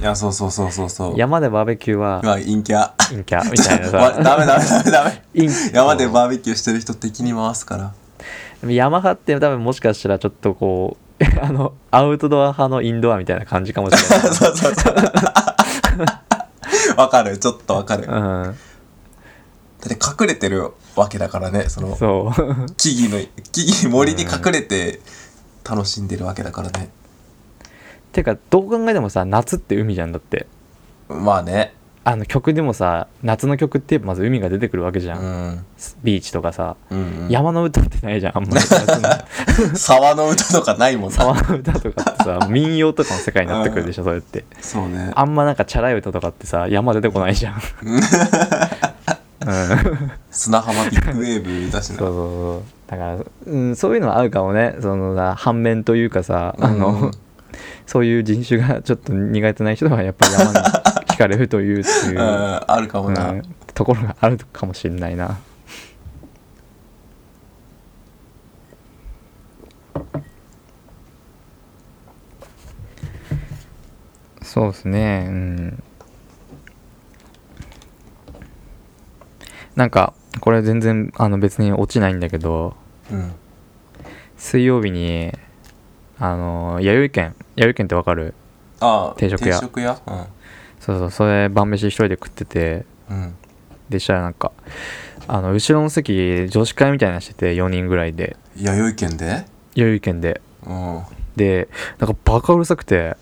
Speaker 2: いやそうそうそうそうそう
Speaker 1: 山でバーベキューは
Speaker 2: うわ陰キャ
Speaker 1: 陰キャみたいな
Speaker 2: わダ
Speaker 1: さ
Speaker 2: メダメダメダメ
Speaker 1: 陰
Speaker 2: 山でバーベキューしてる人敵に回すから
Speaker 1: ヤマハって多分もしかしたらちょっと こうあのアウトドア派のインドアみたいな感じかもしれない
Speaker 2: そうそうそうわかるちょっとわかるだ
Speaker 1: う
Speaker 2: って隠れてるわけだからねその
Speaker 1: ん、そう
Speaker 2: 木々の木々森に隠れて楽しんでるわけだからね
Speaker 1: てかどう考えてもさ夏って海じゃんだって
Speaker 2: まあね
Speaker 1: あの曲でもさ夏の曲ってまず海が出てくるわけじ
Speaker 2: う
Speaker 1: ゃん、
Speaker 2: ん
Speaker 1: ビーチとかさ、
Speaker 2: うん、うん、
Speaker 1: 山の歌ってないじゃんあん まり夏の
Speaker 2: 沢の歌とかないもんな
Speaker 1: 沢の歌とかってさ民謡とかの世界になってくるでしょそれって
Speaker 2: そうね
Speaker 1: あんまなんかチャラい歌とかってさ山出てこないじゃん、うん、そう
Speaker 2: 砂浜ビッグウェーブだし
Speaker 1: そう
Speaker 2: な
Speaker 1: そうだから、うん、そういうのは合うかもねそのさ反面というかさあの、
Speaker 2: うん
Speaker 1: そういう人種がちょっと苦手な人はやっぱり山に惹かれるというってい
Speaker 2: うん
Speaker 1: う、
Speaker 2: あるかも
Speaker 1: う
Speaker 2: な、
Speaker 1: ん、ところがあるかもしれないなそうですねうんなんかこれ全然あの別に落ちないんだけど
Speaker 2: うん、
Speaker 1: 水曜日にあの弥生県弥生県ってわかる
Speaker 2: ああ
Speaker 1: 定食屋
Speaker 2: 定食屋
Speaker 1: そうそうそれ晩飯一人で食ってて
Speaker 2: うん、うん、
Speaker 1: でしたらなんかあの後ろの席女子会みたいなのしてて4人ぐらいで
Speaker 2: 弥生県で
Speaker 1: 弥生県で
Speaker 2: うん
Speaker 1: でなんかバカうるさくて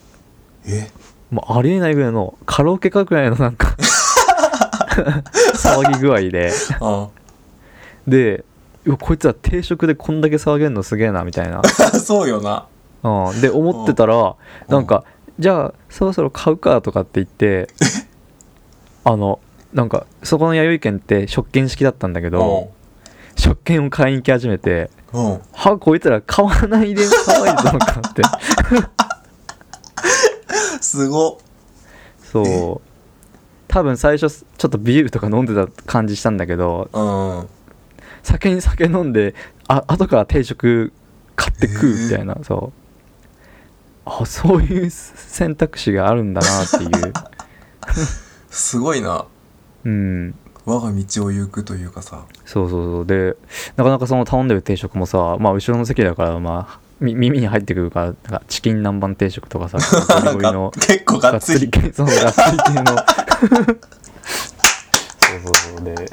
Speaker 2: え
Speaker 1: もうありえないぐらいのカラオケかぐらいのなん か騒ぎ具合で
Speaker 2: あ
Speaker 1: でうわこいつら定食でこんだけ騒げんのすげえなみたいな、
Speaker 2: あ そうよな
Speaker 1: うん、で思ってたらなんかじゃあそろそろ買うかとかって言 ってあのなんかそこの弥生県って食券式だったんだけど食券を買いに行き始めて
Speaker 2: うんうん
Speaker 1: はこいつら買わないで騒いでたのかって
Speaker 2: すご
Speaker 1: そう多分最初ちょっとビールとか飲んでた感じしたんだけど
Speaker 2: うん
Speaker 1: 酒に酒飲んであ後から定食買って食うみたいな、そうあそういう選択肢があるんだなっていう
Speaker 2: すごいな
Speaker 1: うん
Speaker 2: 我が道を行くというかさ
Speaker 1: そうそうそうでなかなかその頼んでる定食もさまあ後ろの席だからまあみ耳に入ってくるからなんかチキン南蛮定食とかさゴリゴリの
Speaker 2: 結構がっつり
Speaker 1: がっつり系そうがっつり系のそうそうそうでなん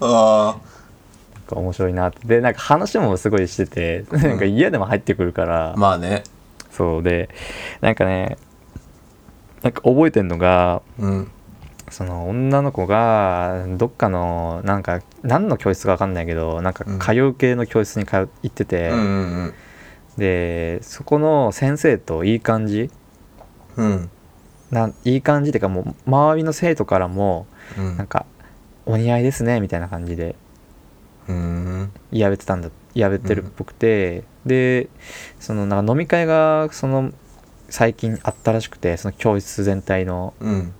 Speaker 2: あ
Speaker 1: か面白いなってでなんか話もすごいしててなんか嫌でも入ってくるから、
Speaker 2: あまあね
Speaker 1: そうでなんかねなんか覚えてんのが
Speaker 2: うん
Speaker 1: その女の子がどっかのなんか何の教室か分かんないけどなんか
Speaker 2: うん
Speaker 1: 通う系の教室に通う行って
Speaker 2: う
Speaker 1: て、
Speaker 2: んうん
Speaker 1: でそこの先生といい感じ
Speaker 2: うんうん
Speaker 1: なんいい感じっていうかもう周りの生徒からも
Speaker 2: うん
Speaker 1: なんか「お似合いですね」みたいな感じで
Speaker 2: うん
Speaker 1: 言われてたんだ言われてるっぽくて、でそのなんか飲み会がその最近あったらしくてその教室全体の
Speaker 2: うん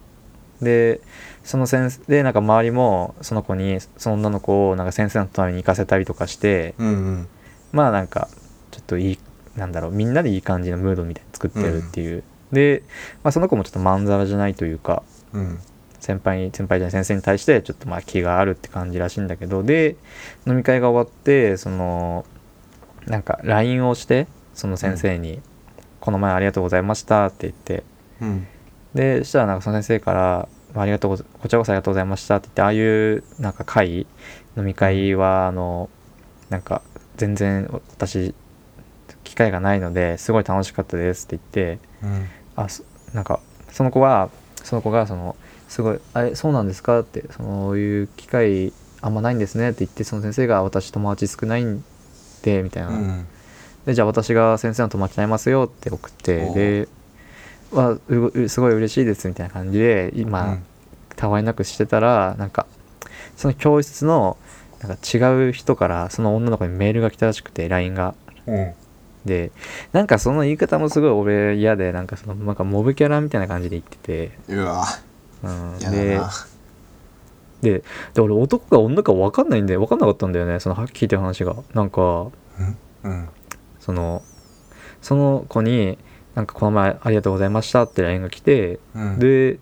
Speaker 1: でその先生でなんか周りもその子にその女の子をなんか先生の隣に行かせたりとかして
Speaker 2: うんうん
Speaker 1: まあなんかちょっといいなんだろうみんなでいい感じのムードみたいに作ってるっていう、で、まあ、その子もちょっとまんざらじゃないというか
Speaker 2: うん
Speaker 1: 先輩に先輩じゃない先生に対してちょっとまあ気があるって感じらしいんだけどで飲み会が終わってそのなんか LINE をしてその先生に、この前ありがとうございました」って言って
Speaker 2: うん
Speaker 1: でそしたらなんかその先生から「ありがとうござこちらこそありがとうございました」って言ってああいうなんか会飲み会はあのなんか全然私機会がないのですごい楽しかったですって言って
Speaker 2: うん
Speaker 1: あそなんかその子はその子がそのすごい「あれそうなんですか?」ってそういう機会あんまないんですねって言ってその先生が「私友達少ないんで」みたいな、
Speaker 2: うん
Speaker 1: でじゃあ私が先生の友達になりますよって送って
Speaker 2: おう
Speaker 1: でわううすごい嬉しいですみたいな感じで今、
Speaker 2: うん
Speaker 1: たわいなくしてたらなんかその教室のなんか違う人からその女の子にメールが来たらしくて LINE が
Speaker 2: うん
Speaker 1: でなんかその言い方もすごい俺嫌でなんかそのなんかモブキャラみたいな感じで言ってて、
Speaker 2: うわ
Speaker 1: うん、
Speaker 2: やだ
Speaker 1: で
Speaker 2: な
Speaker 1: でで俺男か女か分かんないんで分かんなかったんだよねそのはっきり聞いてる話がなんか
Speaker 2: うん
Speaker 1: そのその子になんかこの前ありがとうございましたって LINE が来て、
Speaker 2: うん
Speaker 1: で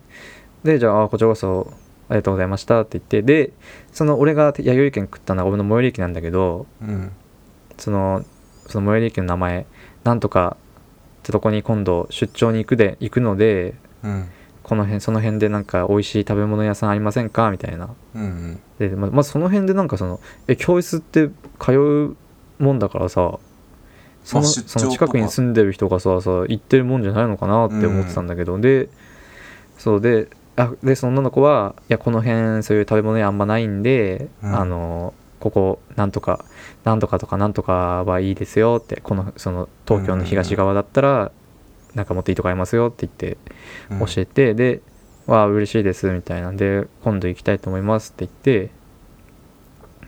Speaker 1: でじゃああこちらこそありがとうございましたって言ってでその俺が弥生県食ったのは俺の最寄り駅なんだけど
Speaker 2: うん
Speaker 1: そのその最寄り駅の名前なんとかってとこに今度出張に行くで行くので
Speaker 2: うん
Speaker 1: この辺その辺でなんか美味しい食べ物屋さんありませんかみたいな
Speaker 2: うん
Speaker 1: でままずその辺でなんかそのえ教室って通うもんだからさその
Speaker 2: まあ出張と
Speaker 1: そ
Speaker 2: か
Speaker 1: の近くに住んでる人がささ行ってるもんじゃないのかなって思ってたんだけど、でそうであでその女の子はいやこの辺そういう食べ物屋あんまないんで、
Speaker 2: うん
Speaker 1: あのここなんとかなんとかとかなんとかはいいですよってこのその東京の東側だったらなんかもっといいとこありますよって言って
Speaker 2: うん
Speaker 1: 教えて、で「わあ嬉しいです」みたいなんで「今度行きたいと思います」って言って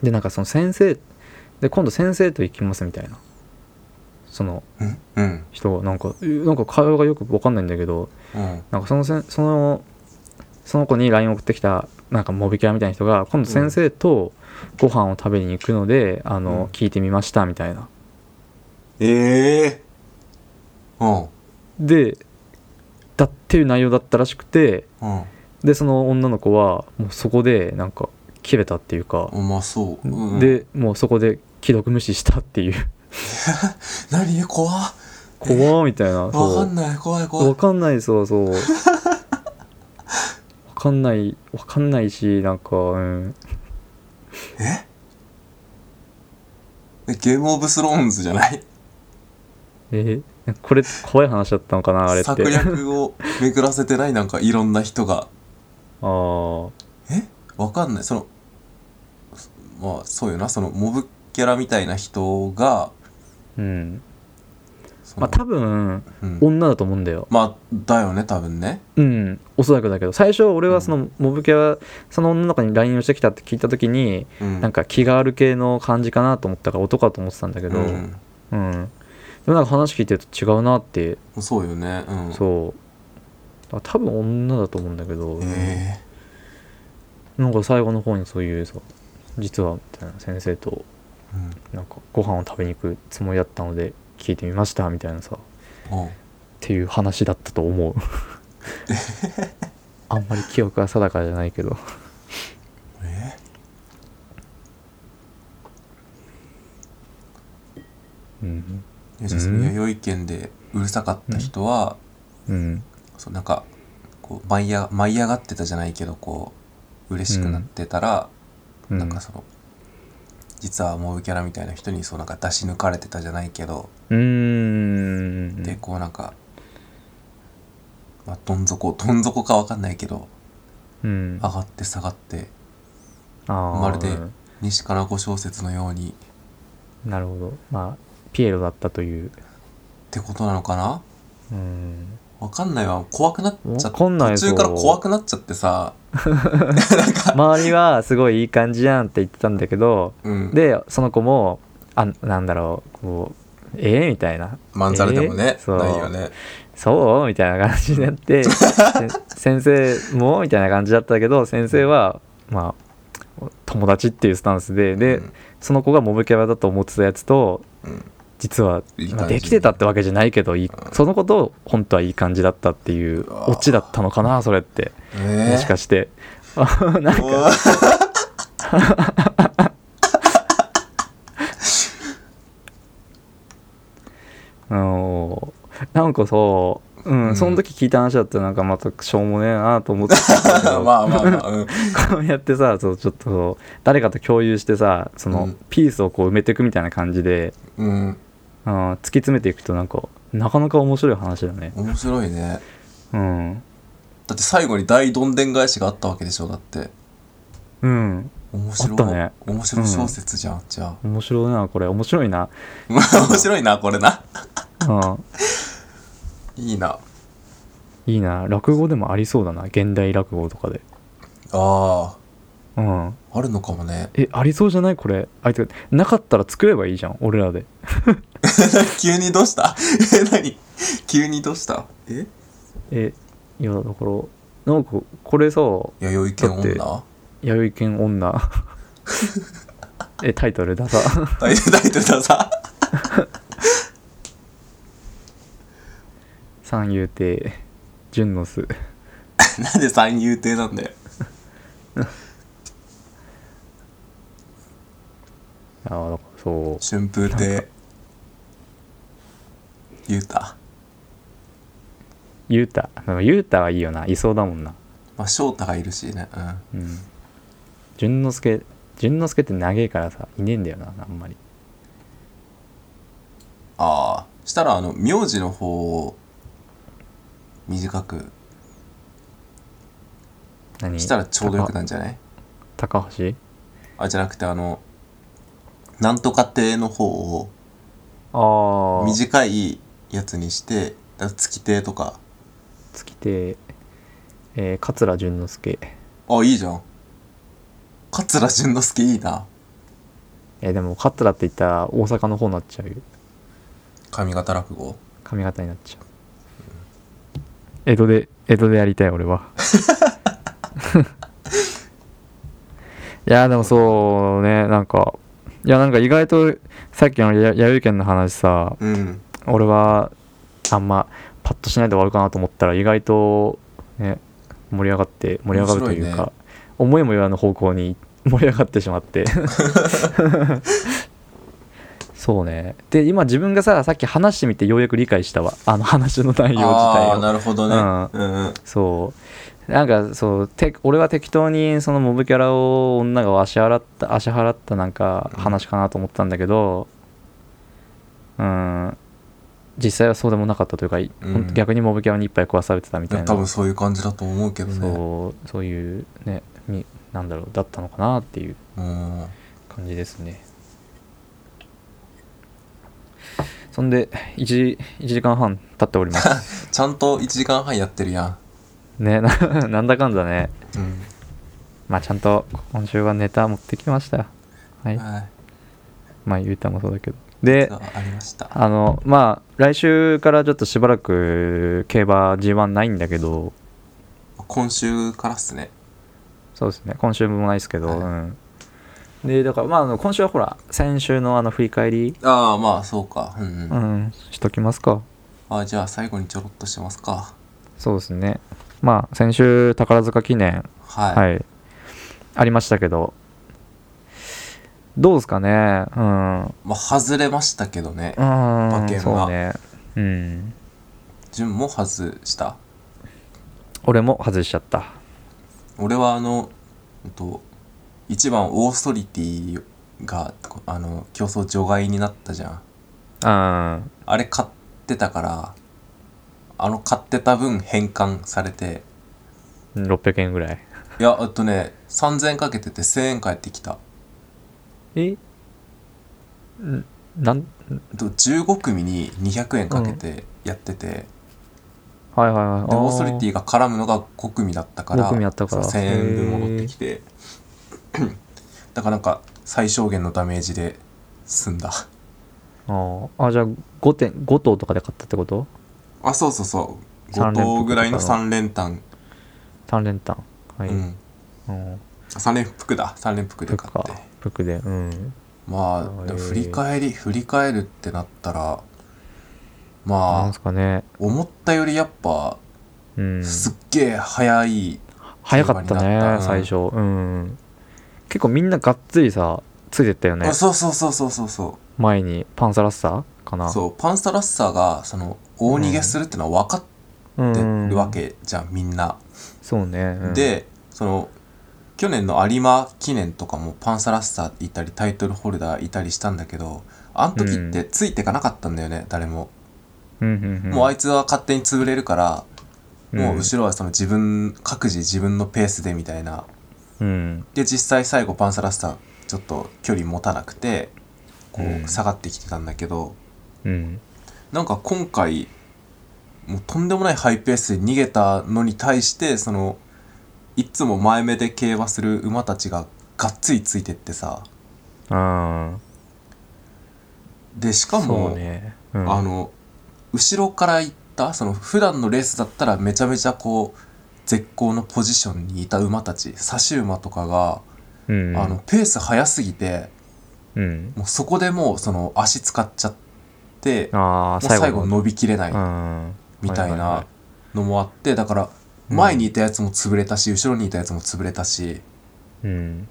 Speaker 1: でなんかその先生で今度先生と行きますみたいなその
Speaker 2: うんうん
Speaker 1: 人がなんかえなんか会話がよく分かんないんだけど
Speaker 2: うん
Speaker 1: なんかそのせんそのその子に LINE 送ってきたなんかモビキャラみたいな人が今度先生とご飯を食べに行くので、あの
Speaker 2: うん
Speaker 1: 聞いてみましたみたいな
Speaker 2: ええうん
Speaker 1: でだっていう内容だったらしくて
Speaker 2: うん
Speaker 1: でその女の子はもうそこでなんか切れたっていうか、
Speaker 2: うまそう、うん、
Speaker 1: でもうそこで既読無視したって いう
Speaker 2: 何怖っ
Speaker 1: 怖ーみたいな
Speaker 2: わ
Speaker 1: そ
Speaker 2: か
Speaker 1: うん
Speaker 2: ない怖い怖
Speaker 1: わ
Speaker 2: い
Speaker 1: かんないそうそうわかんないわかんないしなんかうん
Speaker 2: ええゲームオブスローンズじゃない
Speaker 1: えこれ怖い話だったのかなあれって
Speaker 2: 策略を巡らせてないなんかいろんな人が
Speaker 1: あー
Speaker 2: えわかんないそのまあそうよなそのモブキャラみたいな人が
Speaker 1: うん
Speaker 2: そ
Speaker 1: ま
Speaker 2: の
Speaker 1: あ多分
Speaker 2: うん
Speaker 1: 女だと思うんだよ
Speaker 2: まあだよね多分ね
Speaker 1: うんおそらくだけど最初俺はそのモブキャラその女の子に LINE をしてきたって聞いた時に
Speaker 2: うん
Speaker 1: なんか気がある系の感じかなと思ったから男かと思ってたんだけど、
Speaker 2: う
Speaker 1: うん
Speaker 2: ん
Speaker 1: でもなんか話聞いてると違うなって、
Speaker 2: そうよねうん
Speaker 1: そうあ多分女だと思うんだけど、
Speaker 2: え
Speaker 1: なんか最後の方にそういうさ実はみたいな先生と
Speaker 2: えうん
Speaker 1: なんかご飯を食べに行くつもりだったので聞いてみましたみたいなさっ
Speaker 2: お
Speaker 1: ていう話だったと 思うあんまり記憶は定かじゃないけど
Speaker 2: え
Speaker 1: うん
Speaker 2: えじゃあその弥生県でうるさかった人は、
Speaker 1: うん
Speaker 2: そうなんかこう舞いや舞い上がってたじゃないけどこう嬉しくなってたら、
Speaker 1: うん
Speaker 2: なんかその実はモブキャラみたいな人にそうなんか出し抜かれてたじゃないけど、
Speaker 1: うーん
Speaker 2: でこうなんか、まあ、どん底どん底かわかんないけど
Speaker 1: うん
Speaker 2: 上がって下がって
Speaker 1: あー
Speaker 2: まるで西かな子小説のようにっ
Speaker 1: なるほどまあピエロだったという
Speaker 2: てことなのかな
Speaker 1: うん
Speaker 2: わかんないわ怖くなっちゃ
Speaker 1: わ
Speaker 2: って
Speaker 1: かんない
Speaker 2: 途
Speaker 1: ぞ
Speaker 2: 中から怖くなっちゃってさなんか、
Speaker 1: 周りはすごいいい感じやんって言ってたんだけど
Speaker 2: うん、
Speaker 1: でその子もあなんだろうこうえー、みたいな
Speaker 2: まんざらでもね、
Speaker 1: えーそう
Speaker 2: ないよね
Speaker 1: そうみたいな感じになって せ先生もみたいな感じだったけど先生はまあ友達っていうスタンスでで、
Speaker 2: うん
Speaker 1: その子がモブキャラだと思ってたやつと
Speaker 2: うん
Speaker 1: 実はい
Speaker 2: い感じ
Speaker 1: まあできてたってわけじゃないけどいいその子と本当はいい感じだったっていう
Speaker 2: うわー
Speaker 1: オチだったのかなそれって
Speaker 2: え
Speaker 1: もし かして。あなんかあのなんかさ、うん、
Speaker 2: うん
Speaker 1: その時聞いた話だったらなんかまたしょうもねえなと思ってたんだけ
Speaker 2: おー
Speaker 1: ど
Speaker 2: まあまあまあ、うん、
Speaker 1: こうやってさそうちょっとそう誰かと共有してさそうの
Speaker 2: ん
Speaker 1: ピースをこう埋めていくみたいな感じで、
Speaker 2: うん、
Speaker 1: うん、突き詰めていくとなんかなかなか面白い話だね。
Speaker 2: 面白いね
Speaker 1: うん、
Speaker 2: だって最後に大どんでん返しがあったわけでしょだって
Speaker 1: うん、
Speaker 2: 面
Speaker 1: あ
Speaker 2: 白
Speaker 1: っ
Speaker 2: い、
Speaker 1: たね
Speaker 2: 面白い小説じゃん、じゃあ
Speaker 1: 面白いなこれ面白いな。
Speaker 2: 面白いなこれな
Speaker 1: うん
Speaker 2: いいな
Speaker 1: いいな落語でもありそうだな現代落語とかで。
Speaker 2: あ
Speaker 1: うん、
Speaker 2: ーあるのかもね
Speaker 1: えありそうじゃないこれあいてかなかったら作ればいいじゃん俺らで
Speaker 2: 急にどうした え何急にどうしたえ
Speaker 1: えいやだからなんかこれさ
Speaker 2: 弥生県
Speaker 1: だ
Speaker 2: 女
Speaker 1: 弥生県女えタイトルださ
Speaker 2: 大大体ださ
Speaker 1: 三遊亭純の巣
Speaker 2: なんで三遊亭なんだよ
Speaker 1: あーだからそう
Speaker 2: 春風亭ゆうた
Speaker 1: ゆうたでもゆうたはいいよないそうだもんな
Speaker 2: まあ翔太がいるしねうん
Speaker 1: うん淳之介淳之介って長えからさいねえんだよなあんまり
Speaker 2: ああしたらあの名字の方を短く
Speaker 1: 何
Speaker 2: したらちょうどよくなんじゃない
Speaker 1: 高高橋
Speaker 2: あじゃなくてあのなんとか亭の方を
Speaker 1: ああ
Speaker 2: 短いやつにしてだから月亭とか
Speaker 1: 月亭、えー、桂淳之介
Speaker 2: あいいじゃん桂淳之介いいな
Speaker 1: えーでも桂って言ったら大阪の方になっちゃうよ
Speaker 2: 上方落語
Speaker 1: 髪型になっちゃう江戸で江戸でやりたい俺はいやでもそうねなんかいやなんか意外とさっきのや弥生県の話さ
Speaker 2: うん
Speaker 1: 俺はあんまパッとしないで終わるかなと思ったら意外とね盛り上がって盛り上がるという
Speaker 2: 面
Speaker 1: か、
Speaker 2: 白いね
Speaker 1: 思いもよらぬ方向に盛り上がってしまって そうねで今自分がささっき話してみてようやく理解したわあの話の内容自
Speaker 2: ああ
Speaker 1: 体を
Speaker 2: なるほどね
Speaker 1: うん
Speaker 2: うんうん
Speaker 1: そうなんかそうて俺は適当にそのモブキャラを女が足払った足払ったなんか話かなと思ったんだけどうん実際はそうでもなかったというか、い
Speaker 2: うん
Speaker 1: ほんと逆にモブキャラに一杯食わされてたみ
Speaker 2: い
Speaker 1: たい
Speaker 2: や
Speaker 1: な
Speaker 2: 多分そういう感じだと思うけどね
Speaker 1: そうそういうねみなんだろうだったのかなっていう
Speaker 2: うん
Speaker 1: 感じですねそんで 1, 1時間半経っております
Speaker 2: ちゃんと1時間半やってるやん
Speaker 1: ねな なんだかんだね
Speaker 2: うん
Speaker 1: まあちゃんと今週はネタ持ってきましたはい
Speaker 2: はい
Speaker 1: まあゆうたもそうだけどで
Speaker 2: がありました
Speaker 1: あのまあ来週からちょっとしばらく競馬 G1 ないんだけど
Speaker 2: 今週からっすね
Speaker 1: そうですね今週もないですけど、
Speaker 2: はい
Speaker 1: うんでだからまああの今週はほら先週のあの振り返り
Speaker 2: ああまあそうかうんうん、
Speaker 1: うんしときますか
Speaker 2: あじゃあ最後にちょろっとしますか
Speaker 1: そうですねまあ先週宝塚記念
Speaker 2: はい、
Speaker 1: はい、ありましたけどどうですかねうんうん
Speaker 2: まあ外れましたけどね馬券は
Speaker 1: そうねうん
Speaker 2: 順も外した
Speaker 1: 俺も外しちゃった
Speaker 2: 俺はあのうんと1番オーソリティがあの競争除外になったじゃん
Speaker 1: うん
Speaker 2: あれ買ってたからあの買ってた分返還されて
Speaker 1: 600円ぐらい
Speaker 2: いやえっとね3000円かけてて1000円返ってきた
Speaker 1: えんなん
Speaker 2: えっと15組に200円かけてやってて、
Speaker 1: はいはいはい
Speaker 2: でオーソリテ
Speaker 1: ィ
Speaker 2: ィが絡むのが5組だったか
Speaker 1: 5
Speaker 2: ら
Speaker 1: 組あったから
Speaker 2: そう1000円分戻ってきて だからなんか最小限のダメージで済んだ
Speaker 1: あああじゃあ5点5頭とかで買ったってこと
Speaker 2: あそうそうそう
Speaker 1: 三
Speaker 2: 5
Speaker 1: 連
Speaker 2: 頭
Speaker 1: 服
Speaker 2: ぐらいの
Speaker 1: とかの
Speaker 2: 3連単、
Speaker 1: 3連単はい、
Speaker 2: うん、
Speaker 1: うん、
Speaker 2: 3連服だ3連服で
Speaker 1: ブッ
Speaker 2: 買
Speaker 1: ク
Speaker 2: っ
Speaker 1: か
Speaker 2: て
Speaker 1: ブックでうん
Speaker 2: まあ
Speaker 1: へえ
Speaker 2: でも振り返り振り返るってなったら
Speaker 1: なん
Speaker 2: まあ
Speaker 1: すかね
Speaker 2: 思ったよりやっぱ
Speaker 1: うん
Speaker 2: すっげえ早い、
Speaker 1: 早かった
Speaker 2: 競馬にな
Speaker 1: ね
Speaker 2: った
Speaker 1: 最初うん結構みんながっつりさついてったよね
Speaker 2: あそうそうそうそうそうそう
Speaker 1: 前にパンサラッサーかな
Speaker 2: そうパンスタラッサーがその大逃げするってのは分かっ
Speaker 1: う
Speaker 2: て
Speaker 1: ん
Speaker 2: るわけじゃんみんな。
Speaker 1: そうね、うん
Speaker 2: でその去年の有馬記念とかもパンサラッサーいたりタイトルホルダーいたりしたんだけどあの時ってついてかなかったんだよね、誰も。
Speaker 1: うんうんうん、
Speaker 2: もうあいつは勝手に潰れるから、もう
Speaker 1: うん
Speaker 2: 後ろはその自分各自自分のペースでみたいな。
Speaker 1: うん
Speaker 2: で実際最後パンサラッサーちょっと距離持たなくてこ
Speaker 1: うん
Speaker 2: う下がってきてたんだけど、
Speaker 1: うん
Speaker 2: なんか今回もうとんでもないハイペースで逃げたのに対してそのいっつも前目で競馬する馬たちががっつりついてってさ
Speaker 1: あ
Speaker 2: でし
Speaker 1: あ
Speaker 2: か
Speaker 1: そ
Speaker 2: も、
Speaker 1: うね、うん、
Speaker 2: あの後ろから行ったその普段のレースだったらめちゃめちゃこう絶好のポジションにいた馬たち差し馬とかが、
Speaker 1: うん、
Speaker 2: あのペース速すぎて
Speaker 1: うん、
Speaker 2: もうそこでもうその足使っちゃっても
Speaker 1: ああ
Speaker 2: う最
Speaker 1: 最
Speaker 2: 後
Speaker 1: 後
Speaker 2: 伸びきれない
Speaker 1: うん
Speaker 2: みたい
Speaker 1: はいはいは
Speaker 2: なのもあってだから
Speaker 1: うん
Speaker 2: 前にいたやつも潰れたし後ろにいたやつも潰れたし
Speaker 1: うん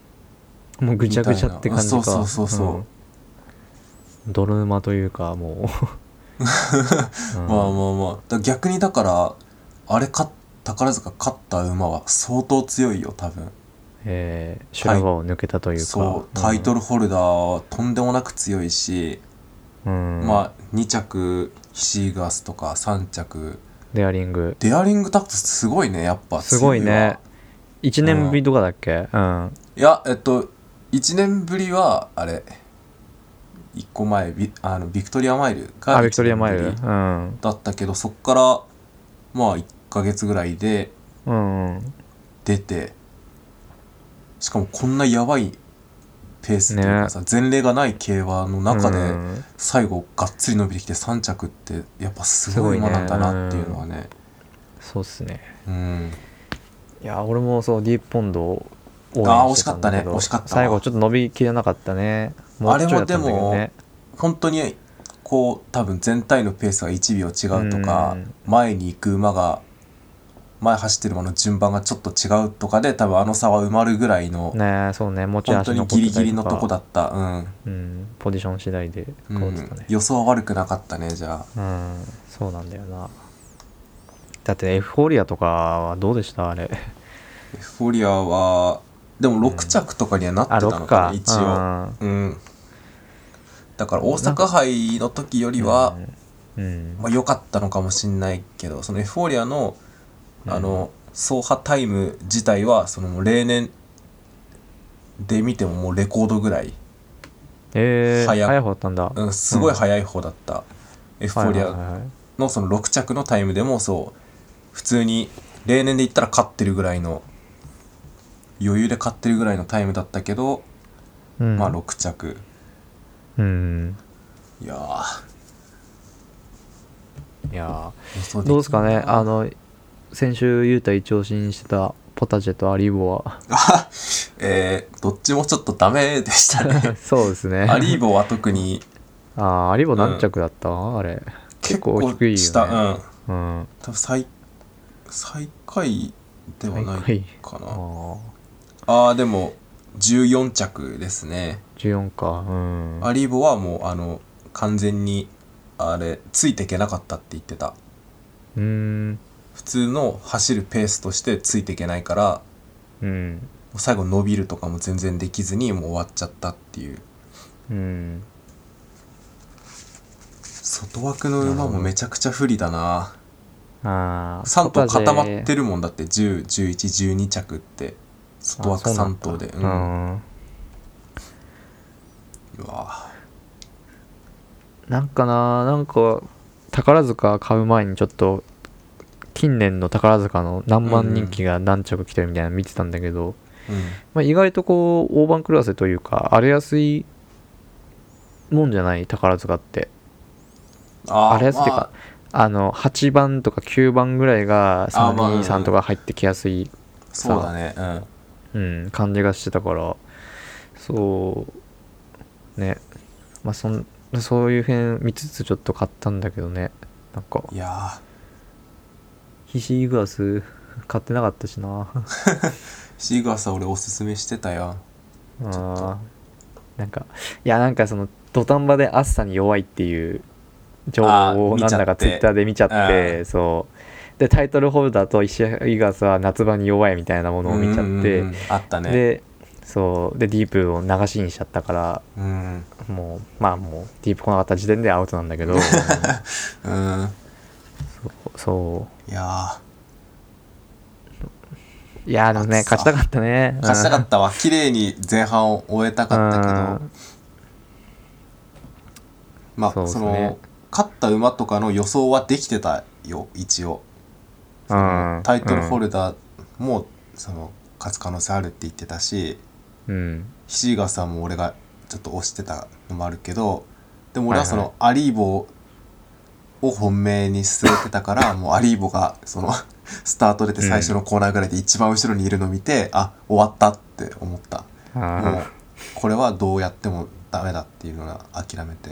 Speaker 1: もうぐちゃぐちゃって感じか
Speaker 2: みたいなあそうそうそうそう
Speaker 1: うん泥 沼というかもう、うん
Speaker 2: まあまあまあだから逆にだからあれか宝塚勝った馬は相当強いよ多分
Speaker 1: えー、修羅場を抜けたというか
Speaker 2: そうタイトルホルダーはとんでもなく強いし、
Speaker 1: うん、うん
Speaker 2: まあ2着ヒシーガスとか3着
Speaker 1: デアリング
Speaker 2: デアリングタクトすごいねやっぱ
Speaker 1: すごい
Speaker 2: 強わ
Speaker 1: ね1年ぶりとかだっけうん、
Speaker 2: いやえっと1年ぶりはあれ1個前ビあのビクトリアマイルが
Speaker 1: あビクトリアマイル
Speaker 2: 一年ぶり
Speaker 1: うん
Speaker 2: だったけどそっからまあ1ヶ月ぐらいで
Speaker 1: うんうん
Speaker 2: 出てしかもこんなやばいペースというかさ、前例がない競馬の中
Speaker 1: う
Speaker 2: で
Speaker 1: ん
Speaker 2: 最後がっつり伸びてきて3着ってやっぱすごい馬なんだなっていうのはね
Speaker 1: そうっすね
Speaker 2: うん
Speaker 1: いや俺もそうディープポンドを
Speaker 2: あー
Speaker 1: してんだけど
Speaker 2: 惜しかったね惜しかった
Speaker 1: 最後ちょっと伸びきれなかったねうちょいだったんだけど
Speaker 2: あれも
Speaker 1: ね
Speaker 2: 本当にこう多分全体のペースが1秒違うとか
Speaker 1: うん
Speaker 2: 前に行く馬が前走ってる馬の順番がちょっと違うとかで多分あの差は埋まるぐらいの
Speaker 1: ねそうね持ち
Speaker 2: 本
Speaker 1: 足
Speaker 2: 当にギリギリのとこだったうん
Speaker 1: うんポジション次第で変わってた
Speaker 2: うん
Speaker 1: ね
Speaker 2: 予想は悪くなかったねじゃあ
Speaker 1: うん、そうなんだよなだってエフフォーリアとかはどうでしたあれ
Speaker 2: エフフォリアはでも6着とかにはなって
Speaker 1: あ
Speaker 2: たの
Speaker 1: 6
Speaker 2: かな、
Speaker 1: か
Speaker 2: 一応うんだから大阪杯の時より
Speaker 1: うん
Speaker 2: は
Speaker 1: うん
Speaker 2: まあ、良かったのかもしんないけどそのエフフォーリアの
Speaker 1: うん
Speaker 2: あの走破タイム自体はそのもう例年で見てももうレコードぐらい、
Speaker 1: えー、
Speaker 2: 早
Speaker 1: 早かったんだ、
Speaker 2: うん、すごい速い方だった、エフフォーリ
Speaker 1: はい
Speaker 2: ア
Speaker 1: はいはい
Speaker 2: のその6着のタイムでもそう普通に例年で言ったら勝ってるぐらいの余裕で勝ってるぐらいのタイムだったけど、
Speaker 1: うん、
Speaker 2: まあ6着
Speaker 1: うん
Speaker 2: いやー
Speaker 1: いや
Speaker 2: 予想
Speaker 1: ー
Speaker 2: き
Speaker 1: どうですかねあの先週雄太一押しにしてたポタジェとアリーボは
Speaker 2: えーどっちもちょっとダメでしたね
Speaker 1: そうですね
Speaker 2: アリーボは特に
Speaker 1: あーアリーボ何着だった、あれ結構低いよね
Speaker 2: 下う
Speaker 1: う
Speaker 2: ん
Speaker 1: ん
Speaker 2: 多分最最下位ではな
Speaker 1: 最
Speaker 2: いか
Speaker 1: あ
Speaker 2: な
Speaker 1: ー
Speaker 2: あーでも14着ですね、
Speaker 1: 14かうん
Speaker 2: アリーボはもうあの完全にあれついていけなかったって言ってた
Speaker 1: うーん
Speaker 2: 普通の走るペースとしてついていけないからも
Speaker 1: うん
Speaker 2: う最後伸びるとかも全然できずにもう終わっちゃったっていう
Speaker 1: うん
Speaker 2: 外枠の馬もめちゃくちゃ不利だな
Speaker 1: ああ
Speaker 2: 3頭固まって
Speaker 1: る
Speaker 2: るもんだって101112着って外枠
Speaker 1: あそうな
Speaker 2: 3
Speaker 1: んだ
Speaker 2: 頭でう
Speaker 1: うんん
Speaker 2: うわ
Speaker 1: なんかななんか宝塚買う前にちょっと近年の宝塚の何万人気が何着来てるみたいなの見てたんだけど、
Speaker 2: うん
Speaker 1: まあ、意外とこう大盤狂わせというか荒れやすいもんじゃない宝塚って
Speaker 2: あー
Speaker 1: 荒れやすいっていうか、あの8番とか9番ぐらいが
Speaker 2: あまあうん
Speaker 1: 323とか入ってきやすい
Speaker 2: そうだねうん
Speaker 1: うん、感じがしてたからそうねまあそんそういう辺見つつちょっと買ったんだけどねなんか
Speaker 2: いや
Speaker 1: ヒシイグアス買ってなかったしな
Speaker 2: ーシーガーさん俺おすすめしてたよ
Speaker 1: あーなんかいやなんかその土壇場で暑さに弱いっていう情報
Speaker 2: あー
Speaker 1: を
Speaker 2: 見
Speaker 1: な
Speaker 2: ちゃ
Speaker 1: ん
Speaker 2: っ
Speaker 1: だ
Speaker 2: て
Speaker 1: かツイッターで見ちゃってそうでタイトルホルダーと石井ガスは夏場に弱いみたいなものを見ちゃって、
Speaker 2: うんうんうんあったね
Speaker 1: でそうでディープを流しにしちゃったから
Speaker 2: うんうん
Speaker 1: もうまあもうディープ来なかった時点でアウトなんだ けどそ
Speaker 2: いや
Speaker 1: ういやでもね
Speaker 2: 暑さ
Speaker 1: 勝ちたかったね
Speaker 2: ー勝ちたかったわ 綺麗に前半を終えたかったけどまあ
Speaker 1: そう
Speaker 2: そ,、
Speaker 1: ですね
Speaker 2: の勝った馬とかの予想はできてたよ一応
Speaker 1: たうん
Speaker 2: タイトルホルダーもその勝つ可能性あるって言ってたし
Speaker 1: うん、うん
Speaker 2: ヒシーガーさんも俺がちょっと推してたのもあるけどでも俺はそ
Speaker 1: はい
Speaker 2: のアリーボを本命に据えてたから もうアリーボがそのスタート出て最初のコーナーぐらいで一番後ろにいるのを見て、あ終わったって思ったもう
Speaker 1: あ
Speaker 2: これはどうやってもダメだっていうのは諦めて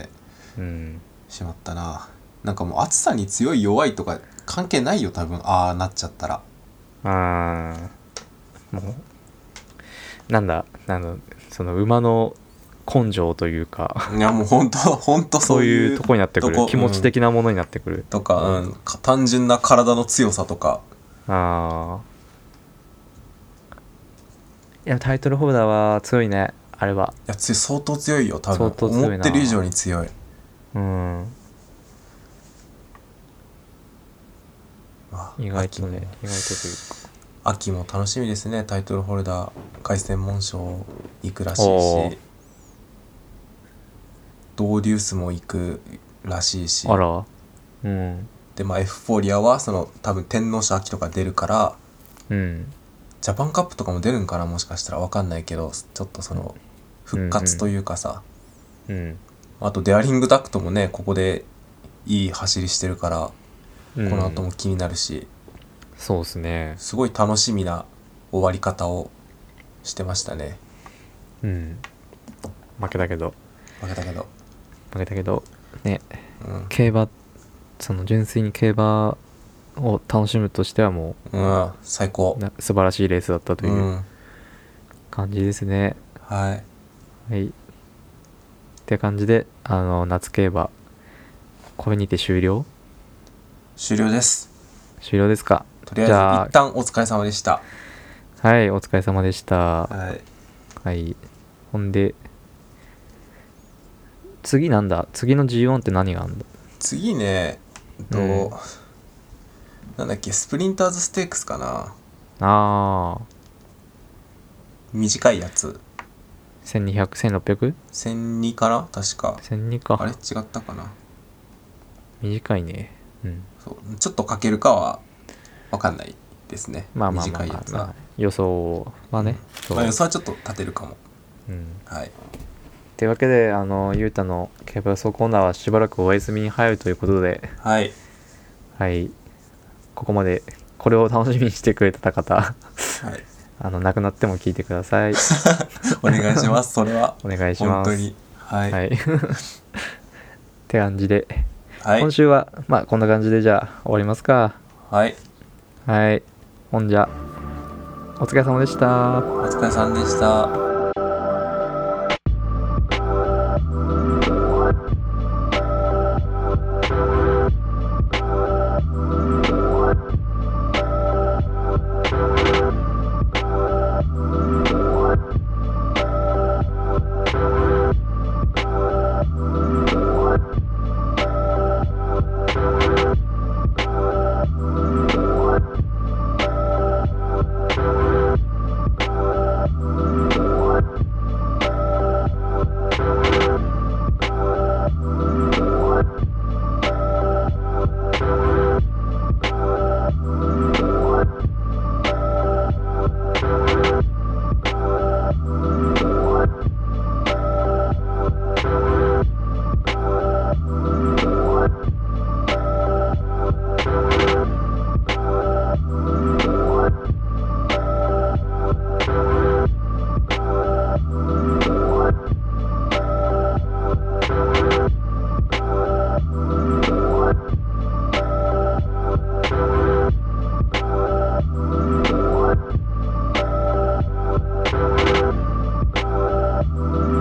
Speaker 1: ーうん
Speaker 2: しまったななんかもう暑さに強い弱いとか関係ないよ多分ああなっちゃったら
Speaker 1: あーもうなんだあのその馬の根性というか
Speaker 2: いやもう本当 本当
Speaker 1: そ
Speaker 2: そうう
Speaker 1: い
Speaker 2: いう
Speaker 1: うとこになってく
Speaker 2: と
Speaker 1: る
Speaker 2: こ
Speaker 1: 気持ち的なものになってくる、
Speaker 2: とか、うん、か単純な体の強さとか
Speaker 1: ああいやタイトルホルダーは強いねあれはい
Speaker 2: やつ相当強いよ多
Speaker 1: 相
Speaker 2: 分
Speaker 1: 当強いな
Speaker 2: 思ってる以上に強い
Speaker 1: うん
Speaker 2: まあ
Speaker 1: 意外とね
Speaker 2: 秋も
Speaker 1: 意外とというか
Speaker 2: 秋も楽しみですねタイトルホルダー凱旋門賞行くらしい
Speaker 1: おー
Speaker 2: しドーデュースも行くらしいし
Speaker 1: あらうん
Speaker 2: でまあエフフォーリアはその多分天皇賞秋とか出るから
Speaker 1: うん
Speaker 2: ジャパンカップとかも出るんかなもしかしたら分かんないけどちょっとその復活というかさ、
Speaker 1: うん
Speaker 2: あとデアリングダクトもねここでいい走りしてるから
Speaker 1: うん
Speaker 2: この後も気になるし、
Speaker 1: そうですね
Speaker 2: すごい楽しみな終わり方をしてましたね
Speaker 1: うん負けたけど
Speaker 2: 負けたけど、
Speaker 1: 負けたけどね
Speaker 2: うん
Speaker 1: 競馬その純粋に競馬を楽しむとしてはも
Speaker 2: うん、最高
Speaker 1: うな素晴らしいレースだったと
Speaker 2: う
Speaker 1: いうん感じですね、
Speaker 2: はい
Speaker 1: はいって感じであの夏競馬これにて終了
Speaker 2: 終了です
Speaker 1: 終了ですか
Speaker 2: とりあえ
Speaker 1: じゃあ
Speaker 2: ず一旦お疲れ様でした
Speaker 1: はいお疲れ様でした
Speaker 2: はい
Speaker 1: はいほんで次なんだ次の G1 って何があるんだ
Speaker 2: 次ねえっと、
Speaker 1: うん
Speaker 2: なんだっけスプリンターズステークスかな
Speaker 1: あ
Speaker 2: 短いやつ
Speaker 1: ー 1200?1600?
Speaker 2: 1002かな確か
Speaker 1: 1200
Speaker 2: あれ
Speaker 1: か
Speaker 2: 違ったかな
Speaker 1: 短いねうん
Speaker 2: そうちょっとかけるかは分かんないですね
Speaker 1: まあまあま
Speaker 2: 短
Speaker 1: あ
Speaker 2: い
Speaker 1: ま
Speaker 2: や
Speaker 1: あ、
Speaker 2: つ
Speaker 1: まあ
Speaker 2: は、
Speaker 1: 予想はね、そう
Speaker 2: まあ、予想はちょっと立てるかも
Speaker 1: うん
Speaker 2: はい
Speaker 1: というわけであのゆうたの競馬予想コーナーはしばらくお休みに入るということで
Speaker 2: はい
Speaker 1: はいここまでこれを楽しみにしてくれた方
Speaker 2: はい
Speaker 1: あの亡くなっても聞いてください
Speaker 2: お願いしますそれは
Speaker 1: お願いし
Speaker 2: 本
Speaker 1: ます
Speaker 2: 当にはいは、
Speaker 1: はいい って感じで、今週はまあこんな感じでじゃあ終わりますか
Speaker 2: はい、
Speaker 1: はいほんじゃお疲れ様でした
Speaker 2: お疲れさんでした
Speaker 3: 「